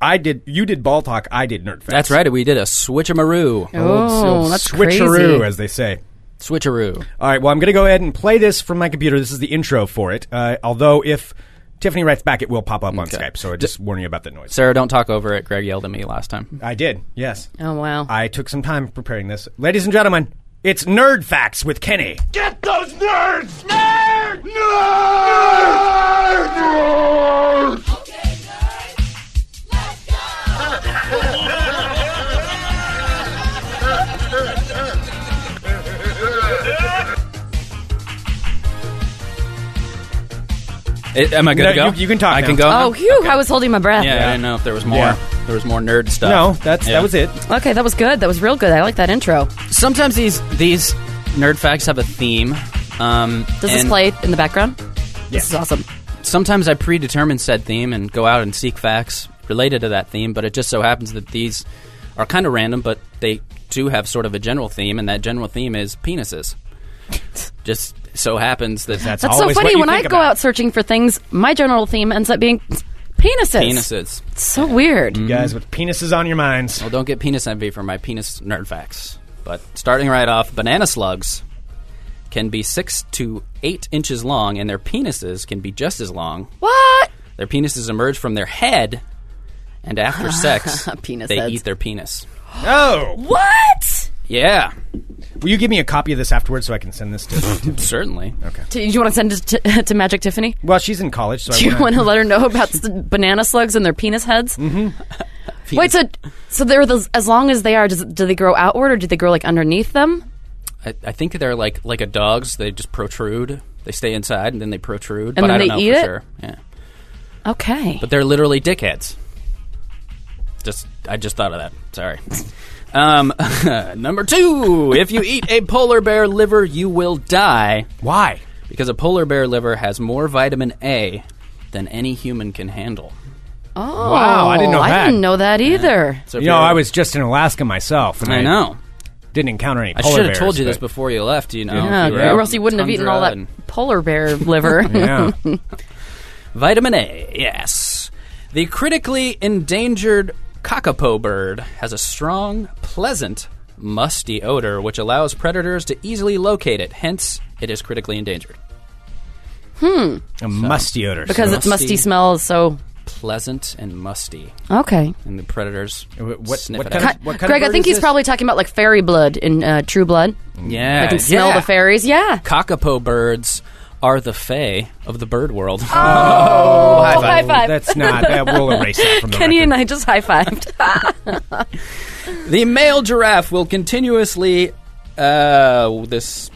[SPEAKER 3] I did. You did ball talk. I did nerd facts.
[SPEAKER 6] That's right. We did a switcheroo.
[SPEAKER 1] Oh, that's
[SPEAKER 3] Switcheroo,
[SPEAKER 1] crazy.
[SPEAKER 3] as they say.
[SPEAKER 6] Switcheroo.
[SPEAKER 3] All right. Well, I'm going to go ahead and play this from my computer. This is the intro for it. Uh, although, if Tiffany writes back, it will pop up on
[SPEAKER 6] Okay.
[SPEAKER 3] Skype. So I just warn you about that noise.
[SPEAKER 6] Sarah, don't talk over it. Greg yelled at me last time.
[SPEAKER 3] I did. Yes.
[SPEAKER 1] Oh, wow.
[SPEAKER 3] I took some time preparing this. Ladies and gentlemen, it's Nerd Facts with Kenny.
[SPEAKER 9] Get those nerds! Nerd! Nerd! Nerds!
[SPEAKER 6] It- am I good
[SPEAKER 3] No,
[SPEAKER 6] to go?
[SPEAKER 3] you- you can talk
[SPEAKER 6] I
[SPEAKER 3] now.
[SPEAKER 6] can go. now?
[SPEAKER 1] oh, whew, I was holding my breath.
[SPEAKER 6] Yeah, I didn't know if there was more.
[SPEAKER 3] Yeah.
[SPEAKER 6] There was more nerd stuff.
[SPEAKER 3] No, that's
[SPEAKER 6] Yeah.
[SPEAKER 3] that was it.
[SPEAKER 1] Okay, that was good. That was real good. I like that intro.
[SPEAKER 6] Sometimes these these nerd facts have a theme. Um,
[SPEAKER 1] Does this
[SPEAKER 6] and
[SPEAKER 1] play in the background? This
[SPEAKER 3] Yes.
[SPEAKER 1] is awesome.
[SPEAKER 6] Sometimes I predetermine said theme and go out and seek facts related to that theme, but it just so happens that these are kind of random, but they do have sort of a general theme, and that general theme is penises. just so happens that that's
[SPEAKER 1] That's so
[SPEAKER 3] always what
[SPEAKER 1] funny.
[SPEAKER 3] you
[SPEAKER 1] When I
[SPEAKER 3] think
[SPEAKER 1] go
[SPEAKER 3] about.
[SPEAKER 1] out searching for things, my general theme ends up being penises.
[SPEAKER 6] penises.
[SPEAKER 1] It's so weird.
[SPEAKER 3] You guys with penises on your minds.
[SPEAKER 6] Well, don't get penis envy for my penis nerd facts. But starting right off, banana slugs can be six to eight inches long, and their penises can be just as long.
[SPEAKER 1] What?
[SPEAKER 6] Their penises emerge from their head, and after sex,
[SPEAKER 1] Penis
[SPEAKER 6] they
[SPEAKER 1] heads.
[SPEAKER 6] eat their penis.
[SPEAKER 3] Oh,
[SPEAKER 1] What?
[SPEAKER 6] Yeah,
[SPEAKER 3] will you give me a copy of this afterwards so I can send this to?
[SPEAKER 6] certainly. Okay.
[SPEAKER 1] Do you want to send it to, to Magic Tiffany?
[SPEAKER 3] well, she's in college, so
[SPEAKER 1] Do you
[SPEAKER 3] I
[SPEAKER 1] want
[SPEAKER 3] wanna-
[SPEAKER 1] to let her know about the banana slugs and their penis heads? Mm-hmm. Wait, so so they're those, as long as they are, does, do they grow outward or do they grow like underneath them?
[SPEAKER 6] I, I think they're like like a dog's. They just protrude. They stay inside and then they protrude. but
[SPEAKER 1] then
[SPEAKER 6] I don't
[SPEAKER 1] they
[SPEAKER 6] know
[SPEAKER 1] eat
[SPEAKER 6] for
[SPEAKER 1] it?
[SPEAKER 6] sure. Yeah.
[SPEAKER 1] Okay.
[SPEAKER 6] But they're literally dickheads. Just I just thought of that. Sorry. Um, number two, if you eat a polar bear liver, you will die
[SPEAKER 3] Why?
[SPEAKER 6] because a polar bear liver has more vitamin A than any human can handle.
[SPEAKER 1] oh,
[SPEAKER 3] Wow, I didn't know that.
[SPEAKER 1] I didn't know that either.
[SPEAKER 6] So if
[SPEAKER 3] You know,
[SPEAKER 6] you're-
[SPEAKER 3] I was just in Alaska myself, and I,
[SPEAKER 6] I know.
[SPEAKER 3] didn't encounter any.
[SPEAKER 6] I
[SPEAKER 3] polar
[SPEAKER 6] should have
[SPEAKER 3] bears,
[SPEAKER 6] told you this
[SPEAKER 3] but-
[SPEAKER 6] before you left. You know,
[SPEAKER 1] Yeah,
[SPEAKER 6] if you were
[SPEAKER 1] Greg,
[SPEAKER 6] out
[SPEAKER 1] or else you
[SPEAKER 6] in
[SPEAKER 1] wouldn't have eaten all
[SPEAKER 6] tundra
[SPEAKER 1] that
[SPEAKER 6] and-
[SPEAKER 1] polar bear liver.
[SPEAKER 3] Yeah.
[SPEAKER 6] Vitamin A, yes. The critically endangered kakapo bird has a strong, pleasant, musty odor which allows predators to easily locate it, hence, it is critically endangered.
[SPEAKER 3] a musty odor.
[SPEAKER 1] because its musty
[SPEAKER 6] Musty.
[SPEAKER 1] smell is so
[SPEAKER 6] Pleasant and musty,
[SPEAKER 1] okay.
[SPEAKER 6] and the predators
[SPEAKER 3] Wh- what-
[SPEAKER 6] sniff
[SPEAKER 3] what
[SPEAKER 6] it
[SPEAKER 3] kind
[SPEAKER 6] out.
[SPEAKER 3] of- what kind
[SPEAKER 1] Greg,
[SPEAKER 3] of
[SPEAKER 1] I
[SPEAKER 3] bird
[SPEAKER 1] think
[SPEAKER 3] is
[SPEAKER 1] he's
[SPEAKER 3] this?
[SPEAKER 1] probably talking about like fairy blood in uh, True Blood.
[SPEAKER 6] yeah,
[SPEAKER 1] I can smell the fairies. Yeah.
[SPEAKER 6] Kakapo birds are the fae of the bird world.
[SPEAKER 1] Ah, Oh, high five.
[SPEAKER 3] That's not. That, we'll erase that from the
[SPEAKER 1] Kenny
[SPEAKER 3] record.
[SPEAKER 1] and I just high fived.
[SPEAKER 6] The male giraffe will continuously. Uh, this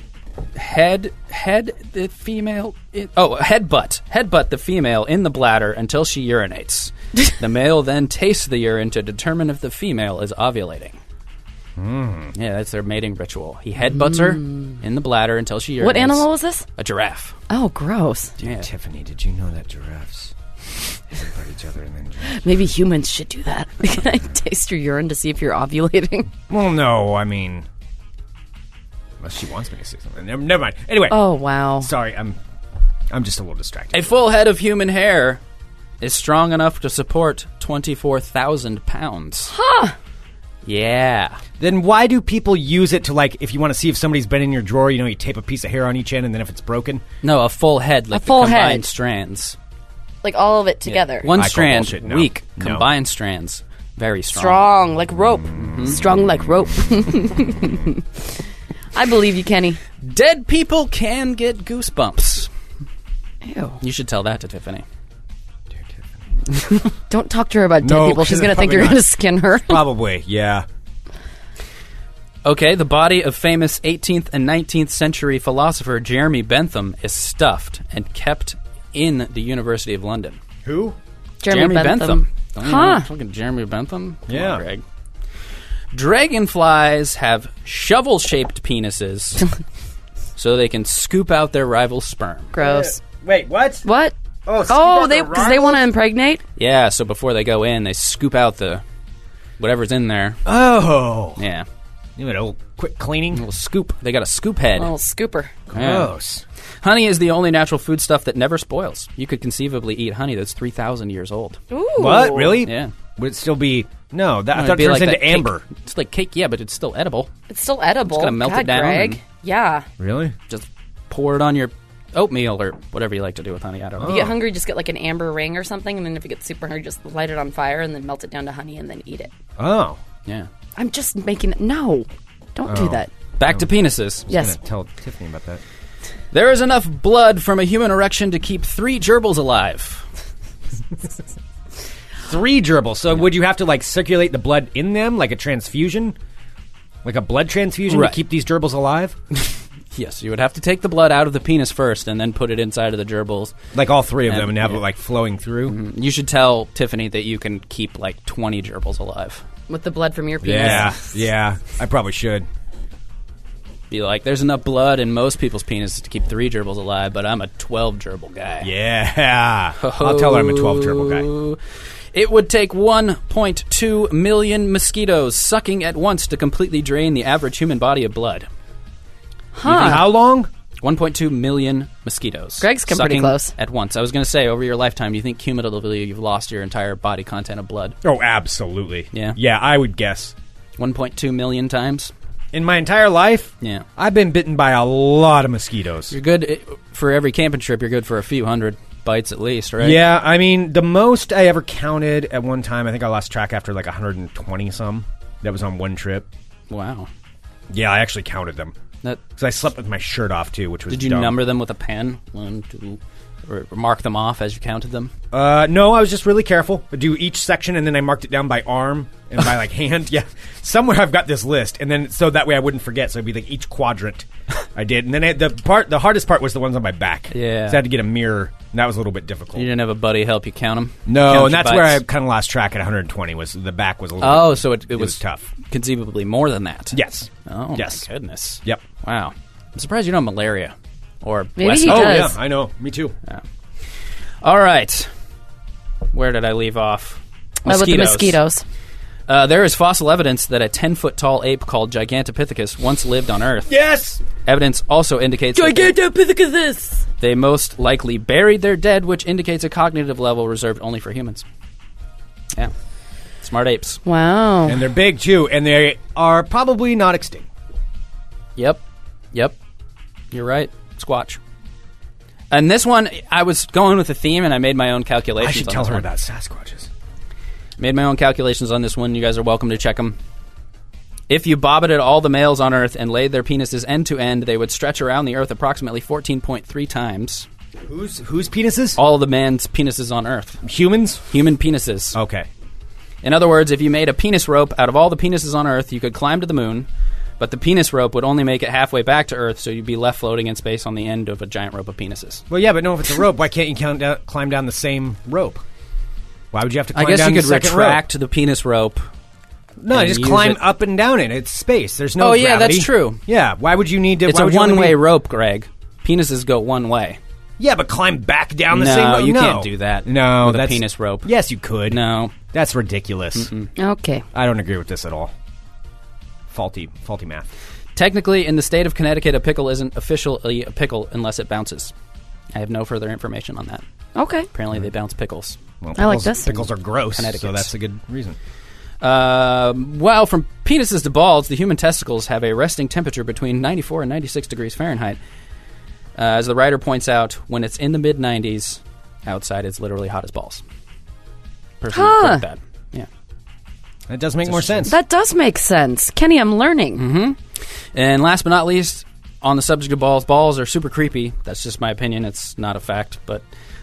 [SPEAKER 6] head head the female in, oh headbutt headbutt the female in the bladder until she urinates. the male then tastes the urine to determine if the female is ovulating. Yeah, that's their mating ritual. He headbutts her in the bladder until she urinates.
[SPEAKER 1] Hmm. What animal was this?
[SPEAKER 6] A giraffe.
[SPEAKER 1] Oh, gross.
[SPEAKER 6] Yeah.
[SPEAKER 3] Tiffany, did you know that giraffes headbutt each other and then?
[SPEAKER 1] Maybe humans should do that. Can I taste your urine to see if you're ovulating?
[SPEAKER 3] Well, no, I mean, unless she wants me to say something. Never, never mind. Anyway,
[SPEAKER 1] Oh, wow.
[SPEAKER 3] sorry, I'm, I'm just a little distracted.
[SPEAKER 6] A full head of human hair is strong enough to support 24,000 pounds. Huh. Yeah.
[SPEAKER 3] Then why do people use it to like if you want to see if somebody's been in your drawer, you know, you tape a piece of hair on each end, and then if it's broken,
[SPEAKER 6] No, a full head, like
[SPEAKER 1] A full
[SPEAKER 6] the combined
[SPEAKER 1] head.
[SPEAKER 6] strands.
[SPEAKER 1] Like all of it together.
[SPEAKER 6] One
[SPEAKER 3] I call
[SPEAKER 6] strand,
[SPEAKER 3] bullshit, no.
[SPEAKER 6] weak.
[SPEAKER 3] No.
[SPEAKER 6] Combined strands, very strong.
[SPEAKER 1] Strong like rope. Strong like rope. I believe you, Kenny.
[SPEAKER 6] Dead people can get goosebumps.
[SPEAKER 1] Ew.
[SPEAKER 6] You should tell that to Tiffany.
[SPEAKER 1] Don't talk to her about dead
[SPEAKER 3] No,
[SPEAKER 1] people. She's going to think
[SPEAKER 3] probably
[SPEAKER 1] you're
[SPEAKER 3] not.
[SPEAKER 1] going to skin her.
[SPEAKER 3] probably, yeah.
[SPEAKER 6] Okay, the body of famous 18th and 19th century philosopher Jeremy Bentham is stuffed and kept in the University of London.
[SPEAKER 3] Who?
[SPEAKER 1] Jeremy, Bentham.
[SPEAKER 6] Don't you
[SPEAKER 1] Huh.
[SPEAKER 6] know, fucking Jeremy Bentham. Come
[SPEAKER 3] Yeah.
[SPEAKER 6] on, Greg. Dragonflies have shovel-shaped penises, so they can scoop out their rival sperm.
[SPEAKER 1] Gross.
[SPEAKER 3] Wait, what?
[SPEAKER 1] What?
[SPEAKER 3] Oh, scoop
[SPEAKER 1] Oh,
[SPEAKER 3] out
[SPEAKER 1] they
[SPEAKER 3] the
[SPEAKER 1] because they
[SPEAKER 3] rival-
[SPEAKER 1] want to impregnate.
[SPEAKER 6] Yeah, so before they go in, they scoop out the whatever's in there.
[SPEAKER 3] Oh,
[SPEAKER 6] Yeah,
[SPEAKER 3] you know, old quick cleaning.
[SPEAKER 6] little scoop. They got a scoop head.
[SPEAKER 1] Little scooper.
[SPEAKER 6] Yeah.
[SPEAKER 3] Gross.
[SPEAKER 6] Honey is the only natural foodstuff that never spoils. You could conceivably eat honey that's three thousand years old.
[SPEAKER 1] Ooh.
[SPEAKER 3] What? Really?
[SPEAKER 6] Yeah.
[SPEAKER 3] Would it still be? No, that I
[SPEAKER 6] It'd
[SPEAKER 3] thought it
[SPEAKER 6] be
[SPEAKER 3] turns
[SPEAKER 6] that
[SPEAKER 3] into
[SPEAKER 6] cake-
[SPEAKER 3] amber.
[SPEAKER 6] It's like cake, yeah, but it's still edible.
[SPEAKER 1] It's still edible.
[SPEAKER 6] It's gonna melt it
[SPEAKER 1] God,
[SPEAKER 6] down
[SPEAKER 1] Greg.
[SPEAKER 6] and-
[SPEAKER 1] Yeah.
[SPEAKER 3] Really?
[SPEAKER 6] Just pour it on your oatmeal or whatever you like to do with honey. I don't know.
[SPEAKER 1] If you get hungry, just get like an amber ring or something, and then if you get super hungry, just light it on fire and then melt it down to honey and then eat it.
[SPEAKER 3] Oh,
[SPEAKER 6] Yeah.
[SPEAKER 1] I'm just making no. Don't do that.
[SPEAKER 6] Back to penises.
[SPEAKER 3] I'm
[SPEAKER 1] Yes.
[SPEAKER 3] gonna tell Tiffany about that.
[SPEAKER 6] There is enough blood from a human erection to keep three gerbils alive.
[SPEAKER 3] Three gerbils. So would you have to like circulate the blood in them, like a transfusion, like a blood transfusion
[SPEAKER 6] Right.
[SPEAKER 3] to keep these gerbils alive?
[SPEAKER 6] Yes, you would have to take the blood out of the penis first and then put it inside of the gerbils.
[SPEAKER 3] like all three of
[SPEAKER 6] And-
[SPEAKER 3] them, and have
[SPEAKER 6] yeah.
[SPEAKER 3] it like flowing through.
[SPEAKER 6] You should tell Tiffany that you can keep like 20 gerbils alive.
[SPEAKER 1] With the blood from your penis.
[SPEAKER 3] Yeah, yeah. I probably should.
[SPEAKER 6] Be like, there's enough blood in most people's penises to keep three gerbils alive, but I'm a 12 gerbil guy.
[SPEAKER 3] Yeah, I'll tell her I'm a 12 gerbil guy.
[SPEAKER 6] It would take 1.2 million mosquitoes sucking at once to completely drain the average human body of blood.
[SPEAKER 3] How long?
[SPEAKER 6] 1.2 million mosquitoes.
[SPEAKER 1] Greg's come pretty
[SPEAKER 6] sucking
[SPEAKER 1] close.
[SPEAKER 6] At once. I was going to say, over your lifetime, do you think cumulatively you've lost your entire body content of blood?
[SPEAKER 3] Oh, absolutely.
[SPEAKER 6] Yeah.
[SPEAKER 3] yeah. I would guess
[SPEAKER 6] 1.2 million times?
[SPEAKER 3] in my entire life.
[SPEAKER 6] Yeah.
[SPEAKER 3] I've been bitten by a lot of mosquitoes.
[SPEAKER 6] You're good i- for every camping trip, you're good for a few hundred bites at least, right?
[SPEAKER 3] Yeah, I mean, the most I ever counted at one time, I think I lost track after like 120 some. That was on one trip.
[SPEAKER 6] Wow.
[SPEAKER 3] Yeah, I actually counted them
[SPEAKER 6] That,
[SPEAKER 3] because I slept with my shirt off too, which was.
[SPEAKER 6] did you
[SPEAKER 3] dumb.
[SPEAKER 6] number them with a pen? One, two, or mark them off as you counted them?
[SPEAKER 3] Uh, no, I was just really careful. I do each section, and then I marked it down by arm and by like hand. Yeah, somewhere I've got this list, and then so that way I wouldn't forget. So it'd be like each quadrant I did, and then I, the part the hardest part was the ones on my back.
[SPEAKER 6] Yeah.
[SPEAKER 3] so I had to get a mirror, and that was a little bit difficult.
[SPEAKER 6] You didn't have a buddy help you count them?
[SPEAKER 3] No, and that's where I kind of lost track at 120. Was the back was a little?
[SPEAKER 6] Oh,
[SPEAKER 3] bit-
[SPEAKER 6] so it, it,
[SPEAKER 3] was tough.
[SPEAKER 6] Conceivably more than that.
[SPEAKER 3] Yes.
[SPEAKER 6] Oh,
[SPEAKER 3] Yes.
[SPEAKER 6] my goodness.
[SPEAKER 3] Yep.
[SPEAKER 6] Wow. I'm surprised you don't have malaria or
[SPEAKER 1] Maybe
[SPEAKER 6] West
[SPEAKER 1] he
[SPEAKER 6] Nile.
[SPEAKER 3] Oh yeah,
[SPEAKER 1] does.
[SPEAKER 3] I know. Me too.
[SPEAKER 6] All right. Where did I leave off?
[SPEAKER 1] Uh, With the mosquitoes.
[SPEAKER 6] Uh, there is fossil evidence that a 10 foot tall ape called Gigantopithecus once lived on Earth.
[SPEAKER 3] Yes.
[SPEAKER 6] Evidence also indicates that they-
[SPEAKER 1] Gigantopithecus.
[SPEAKER 6] they most likely buried their dead, which indicates a cognitive level reserved only for humans. Yeah. Smart apes.
[SPEAKER 1] Wow.
[SPEAKER 3] And they're big too, and they are probably not extinct.
[SPEAKER 6] Yep. Yep. You're right. Squatch. And this one, I was going with the theme, and I made my own calculations.
[SPEAKER 3] I should
[SPEAKER 6] on
[SPEAKER 3] tell
[SPEAKER 6] this
[SPEAKER 3] her
[SPEAKER 6] one.
[SPEAKER 3] about Sasquatches.
[SPEAKER 6] Made my own calculations on this one. You guys are welcome to check them. If you bobbited all the males on Earth and laid their penises end to end, they would stretch around the Earth approximately 14.3 times.
[SPEAKER 3] Who's whose penises?
[SPEAKER 6] All the man's penises on Earth,
[SPEAKER 3] Humans.
[SPEAKER 6] human penises.
[SPEAKER 3] Okay.
[SPEAKER 6] In other words, if you made a penis rope out of all the penises on Earth, you could climb to the moon, But the penis rope would only make it halfway back to Earth, so you'd be left floating in space on the end of a giant rope of penises.
[SPEAKER 3] Well, yeah, but no, if it's a rope, why can't you count down, climb down the same rope? Why would you have to
[SPEAKER 6] I
[SPEAKER 3] climb
[SPEAKER 6] guess
[SPEAKER 3] down
[SPEAKER 6] you
[SPEAKER 3] the
[SPEAKER 6] could
[SPEAKER 3] second
[SPEAKER 6] retract the penis rope.
[SPEAKER 3] rope? No,
[SPEAKER 6] and
[SPEAKER 3] just
[SPEAKER 6] use
[SPEAKER 3] climb
[SPEAKER 6] it-
[SPEAKER 3] up and down it. It's space. There's no
[SPEAKER 6] Oh, yeah,
[SPEAKER 3] gravity.
[SPEAKER 6] that's true.
[SPEAKER 3] Yeah, why would you need to...
[SPEAKER 6] It's
[SPEAKER 3] why
[SPEAKER 6] a
[SPEAKER 3] would you only
[SPEAKER 6] one way
[SPEAKER 3] need-
[SPEAKER 6] rope, Greg. Penises go one way.
[SPEAKER 3] Yeah, but climb back down the
[SPEAKER 6] No,
[SPEAKER 3] same rope.
[SPEAKER 6] you
[SPEAKER 3] no,
[SPEAKER 6] can't do that
[SPEAKER 3] No,
[SPEAKER 6] with a
[SPEAKER 3] that's...
[SPEAKER 6] penis rope.
[SPEAKER 3] Yes, you could.
[SPEAKER 6] No.
[SPEAKER 3] That's ridiculous.
[SPEAKER 1] Okay.
[SPEAKER 3] I don't agree with this at all. Faulty, faulty math.
[SPEAKER 6] Technically, in the state of Connecticut, a pickle isn't officially a pickle unless it bounces. I have no further information on that.
[SPEAKER 1] Okay.
[SPEAKER 6] Apparently, they bounce pickles.
[SPEAKER 3] Well,
[SPEAKER 1] I like
[SPEAKER 3] pickles-
[SPEAKER 1] this.
[SPEAKER 3] Pickles are gross, so
[SPEAKER 6] Connecticut.
[SPEAKER 3] that's a good reason.
[SPEAKER 6] Um well, from penises to balls, the human testicles have a resting temperature between 94 and 96 degrees Fahrenheit. Uh, as the writer points out, when it's in the mid 90s, outside it's literally hot as balls. Personally,
[SPEAKER 1] Huh.
[SPEAKER 6] pretty bad. Yeah.
[SPEAKER 3] That does make more sense.
[SPEAKER 1] That does make sense. Kenny, I'm learning.
[SPEAKER 6] And last but not least, on the subject of balls, balls are super creepy. That's just my opinion. It's not a fact, but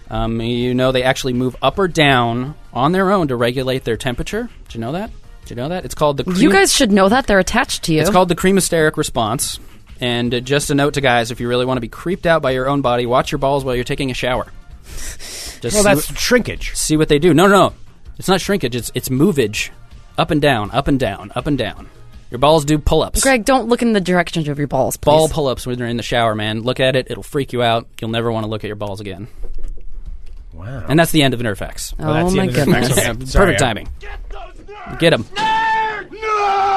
[SPEAKER 6] um, you know they actually move up or down on their own to regulate their temperature. Did you know that? Did you know that? It's called the cream-
[SPEAKER 1] You guys should know that. They're attached to you.
[SPEAKER 6] Mm-hmm. It's called the cremasteric response. And uh, just a note to guys: if you really want to be creeped out by your own body, watch your balls while you're taking a shower. Just
[SPEAKER 3] well,
[SPEAKER 6] see
[SPEAKER 3] that's
[SPEAKER 6] what-
[SPEAKER 3] shrinkage.
[SPEAKER 6] see what they do. No, no, no. It's not shrinkage. It's it's movage, up and down, up and down, up and down. Your balls do pull-ups
[SPEAKER 1] Greg, don't look in the direction of your balls, please.
[SPEAKER 6] ball pull ups when you're in the shower, man. Look at it; it'll freak you out. You'll never want to look at your balls again.
[SPEAKER 3] Wow.
[SPEAKER 6] And that's the end of Nerfax.
[SPEAKER 1] Oh,
[SPEAKER 3] that's the
[SPEAKER 1] my
[SPEAKER 3] end of it.
[SPEAKER 1] goodness.
[SPEAKER 3] Okay.
[SPEAKER 6] Yeah,
[SPEAKER 3] Sorry,
[SPEAKER 6] Perfect
[SPEAKER 3] I-
[SPEAKER 6] timing. Get him.
[SPEAKER 9] Nerd!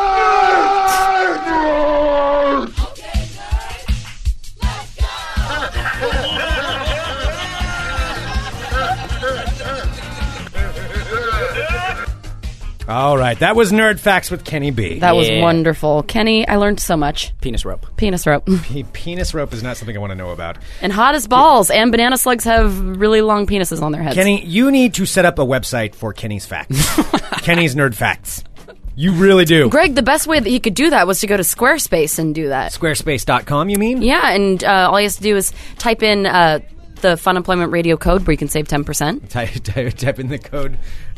[SPEAKER 3] All right, that was Nerd Facts with Kenny B.
[SPEAKER 1] That was
[SPEAKER 6] Yeah.
[SPEAKER 1] wonderful. Kenny, I learned so much.
[SPEAKER 6] Penis rope.
[SPEAKER 1] Penis rope.
[SPEAKER 3] P- penis rope is not something I want to know about.
[SPEAKER 1] and hot as balls. And banana slugs have really long penises on their heads.
[SPEAKER 3] Kenny, you need to set up a website for Kenny's facts. Kenny's Nerd Facts. You really do.
[SPEAKER 1] Greg, the best way that he could do that was to go to Squarespace and do that.
[SPEAKER 3] Squarespace.com, you mean?
[SPEAKER 1] Yeah, and uh, all you have to do is type in uh, the Fun Employment Radio code where you can save 10%.
[SPEAKER 3] Type, type, type in the code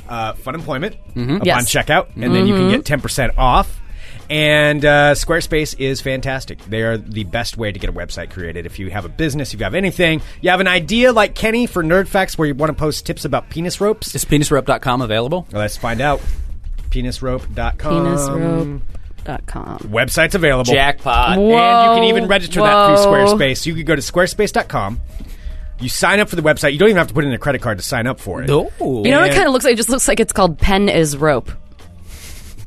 [SPEAKER 3] uh, Fun Employment upon
[SPEAKER 1] Yes.
[SPEAKER 3] checkout, and then you can get 10% off. And uh, Squarespace is fantastic. They are the best way to get a website created. If you have a business, if you have anything, you have an idea like Kenny for Nerd Facts where you want to post tips about penis ropes,
[SPEAKER 6] Is penisrope.com available?
[SPEAKER 3] let's find out. Penisrope.com.
[SPEAKER 1] Penisrope.com.
[SPEAKER 3] Website's available.
[SPEAKER 6] Jackpot.
[SPEAKER 1] Whoa,
[SPEAKER 3] and you can even register that through
[SPEAKER 1] whoa.
[SPEAKER 3] Squarespace. You could go to squarespace.com. You sign up for the website. You don't even have to put in a credit card to sign up for it.
[SPEAKER 6] Oh,
[SPEAKER 1] You know what it
[SPEAKER 3] And-
[SPEAKER 1] kind of looks like? It just looks like it's called Pen is Rope.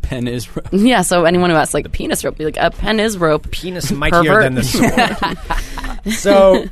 [SPEAKER 6] pen is rope.
[SPEAKER 1] Yeah, so anyone who asks, like, penis rope, be like, a pen is rope.
[SPEAKER 3] Penis mightier
[SPEAKER 1] Pervert.
[SPEAKER 3] than the sword. so,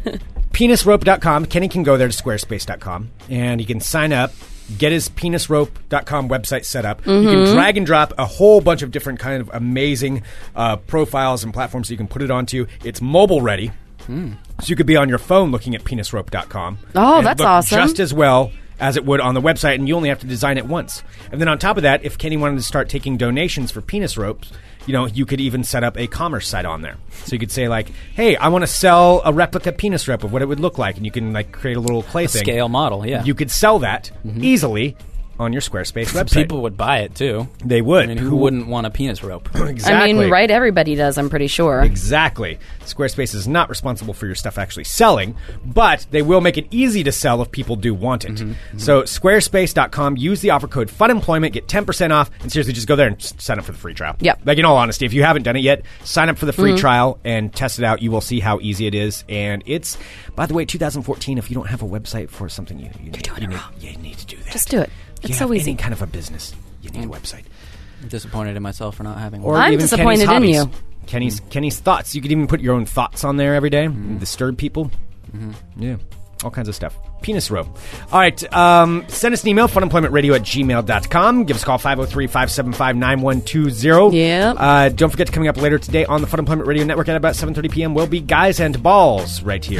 [SPEAKER 3] penisrope.com. Kenny can go there to squarespace.com and he can sign up. Get his penisrope.com website set up. You
[SPEAKER 1] Mm-hmm.
[SPEAKER 3] can drag and drop a whole bunch of different kind of amazing uh, profiles and platforms you can put it onto. It's mobile ready. So you could be on your phone looking at penisrope.com.
[SPEAKER 1] Oh,
[SPEAKER 3] And it
[SPEAKER 1] that's
[SPEAKER 3] looked
[SPEAKER 1] awesome.
[SPEAKER 3] Just as well as it would on the website, and you only have to design it once. And then on top of that, if Kenny wanted to start taking donations for penis ropes, you know, you could even set up a commerce site on there. So you could say like, "Hey, I want to sell a replica penis rope of what it would look like," and you can like create a little clay thing.
[SPEAKER 6] Scale model, yeah.
[SPEAKER 3] You could sell that easily on your Squarespace website.
[SPEAKER 6] People would buy it too.
[SPEAKER 3] they would.
[SPEAKER 6] I mean, who wouldn't want a penis rope?
[SPEAKER 3] Exactly.
[SPEAKER 1] I mean, right? Everybody does, I'm pretty sure.
[SPEAKER 3] Exactly. Squarespace is not responsible for your stuff actually selling, but they will make it easy to sell if people do want it.
[SPEAKER 1] Mm-hmm.
[SPEAKER 3] So squarespace.com, use the offer code FUNEMPLOYMENT, get 10% off, and seriously, just go there and s- sign up for the free trial.
[SPEAKER 1] Yep. Mm-hmm.
[SPEAKER 3] Like in all honesty, if you haven't done it yet, sign up for the free trial and test it out. You will see how easy it is. And it's, by the way, 2014. If you don't have a website for something, you, you, are need,
[SPEAKER 1] doing
[SPEAKER 3] you
[SPEAKER 1] it
[SPEAKER 3] need,
[SPEAKER 1] wrong.
[SPEAKER 3] you need to do that.
[SPEAKER 1] Just do it.
[SPEAKER 3] You
[SPEAKER 1] It's
[SPEAKER 3] have
[SPEAKER 1] so easy.
[SPEAKER 3] Any kind of a business, you need a website.
[SPEAKER 6] I'm disappointed in myself for not having
[SPEAKER 3] Or
[SPEAKER 6] one.
[SPEAKER 1] I'm
[SPEAKER 3] even
[SPEAKER 1] disappointed
[SPEAKER 3] Kenny's
[SPEAKER 1] in
[SPEAKER 3] hobbies.
[SPEAKER 1] you.
[SPEAKER 3] Kenny's Kenny's thoughts. You could even put your own thoughts on there every day and disturb people. Yeah. All kinds of stuff. Penis rope. All right. Um, send us an email, funemploymentradio at gmail.com. Give us a call, 503 575 9120.
[SPEAKER 1] Yep.
[SPEAKER 3] Uh, don't forget to coming up later today on the Fun Employment Radio Network at about 7.30 p.m. will be Guys and Balls right here.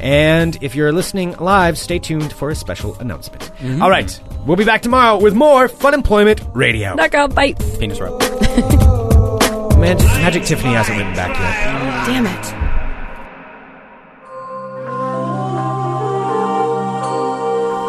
[SPEAKER 3] and if you're listening live, stay tuned for a special announcement. All right. We'll be back tomorrow with more Fun Employment Radio.
[SPEAKER 1] Knock out, bite.
[SPEAKER 6] penis rope.
[SPEAKER 3] Magic, Magic Tiffany hasn't written back yet.
[SPEAKER 1] Damn it.